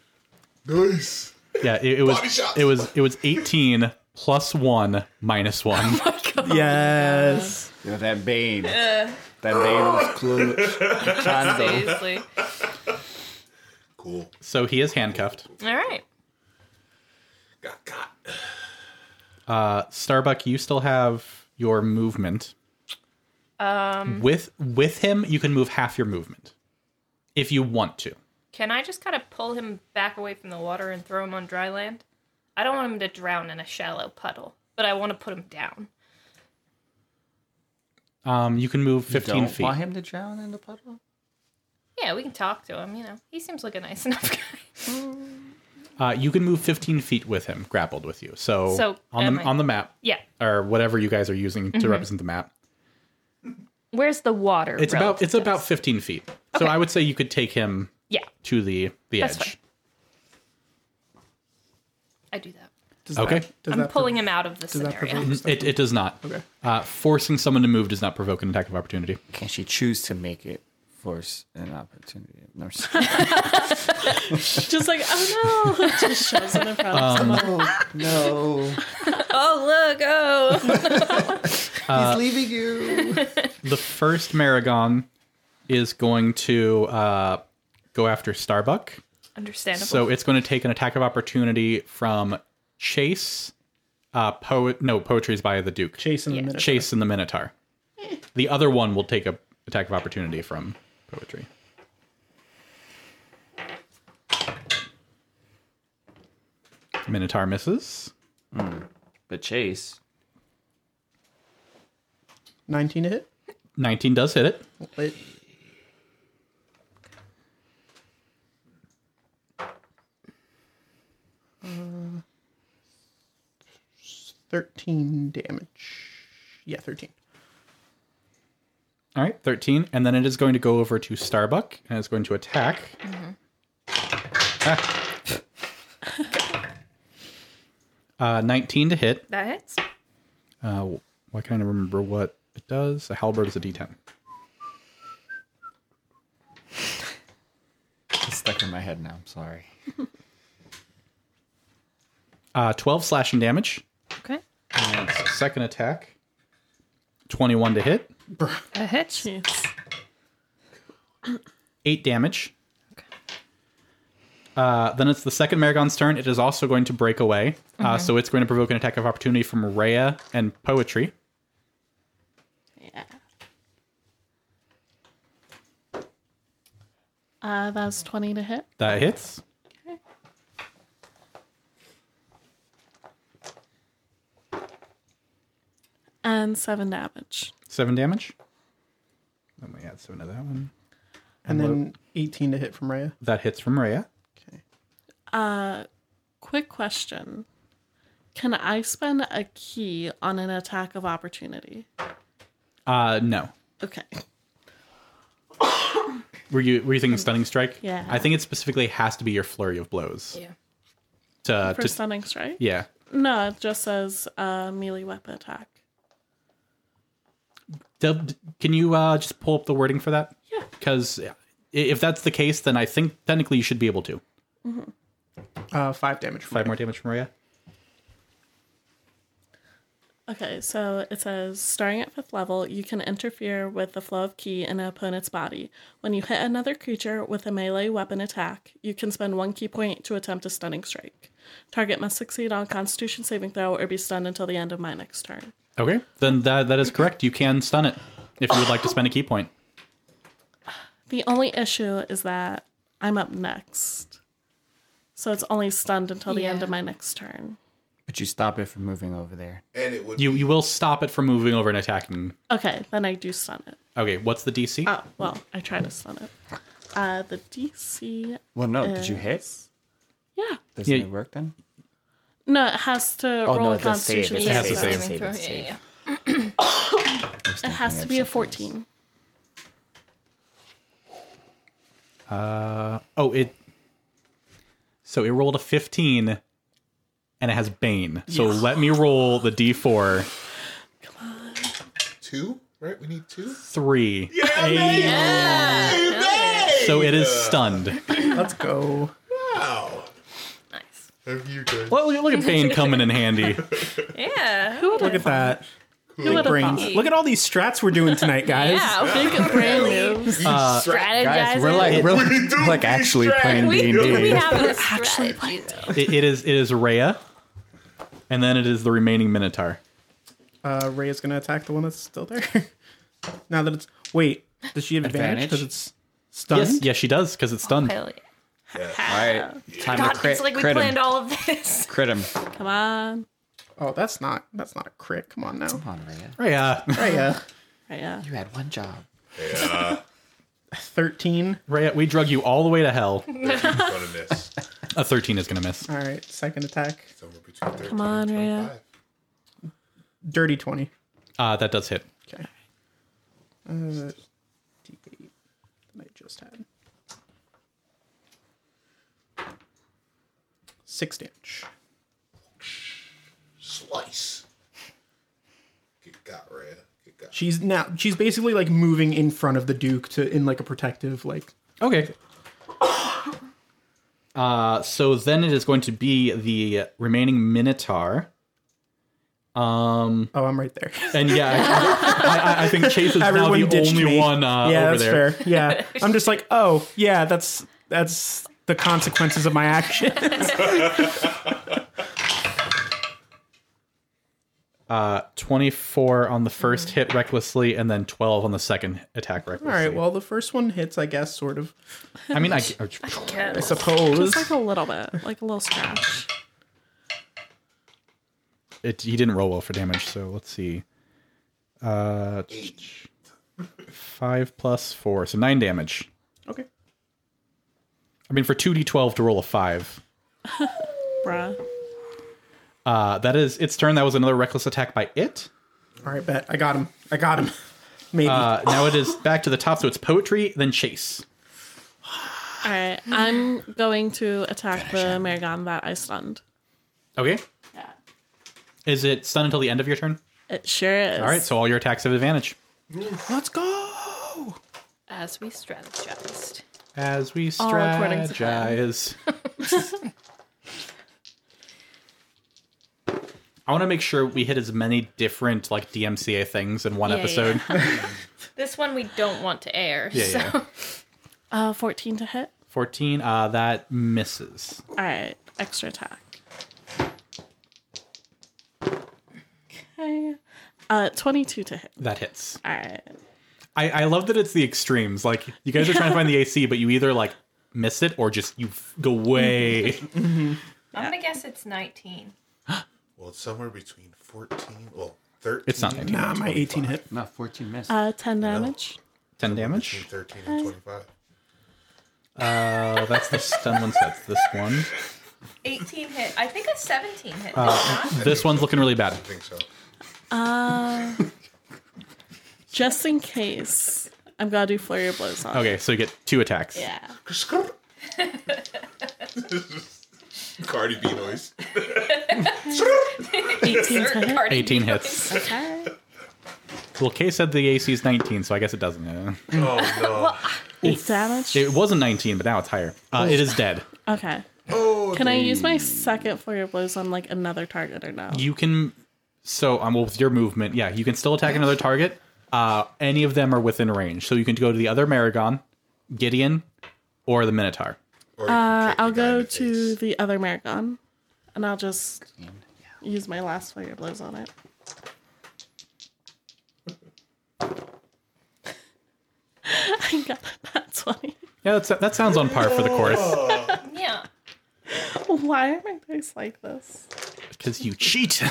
S4: Nice.
S1: Yeah, it, it
S4: Body
S1: was
S4: shots.
S1: it was it was eighteen plus one minus one.
S2: Yes.
S5: You know, that Bane. That Bane was clueless. Chando.
S3: Seriously.
S4: Cool.
S1: So he is handcuffed.
S3: All right.
S4: Got got.
S1: Starbuck, you still have your movement. Um, with with him, you can move half your movement if you want to.
S3: Can I just kind of pull him back away from the water and throw him on dry land? I don't want him to drown in a shallow puddle, but I want to put him down.
S1: Um, you can move fifteen
S5: Don't
S1: feet.
S5: want him to drown in the puddle?
S3: Yeah, we can talk to him, you know. He seems like a nice enough guy.
S1: Uh, you can move fifteen feet with him, grappled with you. So,
S3: So,
S1: on
S3: am
S1: the
S3: I- Mm-hmm.
S1: on the map
S3: yeah.
S1: or whatever you guys are using to represent the map,
S3: Where's the water?
S1: it's about
S3: relative
S1: it's
S3: to
S1: about
S3: this?
S1: fifteen feet. So I would say you could take him
S3: Yeah,
S1: to the the
S3: That's
S1: edge.
S3: I do that.
S2: Does
S1: Okay.
S2: That, does
S3: I'm
S2: that
S3: pulling him out of the
S2: that
S3: scenario.
S2: provoke-
S1: It, it does not.
S2: Okay.
S1: Uh, forcing someone to move does not provoke an attack of opportunity.
S5: Can she choose to make it force an opportunity? No, I'm just-
S6: Just like, oh no. Just shoves him in front of someone.
S10: Um, No,
S3: oh, look. Oh.
S10: he's leaving you.
S1: the first Maragon is going to uh, go after Starbuck.
S3: Understandable.
S1: So it's going to take an attack of opportunity from Chase, uh, poet. No, poetry's by the Duke.
S2: Chase in the minute.
S1: Chase and the Minotaur. The other one will take a attack of opportunity from poetry. Minotaur misses.
S10: But Chase,
S2: 19 to hit.
S1: 19 does hit it.
S2: Wait. Uh, Thirteen damage. Yeah, thirteen.
S1: All right, 13. And then it is going to go over to Starbuck and it's going to attack. Ah. uh, 19 to hit.
S3: Mm-hmm. that hits.
S1: Uh, why can't I remember what it does? A halberd is a d10.
S5: it's stuck in my head now. I'm sorry.
S1: Uh, 12 slashing damage.
S3: Okay.
S1: And second attack. 21 to hit.
S3: That hits.
S6: Jeez.
S1: 8 damage. Uh, then it's the second Maragon's turn. It is also going to break away. Uh, so it's going to provoke an attack of opportunity from Rhea and Poetry.
S6: Uh, that was 20 to hit.
S1: That hits.
S6: And seven damage.
S1: Seven damage. Let me add seven to that one.
S2: And, then eighteen to hit from Raya.
S1: That hits from Rhea.
S6: Quick question. Can I spend a key on an attack of opportunity?
S1: Uh, no.
S6: Okay.
S1: Were you were you thinking stunning strike?
S6: Yeah.
S1: I think it specifically has to be your flurry of blows
S3: Yeah.
S1: to,
S6: For
S1: Uh, to
S6: stunning strike?
S1: yeah.
S6: No, it just says uh, melee weapon attack.
S1: Dub, can you uh, just pull up the wording for that? Yeah. Because if that's the case, then I think technically you should be able to.
S2: Uh, five damage. from
S1: Five more damage from Maria.
S6: Okay, so it says starting at fifth level, you can interfere with the flow of ki in an opponent's body. When you hit another creature with a melee weapon attack, you can spend one ki point to attempt a stunning strike. Target must succeed on Constitution saving throw or be stunned until the end of my next turn.
S1: Okay. Then that that is correct. You can stun it if you would like to spend a key point.
S6: The only issue is that I'm up next, so it's only stunned until the end
S3: Yeah.
S6: of my next turn.
S10: But you stop it from moving over there.
S4: And it would
S1: You you will stop it from moving over and attacking.
S6: Okay, then I do stun it.
S1: Okay. What's the DC?
S6: Oh well, I try to stun it. Uh, the DC,
S10: Well, no. Did
S6: Uh,
S10: you hit?
S6: yeah.
S10: Doesn't
S1: Yeah.
S10: it work then?
S6: No, it has to
S10: Oh,
S6: roll
S10: no,
S6: a
S10: it does save.
S6: Constitution.
S10: It
S1: It has
S6: saving
S1: to
S6: throw.
S1: save.
S3: Throw,
S10: It's
S3: yeah,
S10: safe.
S3: yeah.
S6: It has to be a 14.
S1: Oh, it. So it rolled a 15 and it has Bane. So let me roll the D4.
S4: two, right? We need two.
S1: Three. So it is stunned.
S2: Let's go.
S4: Wow.
S3: Nice.
S4: Have you guys?
S1: Well, look, look at Bane coming in handy.
S3: Yeah.
S6: Who would
S2: Look at that.
S6: who would have
S2: Brains.
S6: thought?
S2: Look at all these strats we're doing tonight, guys.
S3: Yeah.
S6: Big brand moves.
S3: Strategizing.
S10: Guys, we're like, we're like actually playing
S3: we,
S10: D
S3: we
S10: and D.
S3: have a strategy.
S1: It, it is it is Rhea, and then it is the remaining Minotaur.
S2: Uh, Ray is gonna attack the one that's still there. now that it's wait, does she have advantage
S10: Advantage?
S2: because it's stunned? Oh,
S1: Yes, yes, she does because it's stunned.
S3: Hell yeah.
S10: All right, time
S3: God,
S10: to crit,
S3: it's like we
S10: crit
S3: planned
S10: him.
S3: all of this.
S10: Crit him.
S6: Come on.
S2: Oh, that's not that's not a crit. Come on now.
S10: Come on, Rhea.
S1: Rhea,
S2: Right, yeah.
S6: Right, yeah.
S10: You had one job.
S2: Thirteen.
S1: Rhea, we drug you all the way to hell.
S4: I'm gonna miss.
S1: A thirteen is gonna miss.
S2: All right, second attack.
S4: Somewhere between 13
S6: Come on,
S4: and
S6: Rhea.
S4: 25.
S2: Dirty twenty.
S1: Uh, that does hit.
S2: Okay. Uh, D eight that I just had. Six damage.
S4: Slice. Get got, Rhea. Get got.
S2: She's now she's basically like moving in front of the Duke to in like a protective like
S1: Okay. Uh, so then it is going to be the remaining Minotaur. Um,
S2: oh I'm right there.
S1: and yeah, I, I, I think Chase is now the
S2: ditched
S1: only
S2: me.
S1: one uh,
S2: yeah,
S1: over
S2: that's
S1: there.
S2: fair. Yeah, I'm just like, oh, yeah, that's that's the consequences of my action.
S1: Uh, 24 on the first hit recklessly, and then 12 on the second attack recklessly.
S2: All right, well, the first one hits, I guess, sort of.
S1: I mean, I, uh, I
S2: I
S6: Just
S2: suppose.
S6: like a little bit, like a little scratch.
S1: it, he didn't roll well for damage, so let's see. Uh, five plus four, so nine damage.
S2: Okay.
S1: I mean, for 2d12 to roll a five,
S6: Bruh.
S1: uh, that is its turn. That was another reckless attack by it.
S2: All right, bet I got him. I got him. Maybe.
S1: Uh, now it is back to the top, so it's poetry, then chase.
S6: All right, I'm going to attack the Maragon that I stunned.
S1: Okay. Is it stun until the end of your turn?
S6: It sure is.
S1: All right, so all your attacks have advantage.
S2: Let's go.
S3: As we strategized.
S1: As we
S6: All according to plan.
S1: strategize. I want to make sure we hit as many different like DMCA things in one
S3: Yeah,
S1: episode.
S3: This one we don't want to air.
S1: Yeah,
S3: so.
S1: yeah.
S6: Uh, 14 to hit.
S1: 14, uh, that misses.
S6: All right, extra attack. Okay. Uh, 22 to hit.
S1: That hits.
S6: All right.
S1: I, I love that it's the extremes. Like, you guys are trying to find the AC, but you either like miss it or just you f- go way.
S3: I'm going to guess it's 19.
S4: Well, it's somewhere between 14. Well, 13.
S1: It's not 19.
S2: Nah, my 18 hit.
S10: Not 14 minutes.
S6: Uh, 10 damage.
S1: 10 damage.
S4: Between 13 and 25.
S1: Oh, that's the stun one. So that's this one.
S3: 18 hit. I think a 17 hit.
S2: Oh.
S1: This one's looking really bad.
S4: I think so.
S6: Just in case, I'm going to do Flurry of Blows on it.
S1: Okay, so you get two attacks.
S6: Yeah.
S4: Cardi B noise.
S6: 18 to hit.
S1: 18 hits.
S6: Okay.
S1: Well, Kay said the AC is 19, so I guess it doesn't. yeah.
S4: Oh no.
S6: Eight damage.
S1: It was a 19, but now it's higher. Uh, it is dead.
S6: Okay.
S4: Oh,
S6: Can I use my second flurry of blows on like another target or no?
S1: You can. So, um, well, with your movement, yeah, you can still attack another target. Uh, any of them are within range. So you can go to the other Maragon, Gideon, or the Minotaur.
S4: Or you can
S6: Uh,
S4: kick
S6: I'll
S4: the guy in
S6: go
S4: the
S6: to
S4: face.
S6: the other Maragon, and I'll just use my last flurry of blows on it. I got that twenty.
S1: Yeah, that's, that sounds on par for the course.
S8: Yeah.
S6: Why are my dice like this?
S1: Because you cheat.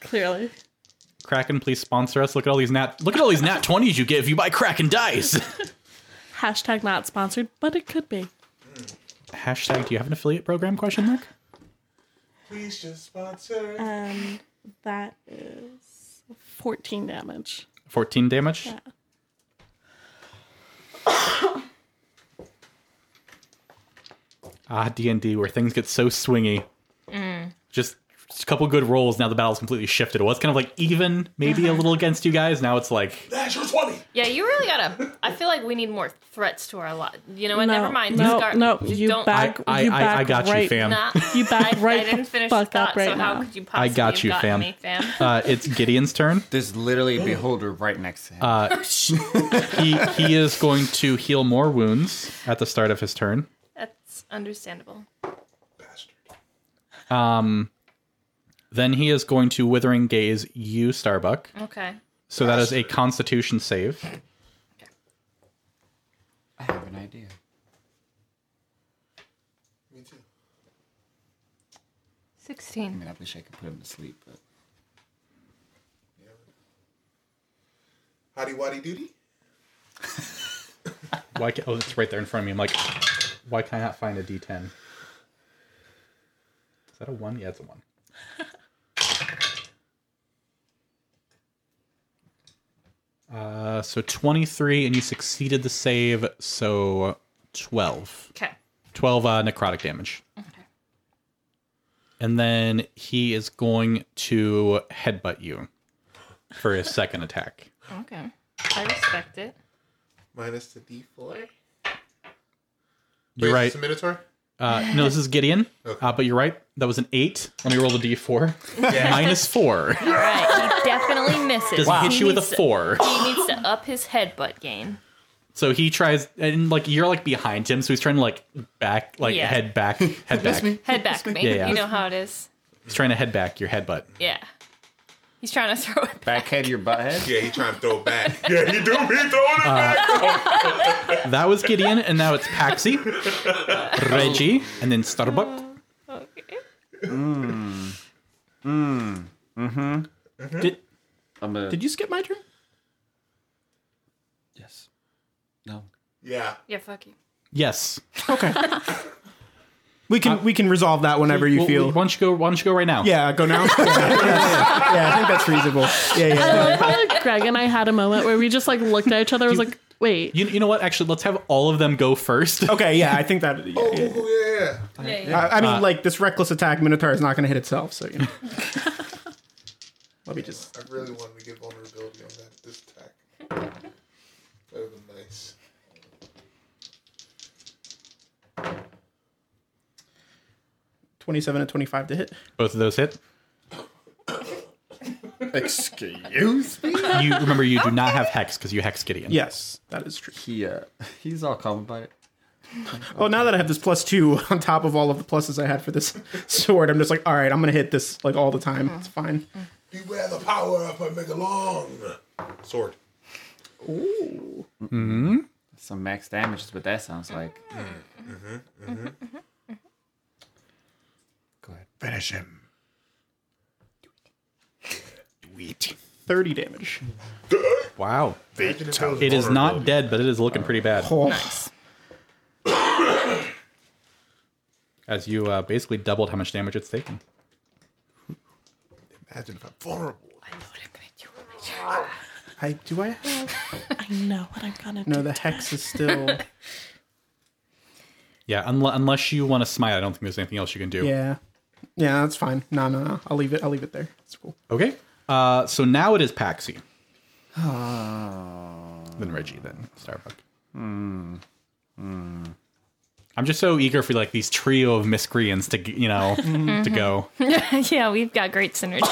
S6: Clearly.
S1: Kraken, please sponsor us. Look at all these nat. Look at all these nat twenties you get if you buy Kraken dice.
S6: Hashtag not sponsored, but it could be.
S1: Hashtag. Do you have an affiliate program? Question mark.
S4: Please just sponsor.
S6: Um, that is 14 damage.
S1: Fourteen damage. ah, D and D, where things get so swingy.
S6: Mm.
S1: Just, just a couple good rolls. Now the battle's completely shifted. It was kind of like even, maybe
S6: Uh-huh.
S1: a little against you guys. Now it's like
S7: Natural 20.
S8: Yeah, you really gotta. I feel like we need more threats to our lot. You know what?
S6: No,
S8: Never mind.
S6: No,
S8: Just gar-
S6: no,
S8: just
S6: you
S8: don't.
S1: I,
S6: back.
S1: I,
S6: you
S1: I,
S6: back
S1: I got
S6: right,
S1: you, fam.
S8: Nah.
S6: You back right.
S8: I didn't finish
S6: fuck
S8: the thought,
S6: up right
S8: so
S6: now.
S8: how could you
S1: I
S8: possibly
S1: got you,
S8: have
S1: fam.
S8: gotten me, fam?
S1: Uh, it's Gideon's turn.
S5: There's literally a beholder right next to him.
S1: He he is going to heal more wounds at the start of his turn.
S8: That's understandable.
S4: Bastard.
S1: Then he is going to Withering Gaze you, Starbuck.
S8: Okay.
S1: So that is a Constitution save.
S5: I have an idea.
S7: Me too.
S5: I
S8: 16.
S5: mean, I wish I could put him to sleep, but
S4: Hotty waddy doody.
S1: Why? Can, oh, it's right there in front of me. I'm like, why can I not find a D10? Is that a one? Yeah, it's a one. Uh, so 23, and you succeeded the save. So 12.
S8: Okay.
S1: 12 uh, necrotic damage. And then he is going to headbutt you for his second attack.
S8: Okay. I respect it.
S4: Minus the D4.
S1: You're
S4: Wait,
S1: right.
S4: It's a Minotaur.
S1: Uh, no, this is Gideon.
S4: Okay.
S1: Uh, but you're right. That was an eight. Let me roll the d4. Minus four.
S8: All right. He definitely misses.
S1: Does
S8: He
S1: hit you with a
S8: needs to-
S1: four?
S8: He needs to up his headbutt game.
S1: So he tries, and like you're like behind him, so he's trying to like back, like
S8: Yeah.
S1: head back, head back.
S8: Head back, me.
S1: Yeah, yeah.
S8: You know how it is.
S1: He's trying to head back your headbutt.
S8: Yeah. He's trying to throw it.
S5: backhead your butt head.
S4: Yeah, he trying to throw it back. yeah, he do. He throwing it back.
S1: That was Gideon, and now it's Paxi, Reggie, and then Starbuck.
S8: Okay.
S1: Did,
S5: I'm a,
S2: Did you skip my turn?
S5: yes. No.
S4: Yeah.
S8: Yeah, fuck you.
S1: yes.
S2: Okay. we can we can resolve that whenever you
S1: Well,
S2: feel.
S1: Why don't you go? Why don't you go right now?
S2: yeah, go now. yeah, yeah, yeah. Yeah, I think that's reasonable. Yeah, yeah.
S6: I
S2: yeah.
S6: love how like, Greg and I had a moment where we just like looked at each other. I was like, wait.
S1: You, you know what? Actually, let's have all of them go first.
S2: Okay, yeah, I think that. yeah,
S4: Oh,
S2: yeah.
S4: yeah, yeah.
S2: I, I mean, like this reckless attack, Minotaur is not going to hit itself. So you know. Let me just.
S4: I really wanted to get vulnerability on that this attack. That would have been nice.
S2: Twenty-seven and twenty-five to hit.
S1: Both of those hit.
S5: Excuse me.
S1: You remember you do not have hex because you hex Gideon.
S2: Yes, that is true.
S5: He uh, he's all calm about it.
S2: Oh, now that I have this plus two on top of all of the pluses I had for this sword, I'm just like, all right, I'm gonna hit this like all the time. It's fine.
S4: Beware the power of a megalong sword.
S5: Some max damage is what that sounds like. Go ahead.
S7: Finish him.
S2: Thirty damage.
S1: Wow.
S4: Imagine if was
S1: It is not
S4: vulnerability.
S1: dead, but it is looking pretty bad.
S2: Oh,
S1: As you uh, basically doubled how much damage it's taken.
S4: Imagine if I'm vulnerable.
S8: I know what I'm gonna do.
S2: I do I have
S6: I know what I'm gonna do.
S2: no the hex is still.
S1: Yeah, unle- unless you want to smite, I don't think there's anything else you can do.
S2: Yeah. Yeah, that's fine. No, no, no. I'll leave it. I'll leave it there. It's cool.
S1: Okay. Uh, so now it is Paxi. then Reggie, then Starbuck. Hmm. I'm just so eager for like these trio of miscreants to g- you know
S8: Mm-hmm.
S1: to go.
S8: yeah, we've got great synergy.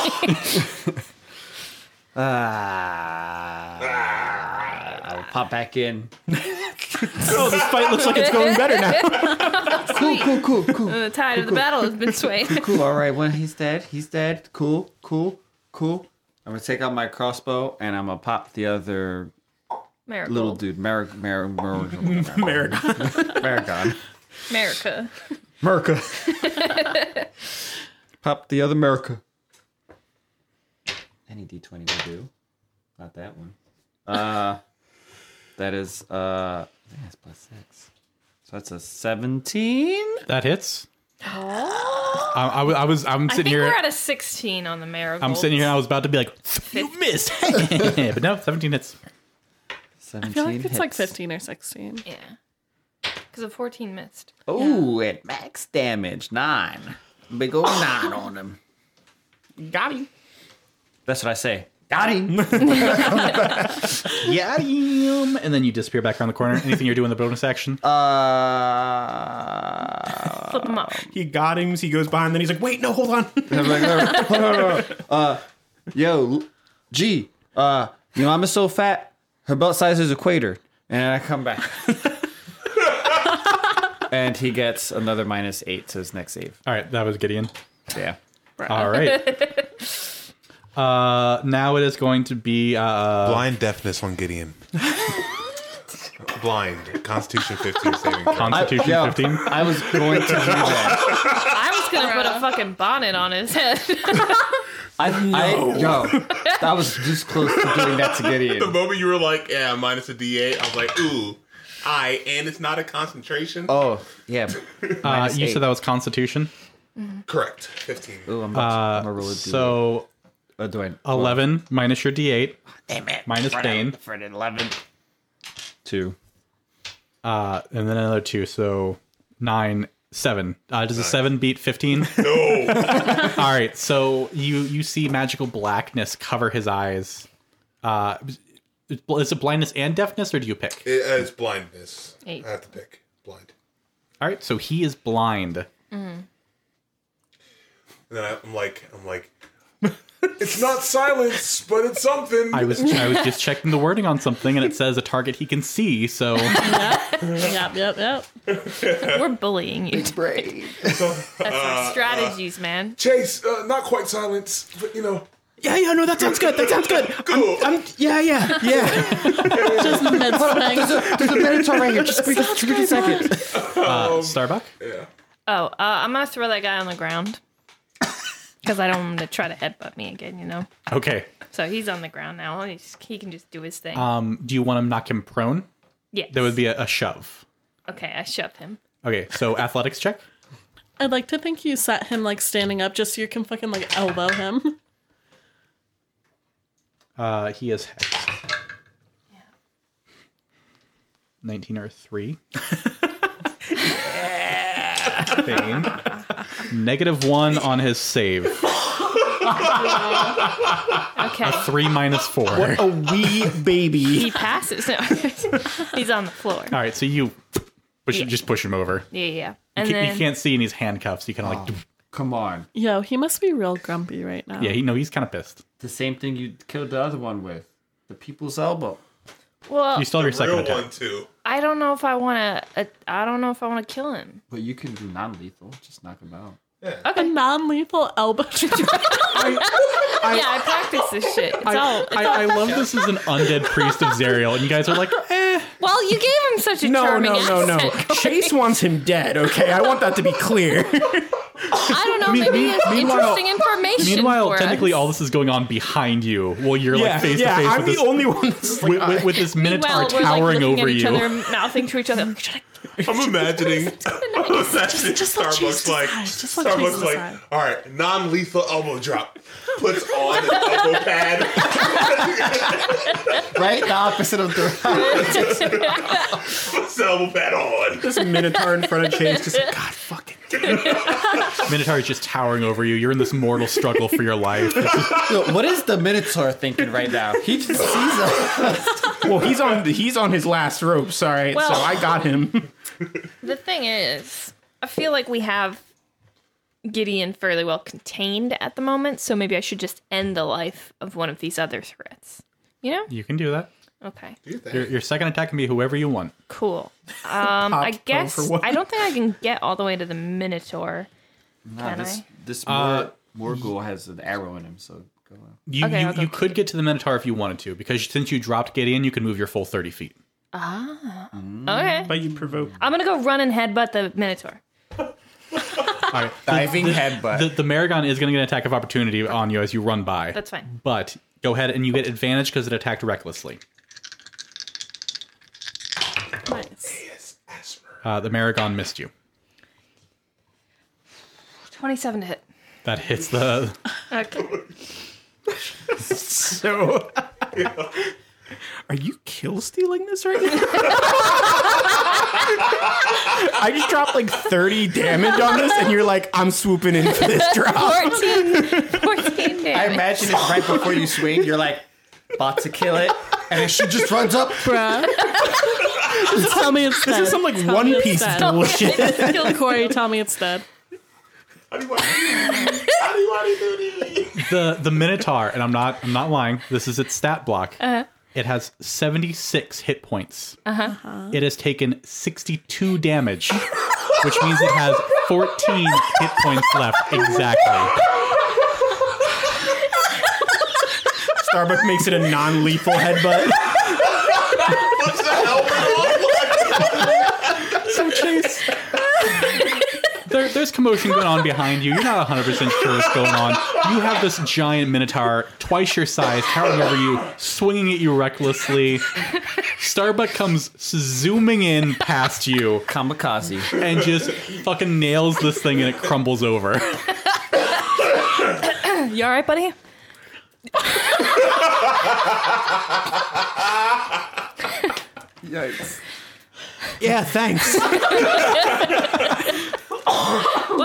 S5: I will Ah. pop back in.
S2: Oh, this fight looks like it's going better now.
S5: Cool, cool, cool, cool.
S8: the tide of the battle has been swayed.
S5: cool. All right, when he's dead, he's dead. Cool, cool, cool. I'm gonna take out my crossbow and I'm gonna pop the other
S8: Miracle.
S5: little dude, Mar- Mar- Mar-
S2: America.
S5: Maragon.
S8: America.
S5: Merca. pop the other Merca. Any D20 will do. Not that one. Uh, that is uh, that's plus six. So that's a 17.
S1: That hits. I, I wa- I was I'm
S8: I
S1: sitting
S8: think we're
S1: here.
S8: at a 16 on the miracle.
S1: I'm sitting here. and I was about to be like, you missed, but no, 17 hits.
S5: 17
S6: I feel like it's like
S5: hits.
S6: 15 or 16.
S8: Yeah. Because a 14 missed.
S5: Oh, at max damage, nine. Big old nine on him.
S2: Got him.
S5: That's what I say. Got him.
S1: Yeah, and then you disappear back around the corner. Anything you're doing the bonus action?
S5: Uh,
S8: Flip them up.
S2: He got him. He goes behind. Then he's like, "Wait, no, hold on."
S5: I'm like, "No, no, no, no, no." Uh, yo, G. Uh, you know I'm so fat. Her belt size is equator, and I come back. and he gets another minus eight to his next save.
S1: All right, that was Gideon.
S5: Yeah.
S1: All right. Uh, now it is going to be uh,
S4: Blind deafness on Gideon. Blind. Constitution 15 saving throw.
S1: Constitution Uh,
S5: yo,
S1: 15.
S5: I oh, was going to do that.
S8: I was going to put a fucking bonnet on his head.
S5: I, I, yo, I was just close to doing that to Gideon.
S4: The moment you were like, yeah, minus a D8, I was like, ooh, I, and it's not a concentration.
S5: Oh, yeah.
S1: Uh,
S5: Minus
S1: you
S5: eight.
S1: said that was Constitution.
S4: Correct. 15.
S5: Ooh,
S10: Uh,
S5: I'm about to- I'm gonna roll a D8.
S1: So
S5: Uh, do I- roll
S1: 11 minus your D8.
S3: Damn it.
S1: Minus
S3: Right
S1: Bane.
S3: out For an 11.
S5: two.
S1: Uh, and then another two, so nine, seven. Uh, does a seven beat fifteen?
S4: No.
S1: All right, so you you see magical blackness cover his eyes. Uh, is it blindness and deafness, or do you pick?
S4: It- uh, it's blindness.
S8: Eight.
S4: I have to pick. Blind.
S1: All right, so he is blind.
S4: And then I, I'm like, I'm like,
S7: It's not silence, but it's something.
S1: I was I was just checking the wording on something, and it says a target he can see. So
S6: Yep, yep, yep.
S8: We're bullying you.
S3: Brave.
S8: That's our Uh, strategies, man.
S7: Chase, uh, not quite silence, but you know.
S2: Yeah, yeah. No, that sounds good. That sounds good.
S4: cool.
S2: I'm. Yeah, yeah, yeah.
S6: Just mid swing.
S3: There's a Minotaur right here. Just squeeze
S6: Just a second.
S1: uh, Starbuck,
S8: Oh, uh, I'm going to throw that guy on the ground. Because I don't want him to try to headbutt me again, you know?
S1: okay.
S8: So he's on the ground now. He's, he can just do his thing.
S1: Um, do you want to knock him prone?
S8: yeah.
S1: There would be a, a shove.
S8: okay, I shove him.
S1: Okay, so athletics check.
S6: I'd like to think you set him like standing up just so you can fucking like elbow him.
S1: Uh, he is hexed. 19 or 3. Bane. Negative 1 on his save.
S8: Okay.
S1: 3 minus 4. All
S2: A wee baby.
S8: he passes. No, he's on the floor.
S1: right, so you push, just push him over.
S8: Yeah, yeah.
S1: You
S8: And
S1: ca-
S8: then
S1: you can't see, and he's handcuffed. So you kind of
S4: Oh.
S1: like,
S5: Come on.
S6: Yo, he must be real grumpy right now.
S1: yeah, he, no, he's kind of pissed.
S5: The same thing you killed the other one with. The people's elbow.
S8: well,
S1: You still have your second
S4: real
S1: attack.
S4: one, too.
S8: I don't know if I want to. Uh, I don't know if I want to kill him.
S5: But you can do non lethal. Just knock him out.
S6: A non lethal elbow.
S8: yeah, I practice this shit. It's all. It's all
S1: I, I love this is an undead priest of Zerial, and you guys are like, eh.
S8: well, you gave him such a
S2: No,
S8: charming
S2: no, no, no.
S8: accent.
S2: Chase wants him dead. Okay, I want that to be clear.
S8: I don't know.
S1: Me-
S8: Maybe
S1: me-
S8: he has
S1: meanwhile-
S8: interesting information.
S1: Meanwhile,
S8: for
S1: technically,
S8: us.
S1: all this is going on behind you, while you're
S2: yeah,
S1: like face
S2: yeah.
S1: to face
S2: I'm
S1: with
S2: the
S1: this
S2: only one. That's like,
S1: with, with, with this minotaur
S8: Meanwhile, we're like
S1: towering
S8: looking
S1: over
S8: at each
S1: you.
S8: other, mouthing to each other.
S4: I'm imagining Just,
S6: just like
S4: Starbucks,
S6: Jesus
S4: like,
S6: died, just like
S4: Starbucks,
S6: Jesus
S4: like,
S6: died.
S4: all right, non-lethal elbow drop. Puts on an elbow pad.
S10: right? The opposite of the.
S4: Puts the elbow pad on.
S2: This minotaur in front of Chase just God fucking
S1: Minotaur is just towering over you. You're in this mortal struggle for your life.
S10: Yo, what is the Minotaur thinking right now? He just sees us.
S2: Well he's on he's on his last rope, sorry.
S8: Well-
S2: so I got him.
S8: The thing is, I feel like we have Gideon fairly well contained at the moment, so maybe I should just end the life of one of these other threats. You know?
S1: you can do that.
S8: Okay.
S1: Your, your second attack can be whoever you want.
S8: Cool. Um, I guess
S2: for one.
S8: I don't think I can get all the way to the Minotaur.
S5: Nah,
S8: Can
S5: this
S8: I?
S5: this
S1: Uh,
S5: Mor- Morgul has an arrow in him, so go on.
S1: You
S8: Okay, I'll
S1: you,
S8: go
S1: you
S8: for
S1: could get to the Minotaur if you wanted to, because since you dropped Gideon, you can move your full thirty feet.
S8: Okay.
S2: But you provoked
S8: I'm gonna go run and headbutt the Minotaur.
S1: All right.
S10: Diving headbutt.
S1: The, the Maragon is going to get an attack of opportunity on you as you run by.
S8: That's fine.
S1: But go ahead and you get advantage because it attacked recklessly.
S6: Nice.
S1: Uh, the Maragon missed you.
S8: 27 to hit.
S1: That hits the.
S8: Okay.
S2: so Are you kill stealing this right now? I just dropped like 30 damage on this, and you're like, I'm swooping in for this drop.
S8: 14. 14
S10: I
S8: damage.
S10: imagine it's right before you swing, you're like, about to kill it. And then she just runs up.
S6: Bruh. tell me it's dead.
S2: This is some like
S6: Tell me
S2: One
S6: it's
S2: Piece
S6: dead.
S2: bullshit.
S6: Kill Corey, tell me it's dead.
S1: the the Minotaur, and I'm not I'm not lying. This is its stat block. It has 76 hit points. Uh-huh. It has taken 62 damage, which means it has 14 hit points left exactly.
S2: Starbuck makes it a non lethal headbutt.
S4: Puts the elbow on.
S1: So Chase, there, there's commotion going on behind you. You're not 100 percent sure what's going on. You have this giant minotaur, twice your size, towering over you, swinging at you recklessly. Starbuck comes zooming in past you
S10: Kamikaze.
S1: and just fucking nails this thing, and it crumbles over.
S8: You alright, buddy?
S2: Yeah, thanks.
S8: What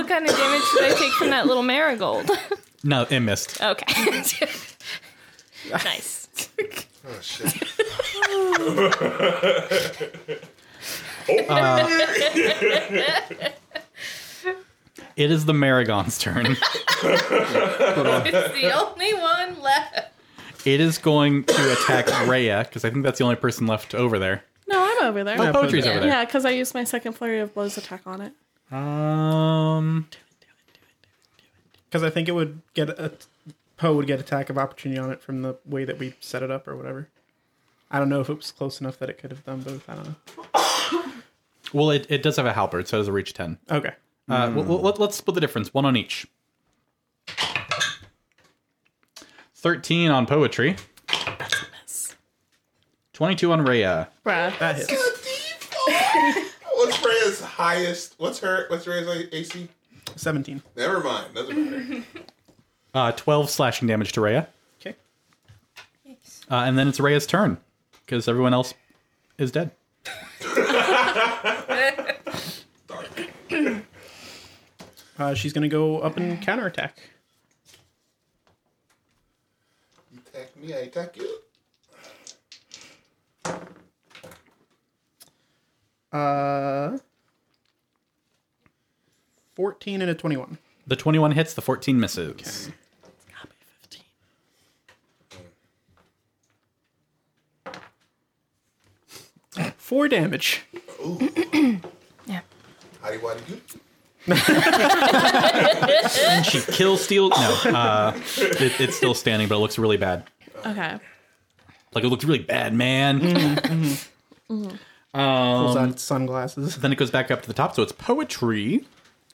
S8: kind of damage did I take from that little marigold?
S1: No, it missed.
S8: Okay. nice.
S4: Oh, shit.
S1: It is the Maragon's turn.
S8: It's the only one left.
S1: It is going to attack Rhea because I think that's the only person left over there.
S6: No, I'm over there.
S1: Oh, poetry's over there.
S6: Yeah, because I used my second flurry of blows attack on it.
S1: Um,
S2: Because I think it would get a Poe would get attack of opportunity on it from the way that we set it up or whatever. I don't know if it was close enough that it could have done both. I don't know.
S1: well, it, it does have a halberd, so it does reach ten.
S2: Okay.
S1: Uh, well, let, let's split the difference. One on each. 13 on poetry. 22 on Rhea.
S6: Bruh.
S2: That hits.
S4: What's Rhea's highest? What's her? What's Rhea's like, AC?
S2: 17.
S4: Never mind. Doesn't matter.
S1: Uh, 12 slashing damage to Rhea.
S2: Okay.
S1: Uh, and then it's Rhea's turn because everyone else is dead.
S2: Uh, she's going to go up and counterattack.
S4: You attack me, I attack you.
S2: Uh, 14 and a 21.
S1: The 21 hits, the 14 misses.
S2: Four damage.
S4: Howdy, why do you?
S1: And she kill steal. No, uh, it, it's still standing, but it looks really bad.
S6: Okay.
S1: Like, it looks really bad, man.
S2: Pulls out sunglasses.
S1: Then it goes back up to the top, so it's poetry.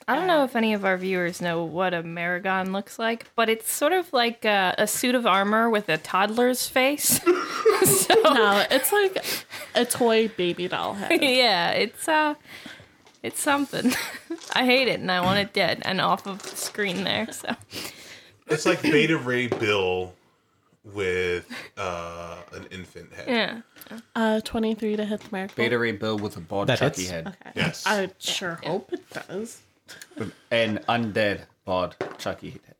S8: I don't know if any of our viewers know what a maragon looks like, but it's sort of like a, a suit of armor with a toddler's face. so
S6: No, it's like a toy baby doll head.
S8: yeah, it's uh It's something. I hate it and I want it dead and off of the screen there. So
S4: It's like Beta Ray Bill with uh, an infant head.
S8: yeah.
S6: Uh, 23 to hit the mark.
S5: Beta Ray Bill with a bald
S1: That
S5: Chucky
S1: hits.
S5: head.
S4: Yes.
S6: I would sure hope it does.
S5: An undead bald Chucky head.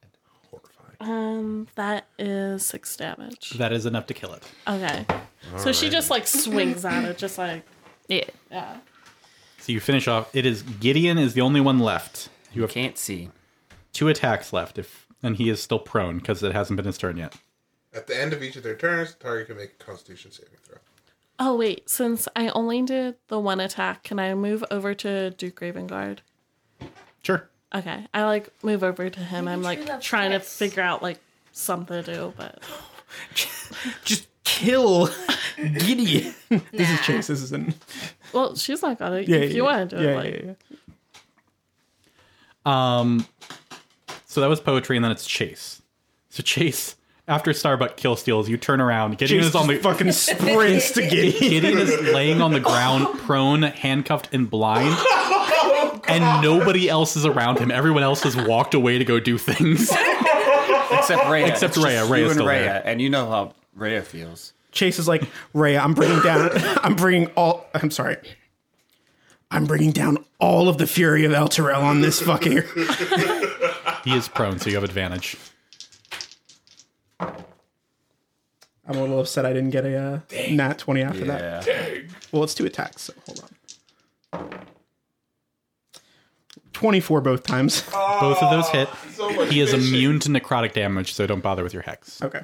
S6: Um, that is six damage.
S1: That is enough to kill it.
S6: Okay. so she just like swings at it, just like,
S8: Yeah.
S6: yeah.
S1: So you finish off. It is Gideon is the only one left. You have
S5: Can't see.
S1: two attacks left, if and he is still prone because it hasn't been his turn yet.
S4: At the end of each of their turns, the target can make a Constitution saving throw.
S6: Oh, wait. Since I only did the one attack, can I move over to Duke Ravenguard?
S1: Sure.
S6: Okay. I like move over to him. I'm
S3: true love
S6: like trying
S3: fights.
S6: to figure out like something to do, but
S2: Just kill Gideon. this is
S3: Nah.
S2: Chase. This isn't.
S6: well, she's not gonna.
S2: Yeah,
S6: if
S2: yeah,
S6: you want to do
S2: yeah,
S6: it, like
S2: yeah, yeah.
S1: Um, so that was poetry, and then it's Chase. So Chase, after Starbuck kill steals, you turn around. Gideon
S2: Chase
S1: is on the
S2: just fucking sprints to Gideon.
S1: Gideon is laying on the ground, prone, handcuffed, and blind. And nobody else is around him. Everyone else has walked away to go do things.
S5: Except Raya.
S1: Except
S5: It's just
S1: Raya.
S5: you
S1: Raya's
S5: and
S1: still
S5: Raya.
S1: there.
S5: And you know how Raya feels.
S2: Chase is like, Raya, I'm bringing down, I'm bringing all, I'm sorry. I'm bringing down all of the fury of El Terrell on this fucking.
S1: He is prone, so you have advantage.
S2: I'm a little upset I didn't get a uh, nat 20 after that.
S5: Yeah.
S2: Well, it's two attacks, so hold on. 24 both times.
S1: Both of those hit.
S4: So much
S1: He is
S4: fishing.
S1: immune to necrotic damage, so don't bother with your hex.
S2: Okay.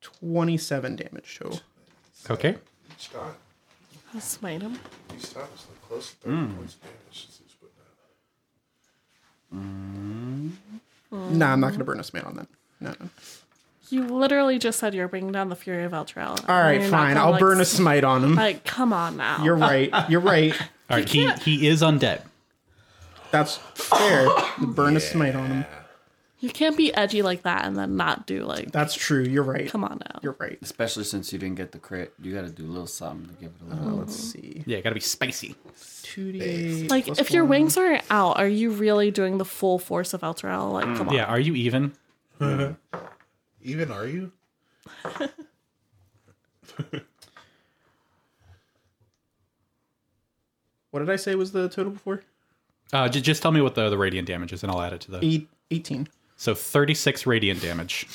S2: Twenty-seven damage total.
S1: Okay.
S4: Each time.
S6: I'll smite him.
S4: Each time it's like close to 30 points of damage. This is what-
S2: Nah, I'm not gonna burn a man on that. No. no.
S6: You literally just said you're bringing down the fury of Eltrell.
S2: All right, fine. I'll burn a smite on him.
S6: Like, come on now. You're
S2: You're right. You're right.
S1: All right. He he is undead.
S2: That's fair. Burn a smite on him.
S6: you can't be edgy like that and then not do like.
S2: That's true. You're right.
S6: Come on now.
S2: You're right.
S5: Especially since you didn't get the crit. You got to do a little something to give it a little.
S2: Let's see.
S1: Yeah, gotta be spicy.
S2: Two d
S6: Like, if your wings aren't out, are you really doing the full force of Eltrell? Like,
S2: Mm,
S6: come on.
S1: Yeah. Are you even?
S4: Even are you?
S2: What did I say was the total before?
S1: Uh, j- just tell me what the the radiant damage is, and I'll add it to the.
S2: Eight, 18.
S1: So thirty six radiant damage.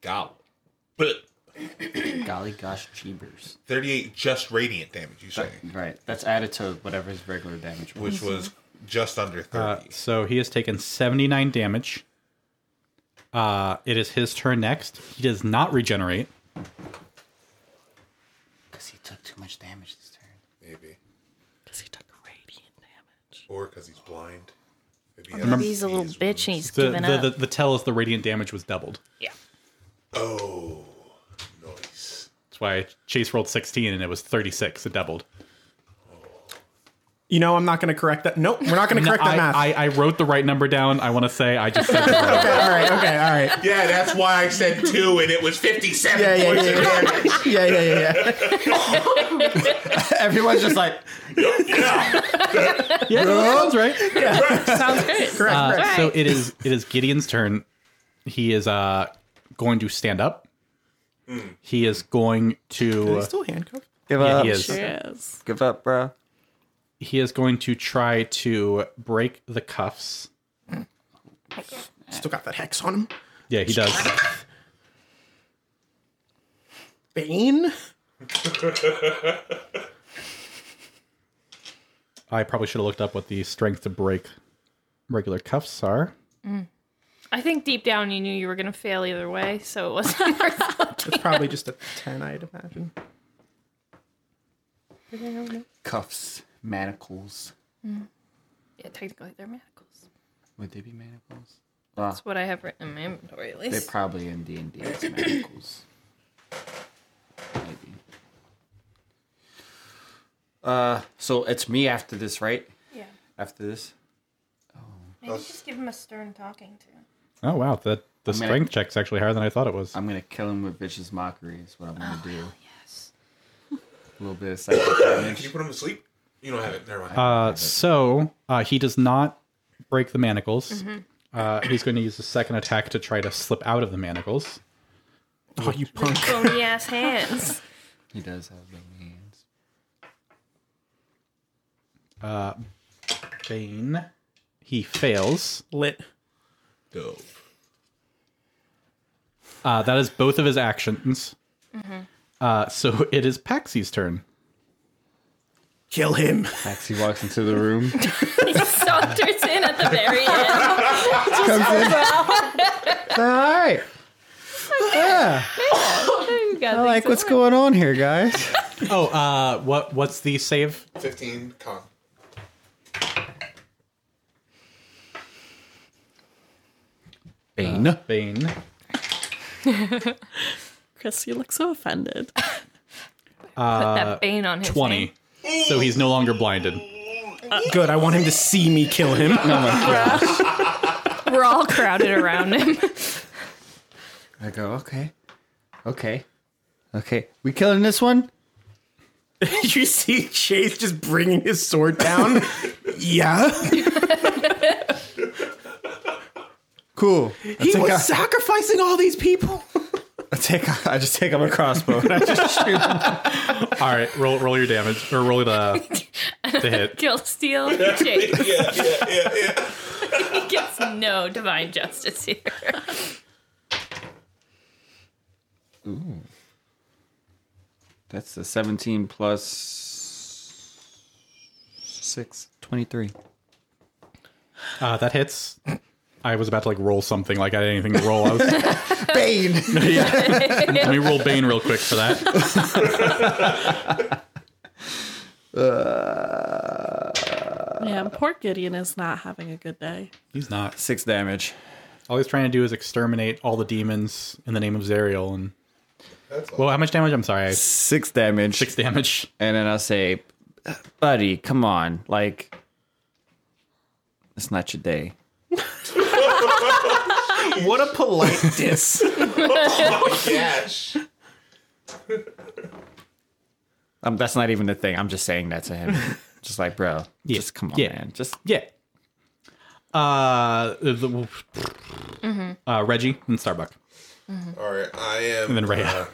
S4: God. But
S5: Golly gosh, cheebers.
S4: 38 just radiant damage, you say,
S8: Uh,
S5: Right. That's added to whatever his regular damage was.
S8: mm-hmm.
S4: which was just under 30.
S1: Uh, so he has taken 79 damage. Uh, it is his turn next. He does not regenerate.
S5: Because he took too much damage this turn.
S4: maybe.
S6: Because he took radiant damage.
S4: Or because he's blind. Maybe he has
S8: He's a little
S4: disease.
S8: bitch and he's
S1: The,
S8: giving
S1: the, the,
S8: up.
S1: the tell is the radiant damage was doubled.
S4: Oh, nice.
S1: That's why Chase rolled 16 and it was 36. It doubled.
S2: You know, I'm not going to correct that. Nope, we're not going to correct
S1: I,
S2: that math.
S1: I, I wrote the right number down. I want to say I just said it.
S2: okay, all right, okay, all right.
S4: Yeah, that's why I said two and it was 57
S2: Yeah, yeah,
S4: points
S2: yeah,
S4: of
S2: yeah.
S4: damage.
S2: Yeah, yeah, yeah, yeah.
S5: Everyone's just like,
S1: yeah, that sounds right.
S6: Sounds great.
S2: Correct, correct.
S1: Uh, so it is it is Gideon's turn. He is uh going to stand up. He is going
S2: Is
S1: to
S2: he still handcuffed?
S10: Give
S1: yeah,
S10: up.
S1: he is.
S6: Sure is.
S10: Give up, bro.
S1: he is going to try to break the cuffs.
S2: Still got that hex on him.
S1: Yeah, he does.
S2: Bane?
S1: I probably should have looked up what the strength to break regular cuffs are.
S8: I think deep down you knew you were gonna fail either way, so it wasn't worth
S2: It's probably just a 10, I'd imagine.
S5: cuffs, manacles.
S8: Yeah, technically they're manacles.
S5: Would they be manacles?
S8: That's what I have written in my inventory at
S5: They
S8: least.
S5: probably in D and D as manacles. Maybe. Uh, so it's me after this, right?
S8: yeah.
S5: After this.
S12: Maybe just give him a stern talking to.
S1: Oh wow, that the
S5: I'm gonna-
S1: strength check's actually higher than I thought it was.
S5: I'm gonna kill him with vicious mockery. Is what I'm gonna do. yes. A little bit of psychic damage.
S4: Can you put him to sleep? You don't have it. Never mind.
S1: Uh, so uh, he does not break the manacles. Uh, he's going to use the second attack to try to slip out of the manacles.
S2: Oh, you punk.
S3: Bony ass hands.
S5: He does have big hands.
S1: Bane, he fails.
S2: Lit.
S4: Dope.
S1: Uh, that is both of his actions. Uh, so it is Paxy's turn.
S2: Kill him.
S5: Max, he walks into the room.
S3: Doctors in at the very end.
S10: All right. Yeah,
S8: You got
S10: I like what's going on here, guys.
S1: Oh, uh, what what's the save?
S4: 15 con.
S1: Bane. Bane.
S6: Chris, you look so offended.
S8: put that bane on his
S1: uh, Twenty.
S8: name.
S1: So he's no longer blinded.
S2: Good. I want him to see me kill him.
S8: We're all crowded around him.
S10: I go, okay, okay, okay. We killing this one?
S2: you see Chase just bringing his sword down. yeah.
S10: Cool. I
S2: He
S10: take,
S2: was
S10: out-
S2: sacrificing all these people.
S10: I take, out- I just take out my crossbow and I just shoot.
S1: All right, roll roll your damage or roll the the hit.
S8: Kill, steal, Jake.
S4: Yeah, yeah, yeah, yeah.
S8: He gets no divine justice here.
S5: That's the 17 plus 6, 23.
S1: Uh, that hits. I was about to like roll something, like I had anything to roll. I was
S10: Bane.
S1: Let me roll Bane real quick for that.
S6: yeah, poor Gideon is not having a good day.
S1: He's not.
S10: Six damage.
S1: All he's trying to do is exterminate all the demons in the name of Zerial. And well, how much damage? I'm sorry, I-
S10: Six damage.
S1: six damage.
S10: And then I'll say, buddy, come on. Like, it's not your day.
S2: what a polite diss.
S4: Dash.
S10: Um, that's not even the thing. I'm just saying that to him. just like, bro, just come on,
S1: Yeah.
S10: man. Just
S1: Yeah. Uh, the, uh, Reggie and Starbuck.
S4: All right, I am.
S1: And then Rhea.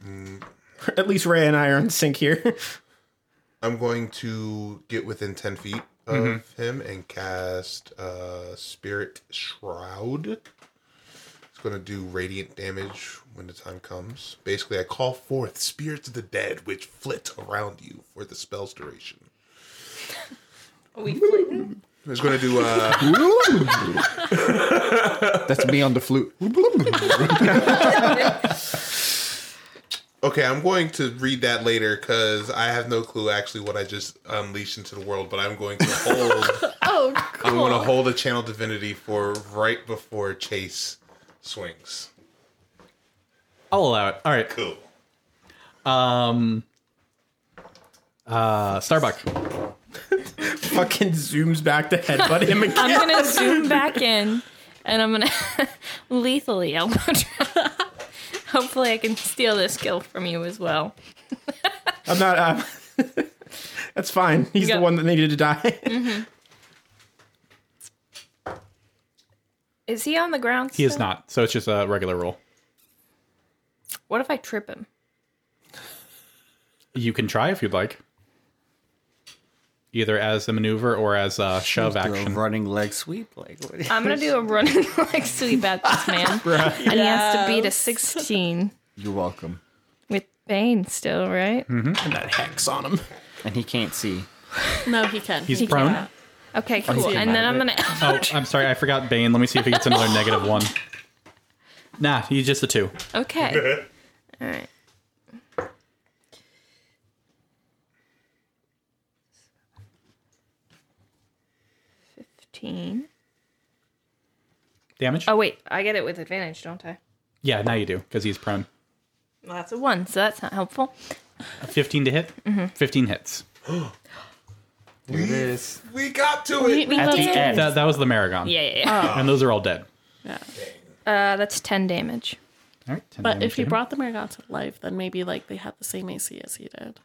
S4: uh,
S2: At least Ray and I are in sync here.
S4: I'm going to get within 10 feet of him and cast uh, Spirit Shroud. It's going to do radiant damage when the time comes. Basically, I call forth spirits of the dead which flit around you for the spell's duration.
S3: Are we flitting?
S4: It's going to do. Uh,
S10: that's me on the flute.
S4: okay, I'm going to read that later because I have no clue actually what I just unleashed into the world, but I'm going to hold.
S6: Oh,
S4: I'm going to hold a channel divinity for right before Chase swings.
S1: I'll allow it. All right.
S4: Cool.
S1: Um. Uh, Starbuck.
S2: Fucking zooms back to headbutt him again.
S8: I'm gonna zoom back in, and I'm gonna lethally. I'm gonna try. Hopefully, I can steal this kill from you as well.
S2: I'm not. Uh, that's fine. He's
S8: Yeah.
S2: the one that needed to die.
S8: Mm-hmm. Is he on the ground?
S1: He is not. So it's just a regular roll.
S8: What if I trip him?
S1: You can try if you'd like. Either as a maneuver or as a shove action.
S10: running leg sweep. Like, what-
S8: I'm gonna do a running leg sweep at this man, and he has to beat a 16
S10: you're welcome.
S8: with Bane still, right?
S1: Hmm.
S2: and that hex on him.
S10: And he can't see.
S6: No, he can.
S1: He's
S6: He can.
S1: prone.
S8: Okay, cool. And then I'm gonna.
S1: Oh, I'm sorry. I forgot Bane. Let me see if he gets another negative one. Nah, he's just a two.
S8: Okay. All right. Fifteen.
S1: Damage?
S8: Oh wait, I get it with advantage, don't I?
S1: Yeah, now you do because he's prone.
S8: Well, that's a one, so that's not helpful.
S1: A 15 to hit? 15 hits.
S10: There it is.
S4: We got to
S8: We-
S4: it.
S8: we
S10: At the
S8: did.
S10: end.
S1: That, that was the Maragon.
S8: Yeah, yeah, yeah.
S1: And those are all dead.
S8: Uh, that's 10 damage.
S1: All right. 10
S6: But
S1: damage
S6: if
S1: to
S6: he
S1: him.
S6: brought the Maragon to life, then maybe like they had the same AC as he did.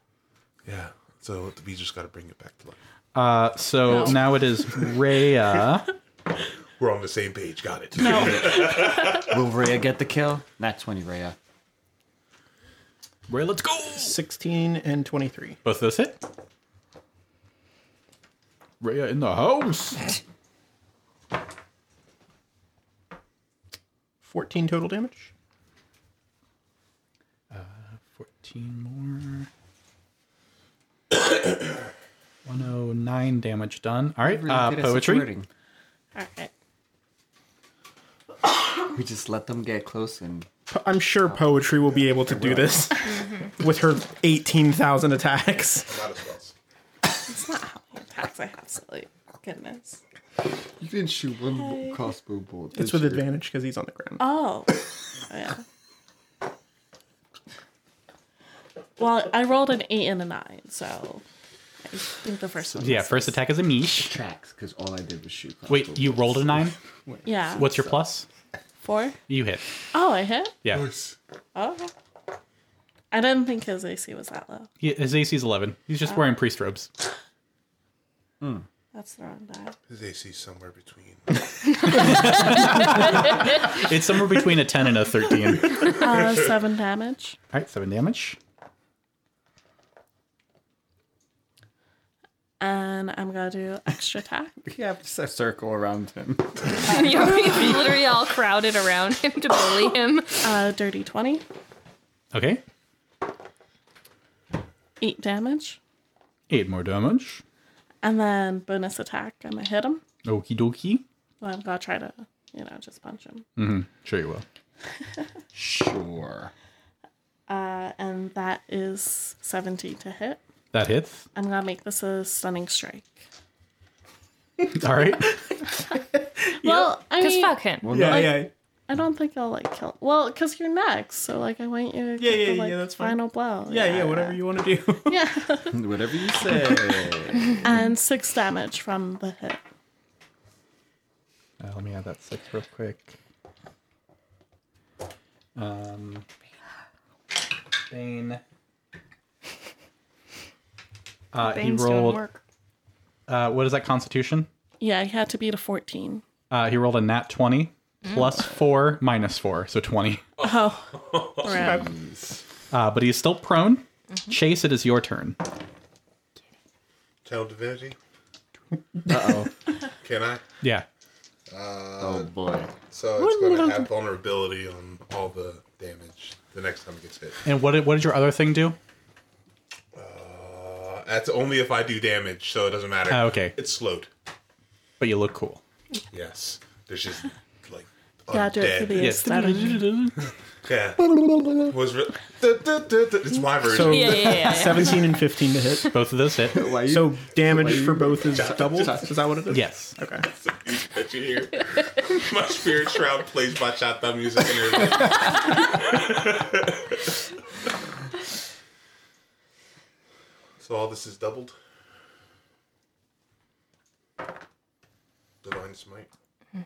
S4: Yeah. So Oh, we just got to bring it back to life.
S1: Uh, so
S6: No.
S1: now it is Rhea.
S4: We're on the same page. Got it.
S10: Will Rhea get the kill? Not 20,
S1: Uh,
S10: Rhea.
S1: Rhea, let's go.
S2: 16 and 23.
S1: Both of those hit. Rhea in the house.
S2: 14 total damage.
S1: 14 more. 109 damage done. All right. Uh, poetry.
S6: All right.
S10: We just let them get close and
S2: Po- I'm sure poetry will be able to do this
S8: Mm-hmm.
S2: with her 18,000 attacks.
S4: Not as well.
S6: It's not how many attacks I have, silly. Goodness.
S10: You didn't shoot one crossbow bolt.
S2: It's with advantage because he's on the ground.
S6: Oh. yeah. Well, I rolled an eight and a nine, so I think the first one.
S1: Yeah,
S6: was-
S1: first attack is a niche.
S10: tracks because all I did was shoot.
S1: Wait, you rolled a nine?
S6: Yeah.
S1: What's your plus?
S6: Four?
S1: You hit.
S6: Oh, I hit?
S1: Yeah.
S6: Oh. I didn't think his AC was that low.
S1: He, his AC is 11. He's just wearing priest robes.
S6: That's the wrong die.
S4: His AC is somewhere between.
S1: It's somewhere between a 10 and a 13. All
S6: Uh, seven damage.
S1: right, seven damage.
S6: And I'm going to do extra attack.
S10: You have to circle around him.
S8: You're literally all crowded around him to bully him.
S6: Uh, dirty 20.
S1: Okay.
S6: Eight damage.
S1: Eight more damage.
S6: And then bonus attack. I'm going to hit him.
S1: Okie dokie.
S6: Well, I'm going to try to, you know, just punch him.
S1: Sure you will.
S10: Sure.
S6: Uh, and that is 17 to hit.
S1: That hits.
S6: I'm gonna make this a stunning strike.
S1: All right.
S6: Well, I
S8: Because
S6: mean,
S8: fuck him.
S10: Well,
S2: Yeah,
S10: no,
S2: yeah.
S6: I don't think I'll like kill. Well, because you're next, so like I want you. To
S2: Yeah,
S6: get
S2: yeah,
S6: the,
S2: yeah,
S6: like,
S2: that's fine.
S6: final blow.
S2: Yeah, yeah, whatever you want to do.
S6: Yeah,
S10: whatever you say.
S6: and six damage from the hit.
S1: Uh, let me add that six real quick. Um, Bane. Uh, he
S8: Bane's doing
S1: rolled.
S8: work.
S1: Uh, what is that? Constitution.
S6: Yeah, he had to beat a fourteen.
S1: Uh, he rolled a nat twenty
S8: Mm.
S1: plus four minus four, so twenty.
S6: Oh, crap.
S1: Uh, but he's still prone.
S8: Mm-hmm.
S1: Chase, it is your turn.
S4: Channel divinity.
S10: Uh oh.
S4: Can I?
S1: Yeah.
S10: Oh boy.
S4: So it's going to have vulnerability on all the damage the next time it gets hit.
S1: And what did what did your other thing do?
S4: Uh, that's only if I do damage, so it doesn't matter.
S1: Ah, okay.
S4: It's slowed.
S1: But you look cool.
S4: Yes. There's just like.
S6: Yeah, do it for
S4: undead.
S6: the aesthetic.
S4: Yeah. Was re- duh, duh, duh, duh. it's my version.
S2: So
S8: Yeah, yeah, yeah. yeah.
S2: 17 and 15 to hit.
S1: Both of those hit.
S10: Why you?
S2: So damage for both is doubled? Is that what it is?
S1: Yes.
S2: Okay.
S4: that you hear. my spirit shroud plays bachata music in her. so all this is doubled. Divine smite. Divine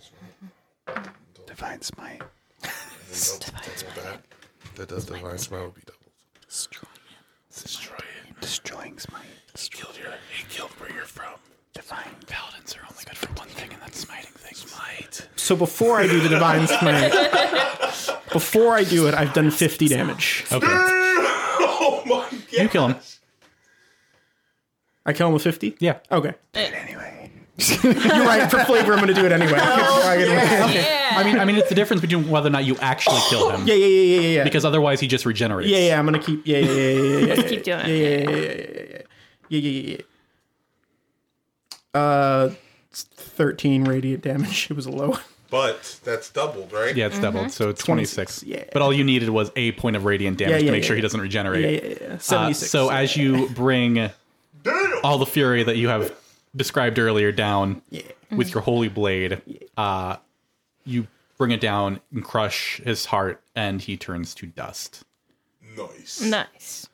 S4: smite.
S10: divine smite.
S4: Then double- double that. The, the divine smite would be doubled. Destroy it.
S10: Destroying smite.
S4: Killed your. He killed where you're from.
S10: Divine.
S1: Paladins are only good for one thing, and that's smiting things.
S4: Might.
S2: So before I do the divine smite, before I do it, I've done 50 damage.
S1: Okay.
S4: oh my god.
S1: You kill him.
S2: I kill him with 50?
S1: Yeah.
S2: Okay.
S1: Eh.
S2: anyway. You're right. For flavor, I'm going to do it anyway.
S1: Oh, I mean, I mean, it's the difference between whether or not you actually kill him.
S2: yeah, yeah, yeah, yeah, yeah.
S1: Because otherwise, he just regenerates.
S2: Yeah, yeah, I'm going to keep. Yeah, yeah, yeah, yeah, yeah, yeah.
S8: Let's keep doing it.
S2: yeah, yeah, yeah, yeah, yeah, yeah, yeah, yeah, yeah. Uh, it's 13 radiant damage. It was a low. one.
S4: But that's doubled, right?
S1: Yeah, it's doubled, so it's 26.
S2: 26, Mm-hmm. yeah.
S1: But all you needed was a point of radiant damage
S2: Yeah, yeah,
S1: to make
S2: yeah,
S1: sure he
S2: yeah.
S1: doesn't regenerate.
S2: Yeah, yeah, yeah.
S1: Uh,
S2: 76.
S1: so as you bring all the fury that you have described earlier down with your holy blade, uh, you bring it down and crush his heart, and he turns to dust.
S4: Nice.
S8: Nice.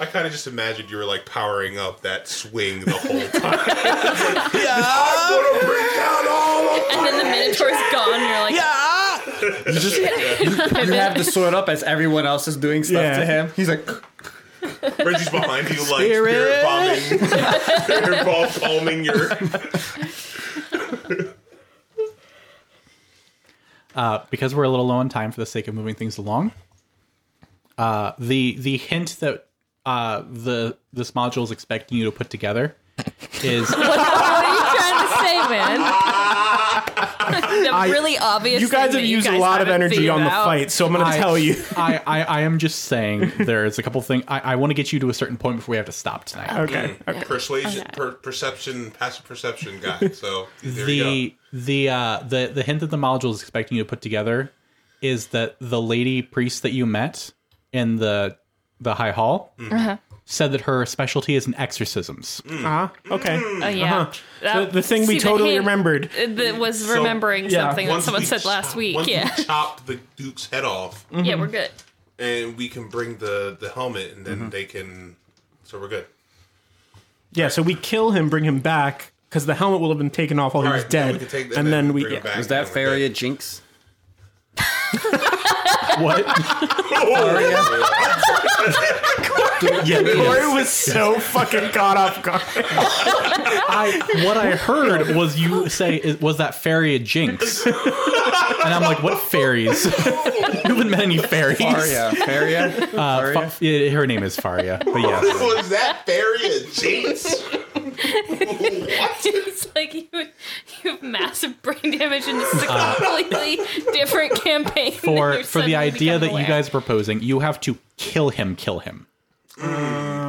S4: I kind of just imagined you were like powering up that swing the whole time.
S8: and then the Minotaur's gone. You're like,
S5: You, just, you have the sword up as everyone else is doing stuff
S4: Yeah.
S5: to him. He's like,
S4: Reggie's behind you, like spirit bombing, spirit ball palming your.
S1: Uh, because we're a little low on time for the sake of moving things along, uh, the the hint that uh, the this module is expecting you to put together is
S8: what are you trying to say, man? the
S2: I-
S8: really obvious.
S2: you guys
S8: thing
S2: have
S8: that you
S2: used a
S8: guys
S2: lot of
S8: haven't
S2: energy
S8: figured
S2: on the
S8: out.
S2: fight, so I'm going to
S1: I-
S2: tell you.
S1: I, I, I am just saying there's a couple things. I, I want to get you to a certain point before we have to stop tonight.
S2: Oh,
S4: Mm, Persuasion, per- perception, passive perception guy. So there you
S1: The the uh, the the hint that the module is expecting you to put together is that the lady priest that you met in the the high hall
S4: Mhm. Uh-huh.
S1: said that her specialty is in exorcisms.
S2: Ah, okay.
S3: Mm.
S8: Oh yeah,
S2: Uh-huh.
S8: That-
S2: The- the thing we
S8: see, the
S2: totally
S8: hint-
S2: remembered.
S8: it- That was
S4: So,
S8: remembering
S4: yeah,
S8: something that
S4: once
S8: someone
S4: we
S8: said last
S4: go.
S8: week.
S4: Once
S8: yeah,
S4: we chop the duke's head off,
S1: Mm-hmm.
S8: yeah, we're good.
S4: and we can bring the the helmet, and then
S1: Mm-hmm.
S4: they can. So we're good.
S2: Yeah, so we kill him, bring him back, because the helmet will have been taken off while he was
S4: Alright, then we
S2: dead.
S4: can take the-
S2: and then
S4: then
S2: we.
S4: bring him
S2: yeah.
S4: back.
S5: was that Faria Jinx?
S1: What?
S2: Yeah, Corey was so fucking caught off guard.
S1: I what I heard was you say it was that fairy a jinx, and I'm like, what fairies? you haven't met any fairies.
S5: Faria. Faria?
S1: Uh, fa- yeah, her name is Faria, but yeah.
S4: was that Faria Jinx?
S8: it's like you, you have massive brain damage, and this is a completely different campaign. that
S1: Uh, for
S8: you're
S1: for
S8: suddenly
S1: the idea that
S8: becoming
S1: you
S8: aware.
S1: guys are proposing, you have to kill him, kill him.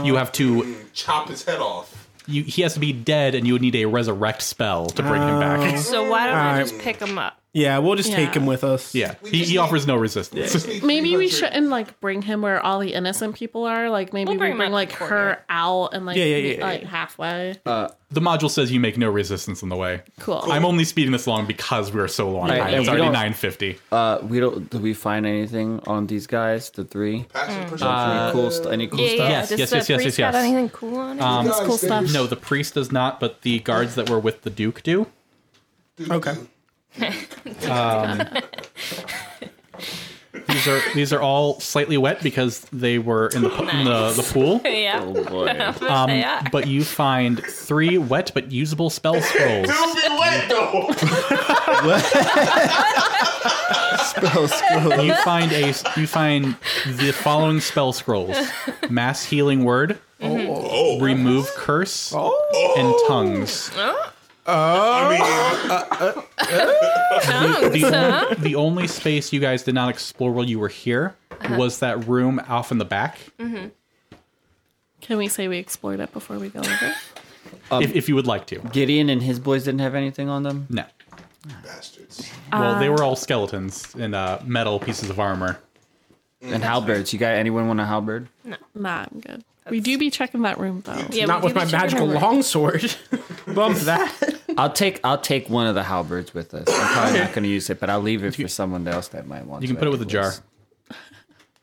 S1: you have to.
S4: Chop his head off.
S1: You, he has to be dead, and you would need a resurrect spell to bring him back.
S8: So why don't I
S2: Alright.
S8: just pick him up?
S2: Yeah, we'll just
S6: Yeah.
S2: take him with us.
S1: Yeah, he, he offers no resistance.
S6: Maybe we shouldn't like bring him where all the innocent people are. Like maybe
S8: We'll
S6: we
S8: bring him
S6: bring
S8: out
S6: like
S8: to the courtyard.
S6: her out and like
S2: Yeah, yeah,
S6: meet,
S2: yeah,
S6: like halfway.
S1: the module says you make no resistance on the way.
S6: Cool.
S1: I'm only speeding this along because we are so long.
S10: Right,
S1: behind.
S10: and
S1: It's
S10: we
S1: already
S10: don't-
S1: 950.
S10: Uh, we don't. Did we find anything on these guys? The three.
S5: Uh,
S8: Mm.
S4: Passive perception.
S1: Uh,
S10: Any cool, st- any cool
S8: Yeah,
S10: stuff?
S8: yeah.
S1: Yes,
S8: Does
S1: yes,
S8: the
S1: yes, yes,
S8: priest
S1: yes,
S8: Got
S1: yes. Um,
S8: anything cool on it?
S10: Guys,
S6: cool
S10: they-
S6: stuff.
S1: No, the priest does not, but the guards that were with the Duke do.
S2: Okay.
S1: These are these are all slightly wet because they were in the pu- in the, the pool.
S8: yeah.
S10: Oh boy.
S8: they are.
S1: Um, But you find three wet but usable spell scrolls.
S4: Don't be wet though.
S1: you find a you find the following spell scrolls: mass healing word,
S4: Oh,
S1: remove curse, and tongues.
S4: I Oh. mean,
S1: The, only, the only space you guys did not explore while you were here
S8: Uh-huh.
S1: was that room off in the back.
S6: Can we say we explored it before we go over?
S8: Mm-hmm.
S1: if, if you would like to.
S10: Gideon and his boys didn't have anything on them.
S1: No.
S4: bastards.
S1: Well, they were all skeletons in uh, metal pieces of armor.
S10: And halberds. You got anyone want a halberd?
S6: nah, I'm good. we do be checking that room though.
S8: Yeah,
S2: Not
S8: we
S2: with
S8: do
S2: my
S8: the
S2: magical
S8: chicken
S2: longsword. Bump that.
S10: I'll take. I'll take one of the halberds with us. I'm probably not going to use it, but I'll leave it for someone else that might want.
S1: You can
S10: to
S1: put it
S10: at
S1: with a jar.
S10: least.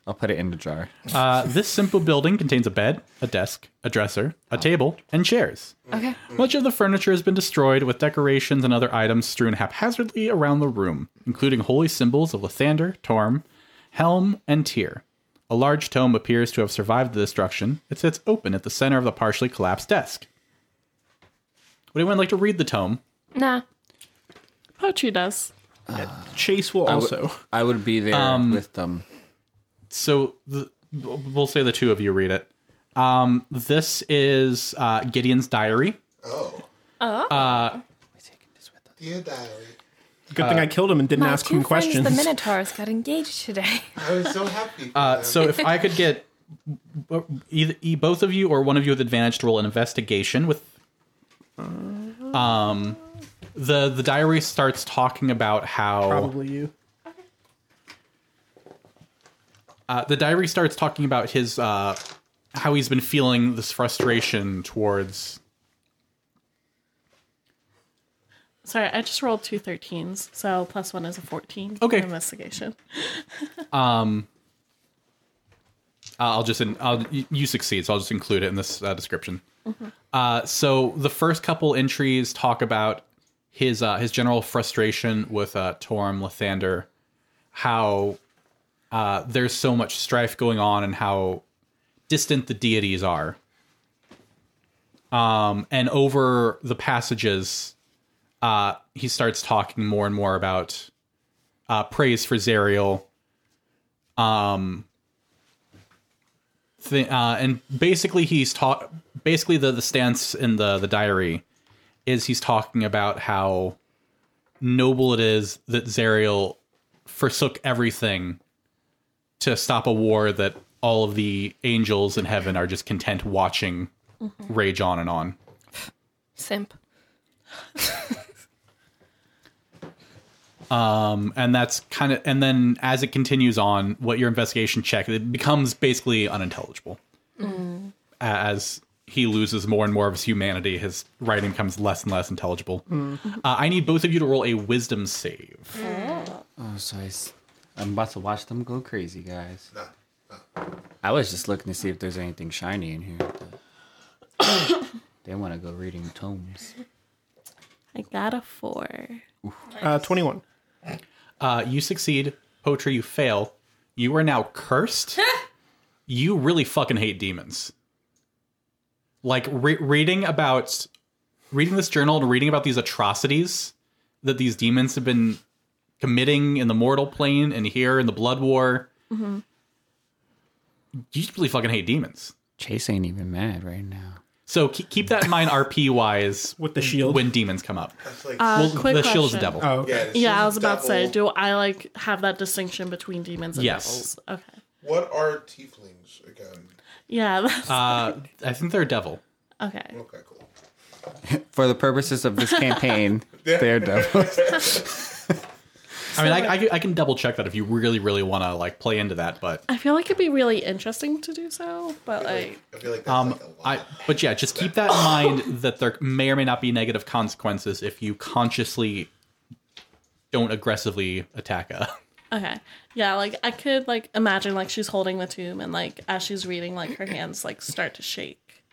S10: I'll put it in the jar.
S1: Uh, this simple building contains a bed, a desk, a dresser, a table, and chairs.
S8: Okay.
S1: Much of the furniture has been destroyed, with decorations and other items strewn haphazardly around the room, including holy symbols of Lathander, Torm, Helm, and Tyr. A large tome appears to have survived the destruction. It sits open at the center of the partially collapsed desk. Would anyone like to read the tome?
S8: Nah.
S6: Poetry does.
S2: Chase will also.
S10: I would be there with them.
S1: so the, we'll say the two of you read it. Um, this is uh, Gideon's diary.
S4: Oh, dear diary,
S2: Good thing I killed him and didn't
S8: My
S2: ask
S8: two
S2: him
S8: friends,
S2: questions.
S8: The Minotaurs got engaged today.
S4: I was so happy.
S1: Uh, so if I could get either, e- both of you or one of you with advantage to roll an investigation with, um, the the diary starts talking about how
S2: Probably you.
S1: Uh, the diary starts talking about his uh, how he's been feeling this frustration towards
S6: Sorry, I just rolled two 13s, so plus one is a 14.
S1: Okay.
S6: Investigation.
S1: I'll just in, I'll, y- you succeed, so I'll just include it in this uh, description. Uh, so the first couple entries talk about his uh, his general frustration with uh, Torm Lathander, how uh, there's so much strife going on, and how distant the deities are. Um, and over the passages, uh, he starts talking more and more about uh, praise for Zerial. Um, thi- uh, and basically, he's taught. Basically, the, the stance in the the diary is he's talking about how noble it is that Zerial forsook everything to stop a war that all of the angels in heaven are just content watching rage on and on.
S8: Simp.
S1: Um, and that's kind of, and then as it continues on, what your investigation check, it becomes basically unintelligible.
S8: Mm.
S1: As he loses more and more of his humanity, his writing becomes less and less intelligible.
S10: Mm.
S1: Uh, I need both of you to roll a wisdom save.
S10: Oh, so I, am about to watch them go crazy, guys. I was just looking to see if there's anything shiny in here. but they want to go reading tomes.
S6: I got a four.
S1: Uh, 21. Uh, you succeed. Poetry, you fail. You are now cursed. you really fucking hate demons. Like re- reading about reading this journal and reading about these atrocities that these demons have been committing in the mortal plane and here in the blood war.
S6: Mm-hmm.
S1: You just really fucking hate demons.
S10: Chase ain't even mad right now.
S1: So keep, keep that in mind, RP wise, with the shield when demons come up.
S6: Uh, quick
S1: the shield's a Oh.
S6: question.
S1: devil.
S6: Yeah, I was about to say, do I like have that distinction between demons and
S1: Yes.
S6: devils? Okay.
S4: What are tieflings again?
S6: Yeah. That's,
S1: Uh, I think they're devil.
S6: okay.
S4: Okay, cool.
S10: For the purposes of this campaign,
S4: Yeah.
S10: they're devils.
S1: I mean, I, I, I can double check that if you really, really want to like play into that, but
S6: I feel like it'd be really interesting to do so, but like,
S1: um, I but yeah, just keep that in mind that there may or may not be negative consequences if you consciously don't aggressively attack a.
S6: okay, yeah, like I could like imagine like she's holding the tomb and like as she's reading, like her hands like start to shake,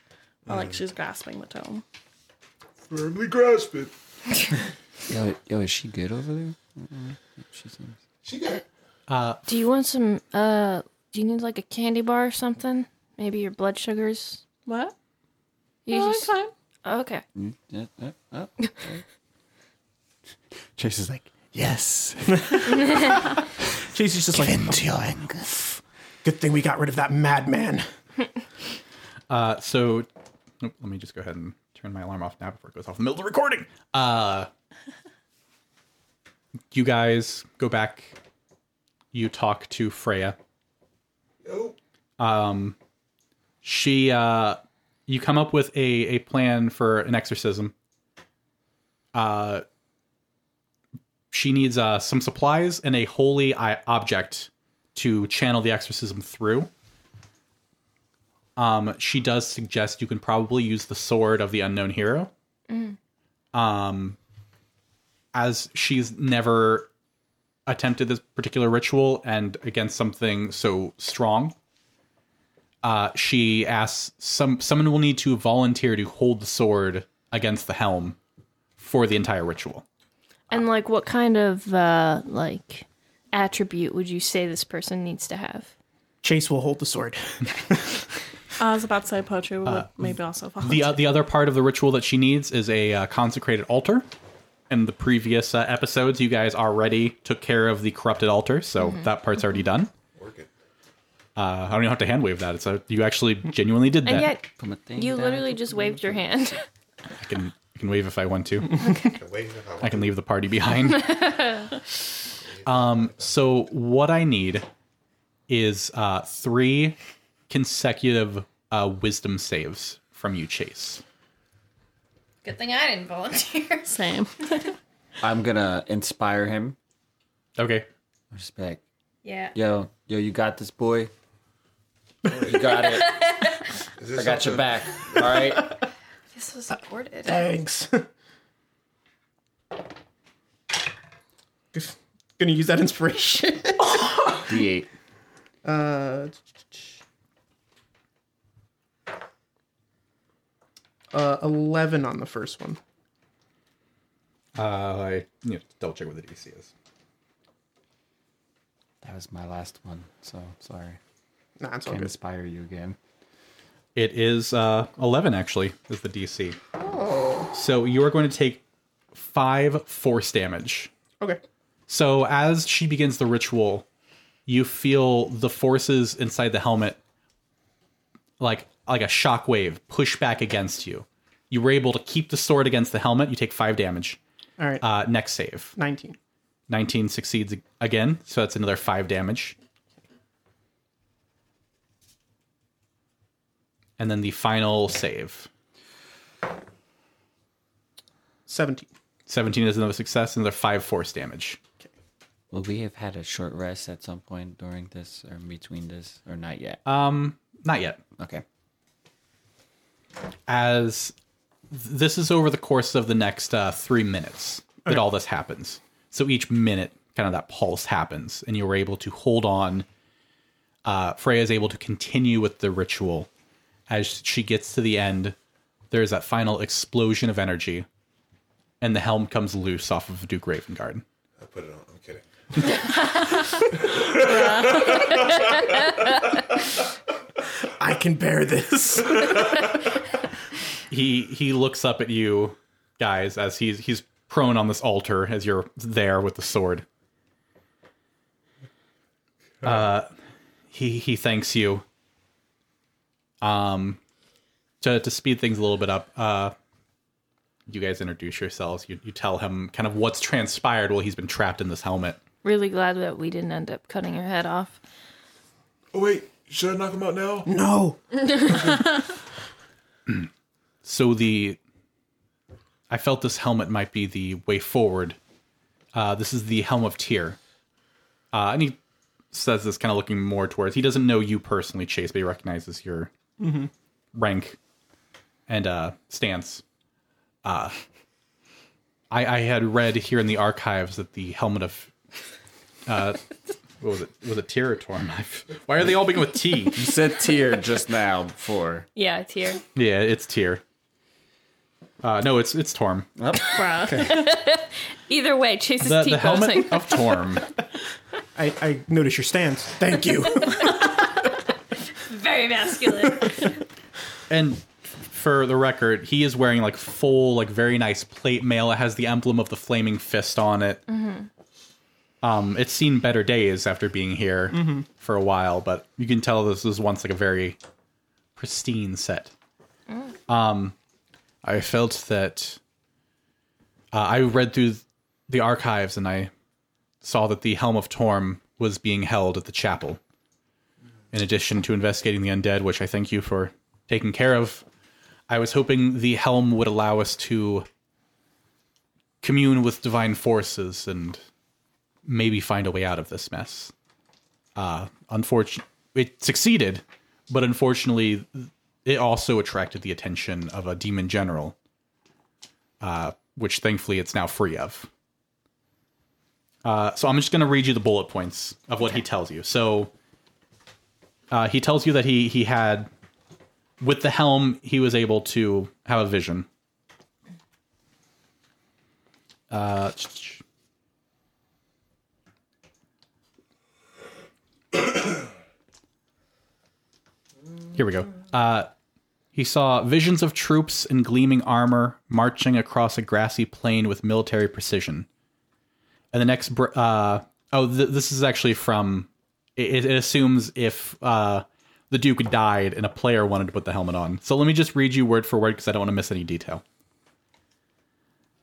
S6: while, like
S10: Mm.
S6: she's grasping the tome.
S7: Firmly grasp it.
S10: yo, yo, is she good over there? Mm-mm. She seems.
S4: She got
S1: Uh,
S8: Do you want some? Uh, do you need like a candy bar or something? Maybe your blood sugars.
S6: What?
S8: You
S6: No, I'm
S8: just-
S6: fine.
S8: Okay.
S10: Mm, yeah, yeah, yeah, yeah.
S11: Chase is like,
S2: Yes. Chase is just like, oh. Good thing we got rid of that madman.
S1: Uh, so oop, let me just go ahead and turn my alarm off now before it goes off in the middle of the recording. Uh, you guys go back. You talk to Freya. Um, she, uh, you come up with a, a plan for an exorcism. Uh, she needs uh, some supplies and a holy i- object to channel the exorcism through. Um, she does suggest you can probably use the sword of the unknown hero.
S8: Mm.
S1: Um, as she's never attempted this particular ritual and against something so strong, uh, she asks some someone will need to volunteer to hold the sword against the helm for the entire ritual.
S8: And like, what kind of uh, like attribute would you say this person needs to have?
S2: Chase will hold the sword.
S6: I was about to say poetry would
S1: Uh,
S6: maybe also fall.
S1: The uh, the other part of the ritual that she needs is a uh, consecrated altar. In the previous uh, episodes, you guys already took care of the corrupted altar, so
S8: Mhm.
S1: that part's already done. Uh, I don't even have to hand wave that. It's a, you actually genuinely did that.
S8: And yet, you literally just waved your hand.
S1: I can I can wave if I want to.
S4: Wait, no,
S1: I can leave the party behind. Um, so what I need is uh, three consecutive uh, wisdom saves from you, Chase.
S12: Good thing I didn't volunteer.
S6: Same.
S10: I'm gonna inspire him.
S1: Okay.
S10: Respect.
S12: Yeah.
S10: Yo, yo, you got this, boy. You got it. I got your back. All right.
S12: This was recorded.
S2: Thanks. Gonna use that inspiration.
S10: D8.
S2: Uh, Uh, 11 on the first one.
S1: Uh, I need to double check what the DC is.
S10: That was my last one, so sorry.
S2: Nah, it's all
S10: Can't
S2: good.
S10: inspire you again.
S1: It is uh, 11, actually, is the DC. So you are going to take five force damage.
S2: Okay.
S1: So as she begins the ritual, you feel the forces inside the helmet like like a shockwave push back against you. You were able to keep the sword against the helmet. You take five damage.
S2: All right.
S1: Uh, next save.
S2: 19.
S1: 19 succeeds ag- again, so that's another five damage. And then the final save.
S2: 17.
S1: 17 is another success, another five force damage.
S10: Will we have had a short rest at some point during this or in between this or not yet?
S1: Um, not yet.
S10: okay.
S1: As th- this is over the course of the next uh, three minutes that all this happens. So each minute, kind of that pulse happens, and you were able to hold on. Uh, Freya is able to continue with the ritual. As she gets to the end, there's that final explosion of energy, and the helm comes loose off of Duke Ravengard.
S4: I put it on. I'm kidding.
S2: I can bear this.
S1: he he looks up at you guys as he's he's prone on this altar as you're there with the sword. Uh he he thanks you. Um to to speed things a little bit up, uh you guys introduce yourselves. You you tell him kind of what's transpired while he's been trapped in this helmet.
S8: Really glad that we didn't end up cutting her head off.
S7: Oh wait, should I knock him out now?
S2: no.
S1: so the I felt this helmet might be the way forward. Uh, this is the helm of Tyr. Uh, and he says this kind of looking more towards he doesn't know you personally, Chase, but he recognizes your
S2: Mhm.
S1: rank and uh, stance. Uh, I, I had read here in the archives that the helmet of uh, what was it? Was it Tyr or Tormund? Why are they all beginning with T?
S5: You said tear just now before.
S8: Yeah, it's here.
S1: Yeah, it's Tyr. Uh, no, it's it's Torm.
S8: Bruh. Either way, Chase's
S1: The,
S8: teeth
S1: the helmet
S8: pulsing.
S1: of Torm.
S2: I, I notice your stance. Thank you.
S8: Very masculine.
S1: And for the record, he is wearing like full, like very nice plate mail. It has the emblem of the flaming fist on it. Um, it's seen better days after being here
S2: Mhm.
S1: for a while, but you can tell this was once like a very pristine set. Um, I felt that uh, I read through the archives and I saw that the Helm of Torm was being held at the chapel. In addition to investigating the undead, which I thank you for taking care of, I was hoping the helm would allow us to commune with divine forces and maybe find a way out of this mess. Uh, unfortunately, it succeeded, but unfortunately, it also attracted the attention of a demon general, uh, which thankfully it's now free of. Uh, so I'm just going to read you the bullet points of what he tells you. So uh, he tells you that he he had with the helm he was able to have a vision. Uh, here we go. Uh, he saw visions of troops in gleaming armor marching across a grassy plain with military precision. And the next, br- uh, oh, th- this is actually from. It, it assumes if uh, the Duke died and a player wanted to put the helmet on. So let me just read you word for word because I don't want to miss any detail.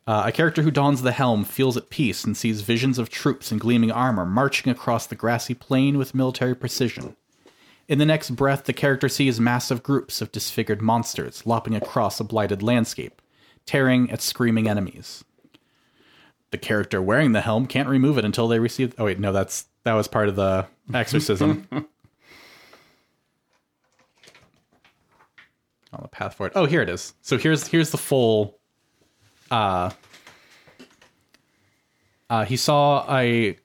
S1: Uh, a character who dons the helm feels at peace and sees visions of troops in gleaming armor marching across the grassy plain with military precision. In the next breath, the character sees massive groups of disfigured monsters lopping across a blighted landscape, tearing at screaming enemies the character wearing the helm can't remove it until they receive. Oh wait, no, that's that was part of the exorcism. On the path forward. Oh, here it is. So here's here's the full. Uh, uh, he saw a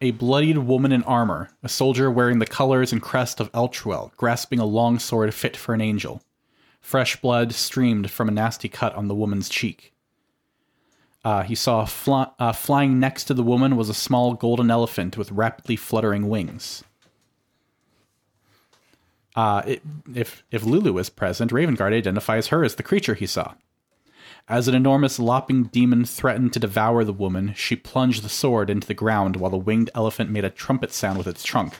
S1: a bloodied woman in armor, a soldier wearing the colors and crest of Eltruel, grasping a long sword fit for an angel. Fresh blood streamed from a nasty cut on the woman's cheek. Uh, he saw fly- uh, flying next to the woman was a small golden elephant with rapidly fluttering wings. Uh, it, if if Lulu is present, Ravenguard identifies her as the creature he saw. As an enormous lopping demon threatened to devour the woman, she plunged the sword into the ground while the winged elephant made a trumpet sound with its trunk.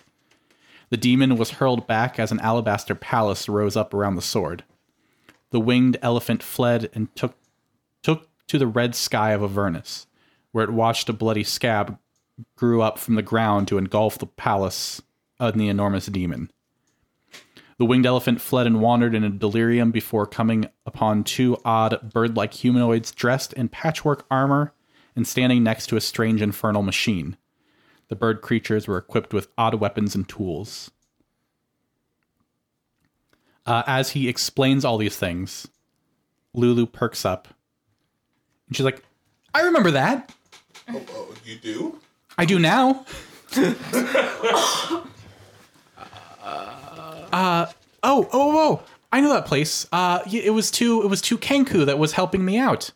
S1: The demon was hurled back as an alabaster palace rose up around the sword. The winged elephant fled and took took to the red sky of Avernus, where it watched a bloody scab grew up from the ground to engulf the palace of the enormous demon. The winged elephant fled and wandered in a delirium before coming upon two odd bird like humanoids dressed in patchwork armor and standing next to a strange infernal machine. The bird creatures were equipped with odd weapons and tools. Uh, as he explains all these things, Lulu perks up and she's like, I remember that.
S4: Oh, oh, you do?
S1: I do now. Uh, oh, oh, oh! I know that place. Uh, y- it was two. It was two Kenku that was helping me out.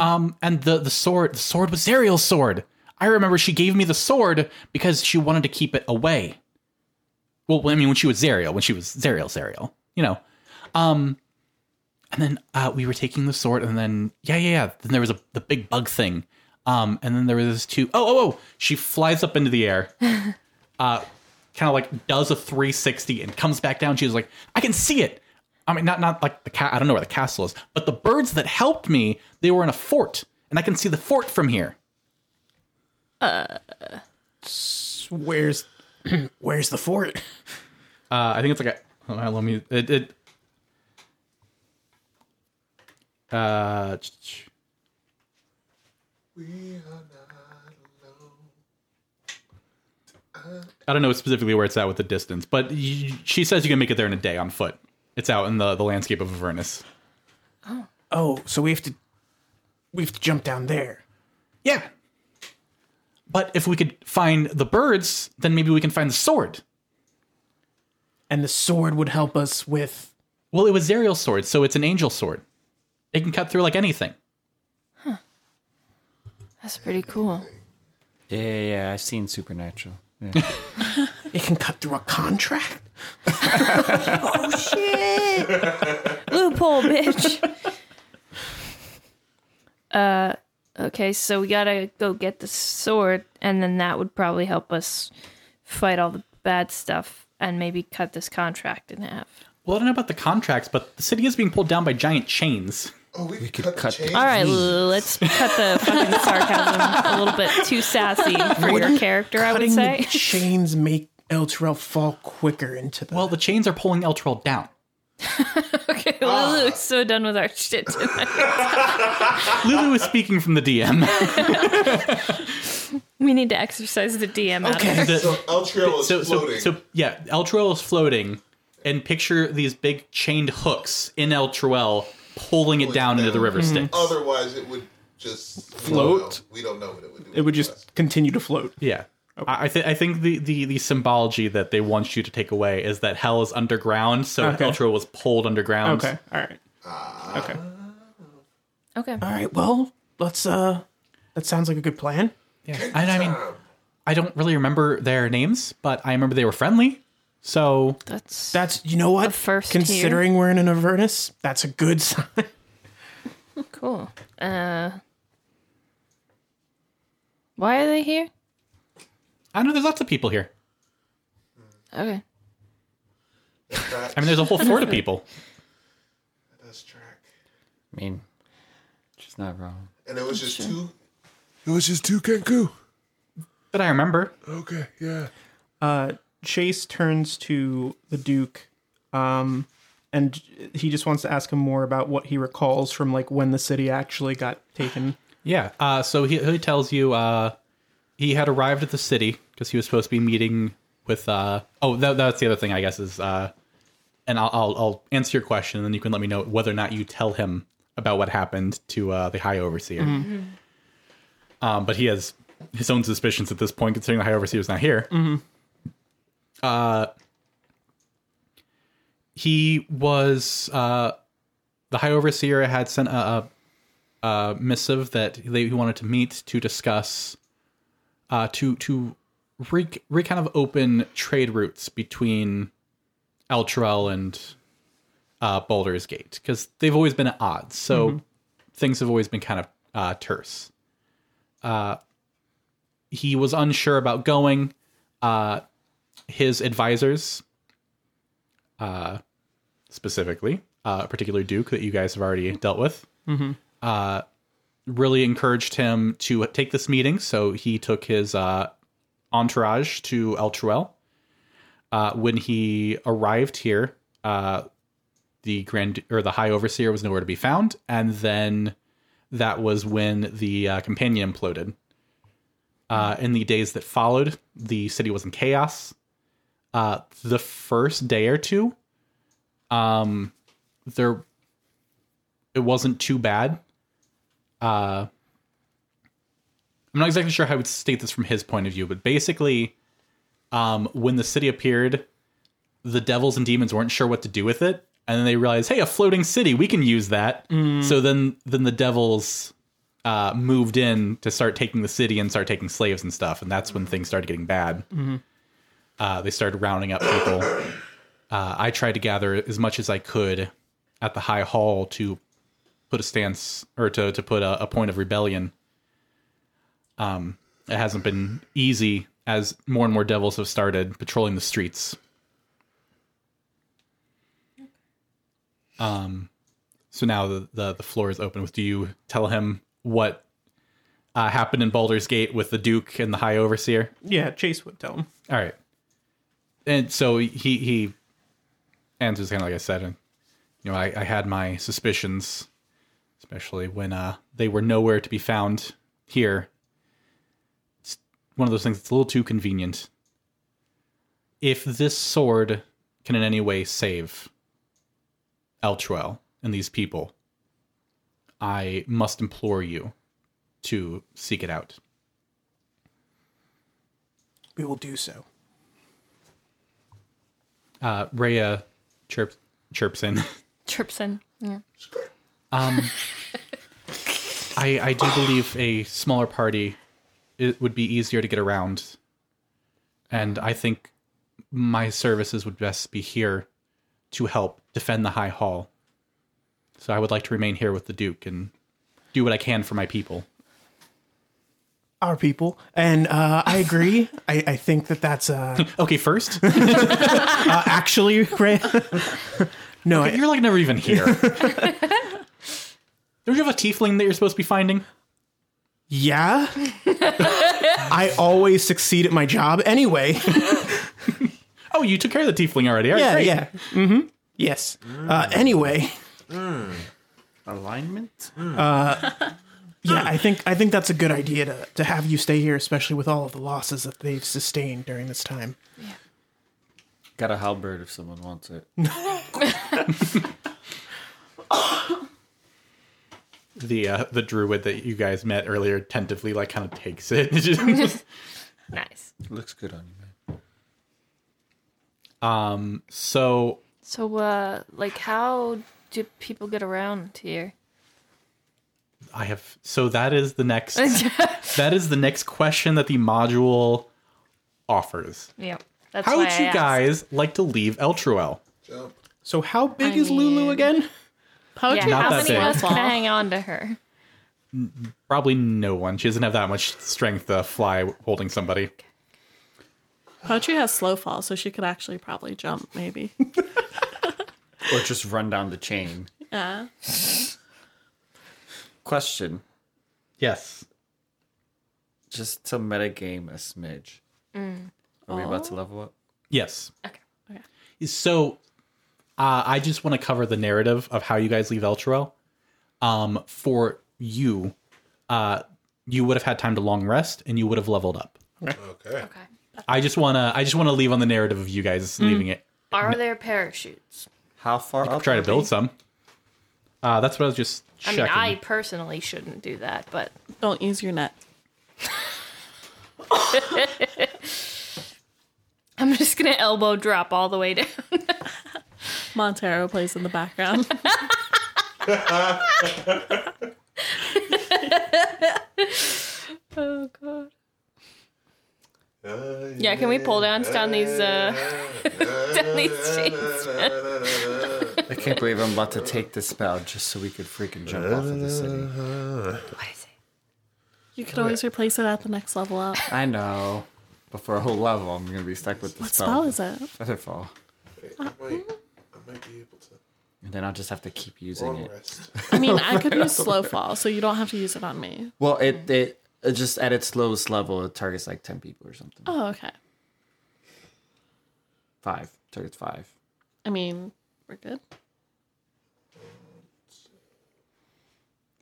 S1: Um, and the the sword, the sword was Ariel's sword. I remember she gave me the sword because she wanted to keep it away. Well, I mean, when she was Zerial, when she was Zerial, Zerial, you know. Um, and then uh, we were taking the sword, and then yeah, yeah, yeah. Then there was a the big bug thing. Um, and then there was this two oh oh oh. She flies up into the air. uh, kind of like does a 360 and comes back down. She was like, I can see it. I mean, not not like the cat. I don't know where the castle is, but the birds that helped me, they were in a fort, and I can see the fort from here.
S8: Uh,
S2: Where's where's the fort?
S1: Uh, I think it's like a. Hold on, let me. It. it uh, ch- ch- I don't know specifically where it's at with the distance, but y she says you can make it there in a day on foot. It's out in the, the landscape of Avernus.
S2: Oh, so we have to we have to jump down there.
S1: Yeah. But if we could find the birds, then maybe we can find the sword.
S2: And the sword would help us with
S1: Well, it was Zeriel's sword, so it's an angel sword. It can cut through like anything.
S8: that's pretty cool.
S10: Yeah, yeah, yeah. I've seen Supernatural. Yeah.
S2: it can cut through a contract.
S8: Oh shit! Loophole, bitch. Uh, okay, so we gotta go get the sword, and then that would probably help us fight all the bad stuff and maybe cut this contract in half.
S1: Well, I don't know about the contracts, but the city is being pulled down by giant chains.
S4: Oh, we, could cut,
S10: cut
S4: the chains.
S8: All right, Lulu, let's cut the fucking sarcasm a little bit too sassy for your character, I would
S2: Cutting the
S8: say.
S2: chains make El Terrell fall quicker into the
S1: Well, the chains are pulling Eltrell down.
S8: okay, Lulu's so done with our shit tonight.
S1: Lulu is speaking from the DM.
S8: We need to exercise the DM out of
S2: Okay.
S8: it.
S1: The-
S4: So Eltriel is
S1: so, so,
S4: floating.
S1: so yeah, Eltrell is floating, and picture these big chained hooks in Eltrell pulling it down into the river
S2: Mm-hmm.
S1: Styx.
S4: Otherwise, it would just we don't
S2: Float?
S4: know. We don't know what it would do.
S2: It would just continue to float.
S1: Yeah. I, I, th- I think the, the, the symbology that they want you to take away is that hell is underground, so
S2: Okay.
S1: Eltrell was pulled underground.
S2: Okay. All right. Okay.
S8: Okay.
S2: All right. Well, let's uh that sounds like a good plan.
S1: Yeah. And I mean, I don't really remember their names, but I remember they were friendly. So
S8: That's
S2: That's you know what?
S8: The first tier.
S2: Considering we're in an Avernus, that's a good sign.
S8: cool. Uh, why are they here?
S1: I know there's lots of people here.
S8: Okay.
S4: That's,
S1: I mean, there's a whole fort of people.
S4: that's track.
S10: I mean, she's not wrong.
S4: And it was just two.
S7: It was just two Kenku.
S1: That I remember.
S7: Okay, yeah.
S2: Uh, Chase turns to the Duke, um, and he just wants to ask him more about what he recalls from like when the city actually got taken.
S1: Yeah. Uh, so he, he tells you uh, he had arrived at the city because he was supposed to be meeting with. Uh, oh, that, that's the other thing, I guess, is. Uh, and I'll, I'll, I'll answer your question, and then you can let me know whether or not you tell him about what happened to uh, the High Overseer. Um, but he has his own suspicions at this point, considering the High Overseer is not here. Uh, he was. Uh, the High Overseer had sent a, a, a uh, missive that they he wanted to meet to discuss, uh, to to re, re kind of open trade routes between Altrell and uh, Baldur's Gate because they've always been at odds. So things have always been kind of uh, terse. Uh, he was unsure about going. Uh, his advisors, uh, specifically, uh, particular Duke that you guys have already dealt with,
S10: Mhm.
S1: uh, really encouraged him to take this meeting. So he took his uh, entourage to El Truel. Uh, when he arrived here, uh, the grand or the high overseer was nowhere to be found, and then that was when the uh, companion imploded. Uh, in the days that followed, the city was in chaos. Uh, the first day or two, um, there it wasn't too bad. Uh, I'm not exactly sure how I would state this from his point of view, but basically, um, when the city appeared, the devils and demons weren't sure what to do with it, and then they realized, hey, a floating city, we can use that. So then, then the devils uh, moved in to start taking the city and start taking slaves and stuff, and that's when things started getting bad.
S13: Mhm.
S1: Uh, they started rounding up people. uh, I tried to gather as much as I could at the high hall to put a stance or to to put a, a point of rebellion. Um, it hasn't been easy as more and more devils have started patrolling the streets. Um, so now the, the the floor is open. With do you tell him what uh, happened in Baldur's Gate with the Duke and the High Overseer?
S2: Yeah, Chase would tell him.
S1: All right. And so he he answers kind of like I said, and you know I, I had my suspicions, especially when uh they were nowhere to be found here. It's one of those things that's a little too convenient. If this sword can in any way save Eltruel and these people, I must implore you to seek it out.
S2: We will do so.
S1: Uh, Rhea chirps chirps in.
S8: Trips in. Yeah.
S1: Um, I I do believe a smaller party it would be easier to get around, and I think my services would best be here to help defend the High Hall. So I would like to remain here with the Duke and do what I can for my people.
S2: Our people. And uh, I agree. I, I think that that's. Uh,
S1: okay, first.
S2: uh, actually, Ray. no,
S1: Okay, you're like never even here. Don't you have a tiefling that you're supposed to be finding?
S2: Yeah. I always succeed at my job anyway.
S1: oh, you took care of the tiefling already. All right,
S2: yeah,
S1: great.
S2: yeah. Mm-hmm. Yes. Uh, anyway,
S10: Alignment?
S2: uh, yeah, I think I think that's a good idea to, to have you stay here, especially with all of the losses that they've sustained during this time.
S5: Got a halberd if someone wants it.
S1: the uh, the druid that you guys met earlier tentatively like kind of takes it. It's just-
S8: Nice.
S5: Looks good on you, man.
S1: um. So
S8: So, uh, like, how do people get around here?
S1: I have. So that is the next. that is the next question that the module offers.
S8: Yeah. That's
S1: How
S8: why
S1: would
S8: I
S1: you
S8: asked.
S1: guys like to leave Eltruel?
S2: So how big is Lulu again?
S8: Yeah,
S1: Not that
S8: how many
S1: big.
S8: of us can hang on to her?
S1: Probably no one. She doesn't have that much strength to fly holding somebody.
S6: Poetry has slow fall, so she could actually probably jump, maybe.
S5: Or just run down the chain.
S6: Yeah.
S5: Question.
S1: Yes.
S5: Just to metagame a smidge.
S6: Mm.
S5: Are we about to level up?
S1: Yes.
S6: Okay. Okay.
S1: So, uh, I just want to cover the narrative of how you guys leave Elturel. Um, for you, uh, you would have had time to long rest, and you would have leveled up.
S4: Okay.
S1: I just wanna, I just want to leave on the narrative of you guys
S8: Mm.
S1: leaving it.
S8: Are there parachutes?
S5: How far up?
S1: Try
S5: are
S1: to
S5: we?
S1: build some. Uh, that's what I was just
S8: I
S1: checking.
S8: mean, I personally shouldn't do that, but
S6: Don't use your net.
S8: I'm just gonna elbow drop all the way down.
S6: Montero plays in the background.
S8: oh god. Yeah, can we pull dance down these uh down these chains?
S5: I can't believe I'm about to take this spell just so we could freaking jump off of the city.
S8: What is
S6: You could always replace it at the next level up.
S5: I know, but for a whole level, I'm gonna be stuck with this
S6: What
S5: spell.
S6: spell is it?
S5: Featherfall,
S7: I might, I might be able to.
S5: and then I'll just have to keep using
S7: Long
S5: it.
S7: rest.
S6: I mean, I could use slow fall, so you don't have to use it on me.
S5: Well, it, it it just at its lowest level, it targets like ten people or something.
S6: Oh, okay.
S5: Five targets five.
S6: I mean, we're good.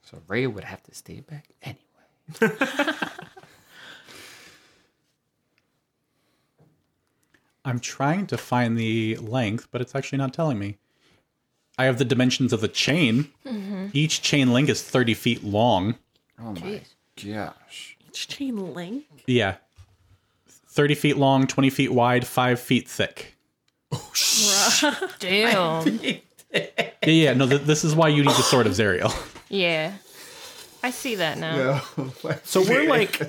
S5: So Ray would have to stay back anyway.
S1: I'm trying to find the length, but it's actually not telling me. I have the dimensions of the chain.
S8: Mm-hmm.
S1: Each chain link is 30 feet long.
S5: Oh my gosh!
S6: Each chain link.
S1: Yeah. 30 feet long, 20 feet wide, 5 feet thick.
S8: it? Damn.
S1: Yeah, yeah, no, th- this is why you need the Sword of Zerial.
S8: yeah. I see that now.
S2: So we're like,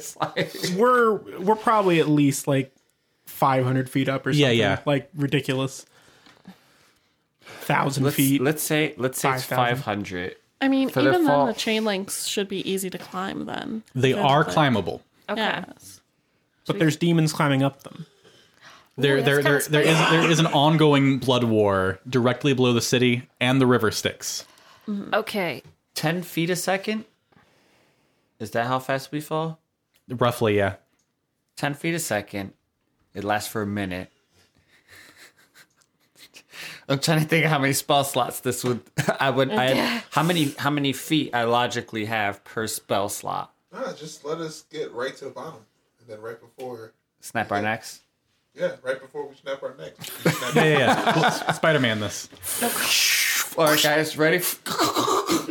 S2: we're we're probably at least like 500 feet up or something.
S1: Yeah, yeah.
S2: Like ridiculous. 1000
S10: Let's,
S2: feet.
S10: let's say let's say it's
S2: 5,000.
S10: five hundred.
S6: I mean,
S10: For the
S6: even then,
S10: fall-
S6: the chain links should be easy to climb. Then
S1: They
S6: Good
S1: are
S6: for-
S1: climbable.
S8: Okay.
S6: Yes.
S2: but there's demons climbing up them.
S1: There, there, there, there is there is an ongoing blood war directly below the city and the river Styx.
S8: Okay.
S10: Ten feet a second. Is that how fast we fall?
S1: Roughly, yeah.
S10: Ten feet a second. It lasts for a minute. I'm trying to think of how many spell slots this would. I would. I, how many? How many feet I logically have per spell slot?
S4: Nah, just let us get right to the bottom, and then right before,
S10: Snap our necks.
S4: yeah, right before we snap our necks.
S1: Yeah, yeah, yeah. Spider Man this.
S10: All right, guys, ready?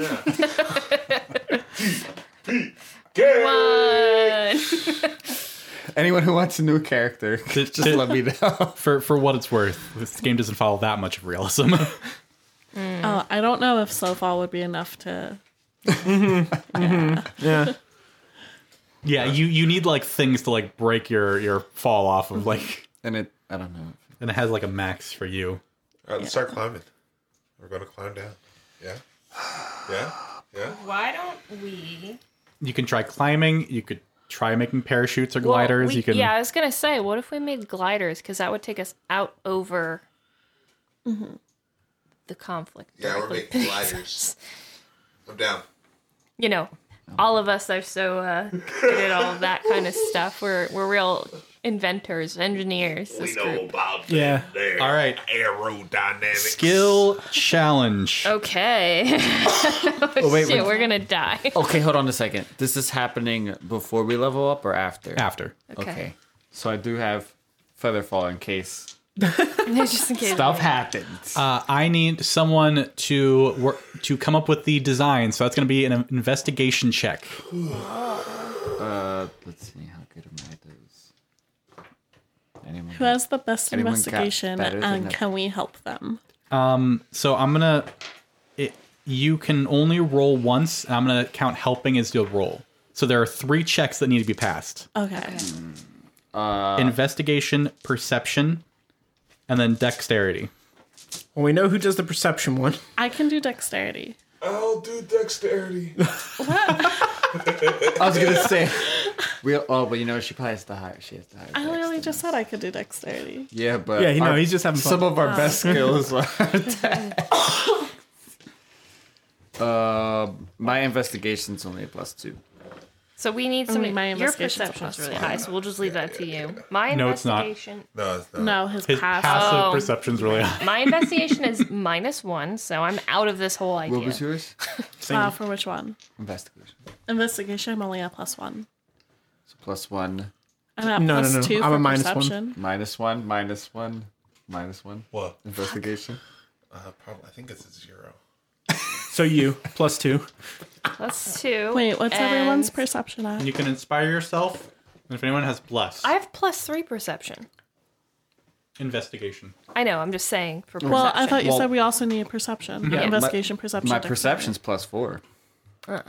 S8: One.
S10: Anyone who wants a new character,
S1: Did-
S10: just
S1: did-
S10: let me know.
S1: For for what it's worth, this game doesn't follow that much of realism.
S6: Oh, I don't know if slow fall would be enough to.
S2: Yeah.
S1: yeah, you, you need like things to like break your, your fall off of like
S10: And it, I don't know.
S1: and it has like a max for you.
S4: All right, let's Uh, start climbing. We're gonna climb down. Yeah, yeah, yeah.
S12: Why don't we?
S1: You can try climbing, you could try making parachutes or gliders,
S8: we-
S1: you can
S8: Yeah, I was gonna say, what if we made gliders? Because that would take us out over Mm-hmm. the conflict.
S4: Yeah, we're
S8: directly
S4: making
S8: beneath us.
S4: gliders. I'm down.
S8: You know, all of us are so uh, good at all that kind of stuff. We're we're real inventors, engineers. This group.
S4: about
S2: Yeah.
S4: there.
S1: All right.
S4: aerodynamics.
S1: Skill challenge.
S8: Okay. oh,
S10: wait,
S8: shit,
S10: wait.
S8: we're gonna die.
S10: Okay, hold on a second. This is happening before we level up or after?
S1: After.
S10: Okay. So I do have Featherfall in case
S8: Just in case.
S10: stuff happens.
S1: Uh, I need someone to work to come up with the design, so that's going to be an investigation check.
S10: Uh, let's see how good am I at those. Anyone?
S6: Who has the best
S10: Anyone got
S6: investigation,
S10: better than
S6: and
S10: that?
S6: can we help them?
S1: So I'm gonna. It, you can only roll once. And I'm gonna count helping as your roll. So there are three checks that need to be passed:
S6: Okay.
S1: investigation, perception, and then dexterity.
S2: Well, we know who does the perception one.
S6: I can do dexterity.
S7: I'll do dexterity.
S10: I was gonna say. We oh, but you know she probably has the higher. She has the higher.
S6: I
S10: dex
S6: literally
S10: than
S6: just
S10: us.
S6: said I could do dexterity.
S10: Yeah, but
S2: Yeah, you know,
S10: our-
S2: he's just having fun.
S10: some of our best skills. Are Um, my investigation's only a plus two.
S8: So we need some.
S6: Only my
S8: your
S6: investigation's
S8: perception's
S6: plus
S8: really
S6: one.
S8: high, so we'll just leave that to you. My
S1: No, it's not.
S8: investigation.
S4: No, it's not.
S6: No, his,
S1: His
S6: pass.
S1: passive
S8: Oh.
S1: perception's really high.
S8: My investigation is minus one, so I'm out of this whole idea.
S10: What was yours?
S6: Uh, for which one?
S10: Investigation.
S6: Investigation. I'm only at plus one.
S10: So plus one,
S6: I'm at
S2: No, no,
S6: plus
S2: no.
S6: two
S2: I'm
S6: for
S2: a minus one.
S6: perception.
S10: minus one, minus one, minus one.
S4: What?
S10: Investigation.
S4: Uh, probably, I think it's a zero.
S2: So you, plus two.
S8: Plus two.
S6: Wait, what's
S8: and
S6: everyone's perception at?
S1: You can inspire yourself, and if anyone has bless,
S8: I have plus three perception.
S1: Investigation.
S8: I know. I'm just saying for perception.
S6: Well, I thought you said we also need perception.
S5: Yeah, my-
S6: Investigation, perception.
S5: My
S6: dexterity.
S5: perception's plus four.
S1: Yeah,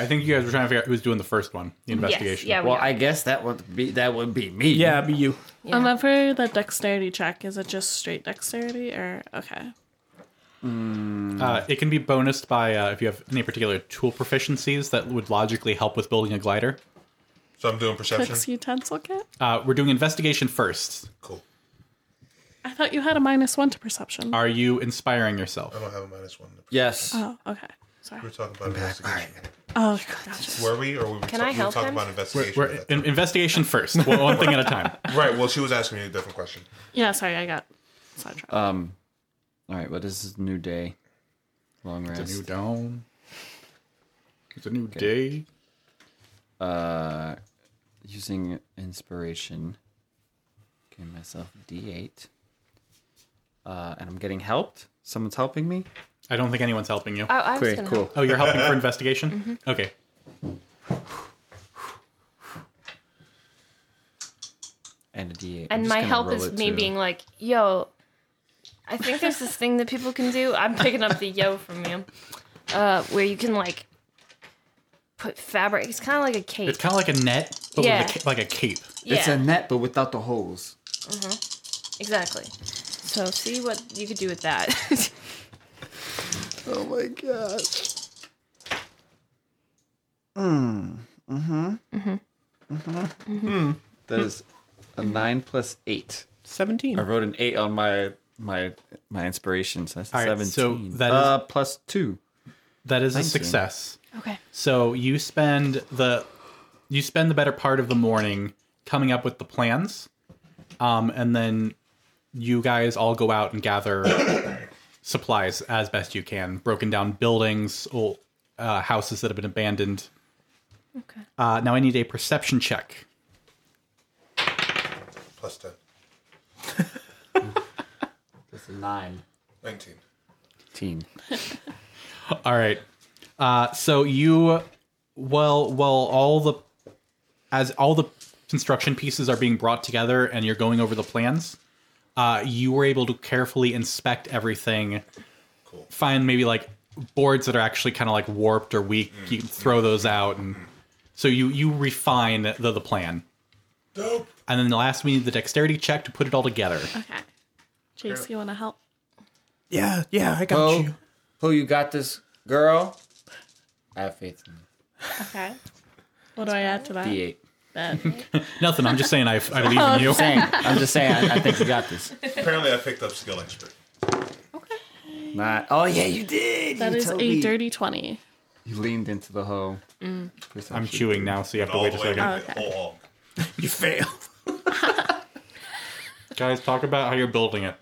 S1: I think you guys were trying to figure out who's doing the first one, the investigation.
S8: yeah, we
S5: well,
S8: are.
S5: I guess that would be that would be me.
S2: Yeah, be you.
S6: And then for the dexterity check, is it just straight dexterity or okay?
S1: Uh, it can be bonused by uh, if you have any particular tool proficiencies that would logically help with building a glider.
S4: So I'm doing perception.
S6: Cook's utensil kit.
S1: Uh, we're doing investigation first.
S4: Cool.
S6: I thought you had a minus one to perception.
S2: Uh,
S1: Are you inspiring yourself?
S4: I don't have a minus one.
S5: Yes.
S6: Oh, okay.
S4: We
S6: Sorry.
S4: were talking about investigation.
S6: Oh, gotcha.
S4: Were we? Or we were,
S8: Can
S4: ta-
S8: I
S4: we were
S8: help
S4: talking
S8: him?
S4: about investigation.
S1: We're
S4: at that
S1: in- investigation first, one, one thing at a time.
S4: time. right. Well, she was asking me a different question.
S6: Yeah, sorry, I got sidetracked.
S2: Uh,
S5: Um. All right. Well, this is a new day. Long rest.
S1: New dawn. It's a new day.
S5: uh, using inspiration, give myself a D8. Uh, and I'm getting helped. Someone's helping me.
S1: I don't think anyone's helping you.
S8: Oh, I was
S5: Great,
S8: gonna
S5: cool.
S1: Oh, you're helping for investigation? Okay.
S5: And a D8. I'm
S8: And
S5: just
S8: my
S5: gonna
S8: help
S5: roll
S8: is
S5: it
S8: me
S5: too.
S8: being like, yo, I think there's this thing that people can do. I'm picking up the yo from you, uh, where you can like put fabric. It's kind of like a cape.
S1: It's kind of like a net, but
S8: Yeah.
S1: with a, ca- like a cape.
S8: yeah,
S5: It's a net, but without the holes.
S8: exactly. So see what you could do with that.
S5: Oh my gosh. Mm. Mm-hmm. Mm-hmm. Mm-hmm. That is a nine plus eight. I
S2: 17.
S5: wrote an eight on my my my inspiration, so that's a
S1: All right, so
S5: seventeen.
S1: that is-
S5: uh, plus two.
S1: That is a
S5: you.
S1: success.
S8: okay.
S1: So you spend the you spend the better part of the morning coming up with the plans, um, and then you guys all go out and gather supplies as best you can, broken down buildings, old, uh, houses that have been abandoned.
S8: Okay.
S1: Uh, now I need a perception check.
S4: Plus 10.
S5: That's a nine.
S4: 19.
S5: Teen.
S1: All right. Uh, so you, well, well, all the as all the construction pieces are being brought together, and you're going over the plans. Uh, you were able to carefully inspect everything, find maybe like boards that are actually kind of like warped or weak.
S4: Mm-hmm.
S1: You can throw those out, and so you you refine the the plan.
S4: Dope.
S1: And then last, we need the dexterity check to put it all together.
S6: Okay. Chase, you want to help?
S2: Yeah, yeah, I got
S14: Oh,
S2: you.
S14: who you got this girl? I have faith in
S6: Okay. What do I add to that?
S14: you. D8.
S6: That-
S1: Nothing. I'm just saying I, I believe in you.
S5: Dang, I'm just saying. I, I think you got this.
S4: Apparently, I picked up skill expert.
S5: Not. Oh yeah, you did.
S6: that
S5: you
S6: is
S5: told
S6: a
S5: me.
S6: dirty 20.
S5: You leaned into the hole.
S1: I'm chewing now, so you have to
S4: All
S1: wait
S4: the
S1: a
S4: way to
S1: second. Oh,
S4: the
S6: Okay.
S4: whole hog.
S2: You fail.
S1: Guys, talk about how you're building it.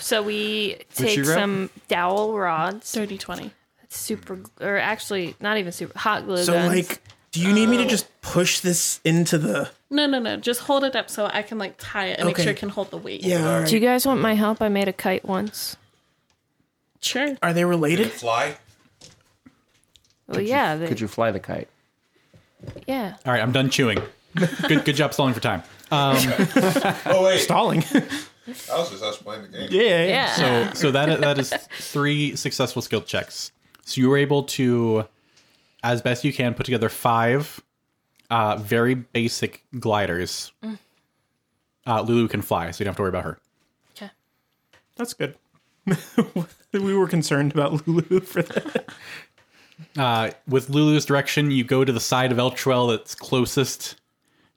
S8: So we
S5: she
S8: take
S5: wrote?
S8: some dowel rods,
S6: Dirty 20.
S8: super, or actually not even super hot glue
S2: So,
S8: guns.
S2: like, do you need me to just push this into the.
S6: No, no, no. Just hold it up so I can like tie it and make
S2: Okay.
S6: sure it can hold the weight.
S2: Yeah, all
S8: do you
S2: right.
S8: guys want my help? I made a kite once.
S6: Sure.
S2: Are they
S4: Did
S2: related?
S4: it fly?
S8: Well, yeah, they-
S5: Could you fly the kite?
S8: yeah.
S1: All right, I'm done chewing. good, good job stalling for time.
S4: Oh, wait.
S2: Stalling.
S4: I was just I was playing the game.
S2: yeah.
S8: Yeah.
S1: So, so that that is three successful skill checks. So you were able to, as best you can, put together five uh, very basic gliders. Uh, Lulu can fly, so you don't have to worry about her.
S2: That's good. we were concerned about Lulu for that.
S1: Uh, with Lulu's direction, you go to the side of Eltrell that's closest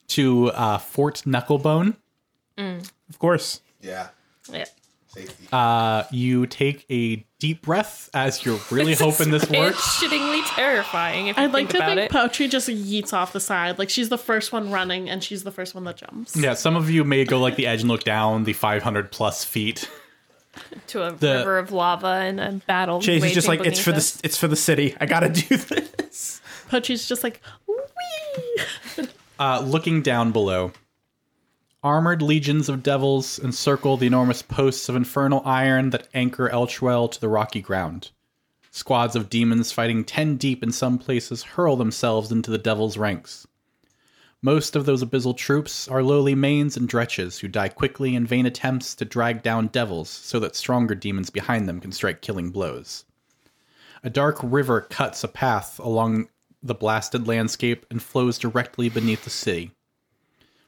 S1: to uh, Fort Knucklebone.
S2: Of course.
S4: Yeah.
S8: yeah.
S4: Safety.
S1: You take a deep breath as you're really hoping this works.
S8: It's shittingly terrifying if you
S6: I'd like
S8: think
S6: to
S8: about
S6: think
S8: it.
S6: Poetry just yeets off the side. Like she's the first one running and she's the first one that jumps.
S1: Yeah, some of you may go like the edge and look down the 500 plus feet.
S8: to a river of lava and a battle.
S2: Chase is
S8: waging
S2: just like it's for
S8: beneath
S2: the it's for the city. I gotta do this.
S6: Poetry's just like, wee!
S1: Uh, looking down below, armored legions of devils encircle the enormous posts of infernal iron that anchor Elchwell to the rocky ground. Squads of demons fighting ten deep in some places hurl themselves into the devil's ranks. Most of those abyssal troops are lowly mains and dretches who die quickly in vain attempts to drag down devils so that stronger demons behind them can strike killing blows. A dark river cuts a path along the blasted landscape and flows directly beneath the city.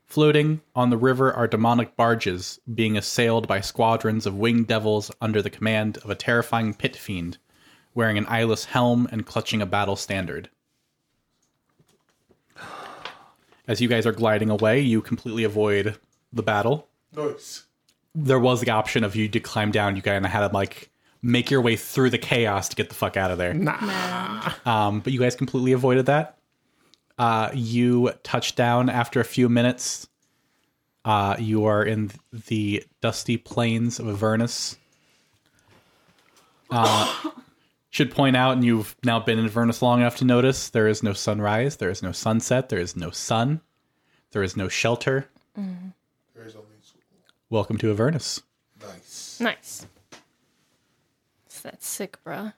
S1: Floating on the river are demonic barges being assailed by squadrons of winged devils under the command of a terrifying pit fiend wearing an eyeless helm and clutching a battle standard. As you guys are gliding away, you completely avoid the battle.
S7: Nice.
S1: There was the option of you to climb down, you kind of had to like make your way through the chaos to get the fuck out of there. Um, but you guys completely avoided that. Uh, you touch down after a few minutes. Uh, you are in the dusty plains of Avernus. Uh, should point out, and you've now been in Avernus long enough to notice there is no sunrise, there is no sunset, there is no sun, there is no shelter.
S7: There's only school.
S1: Welcome to Avernus.
S7: Nice.
S12: Nice. It's that sick, bruh.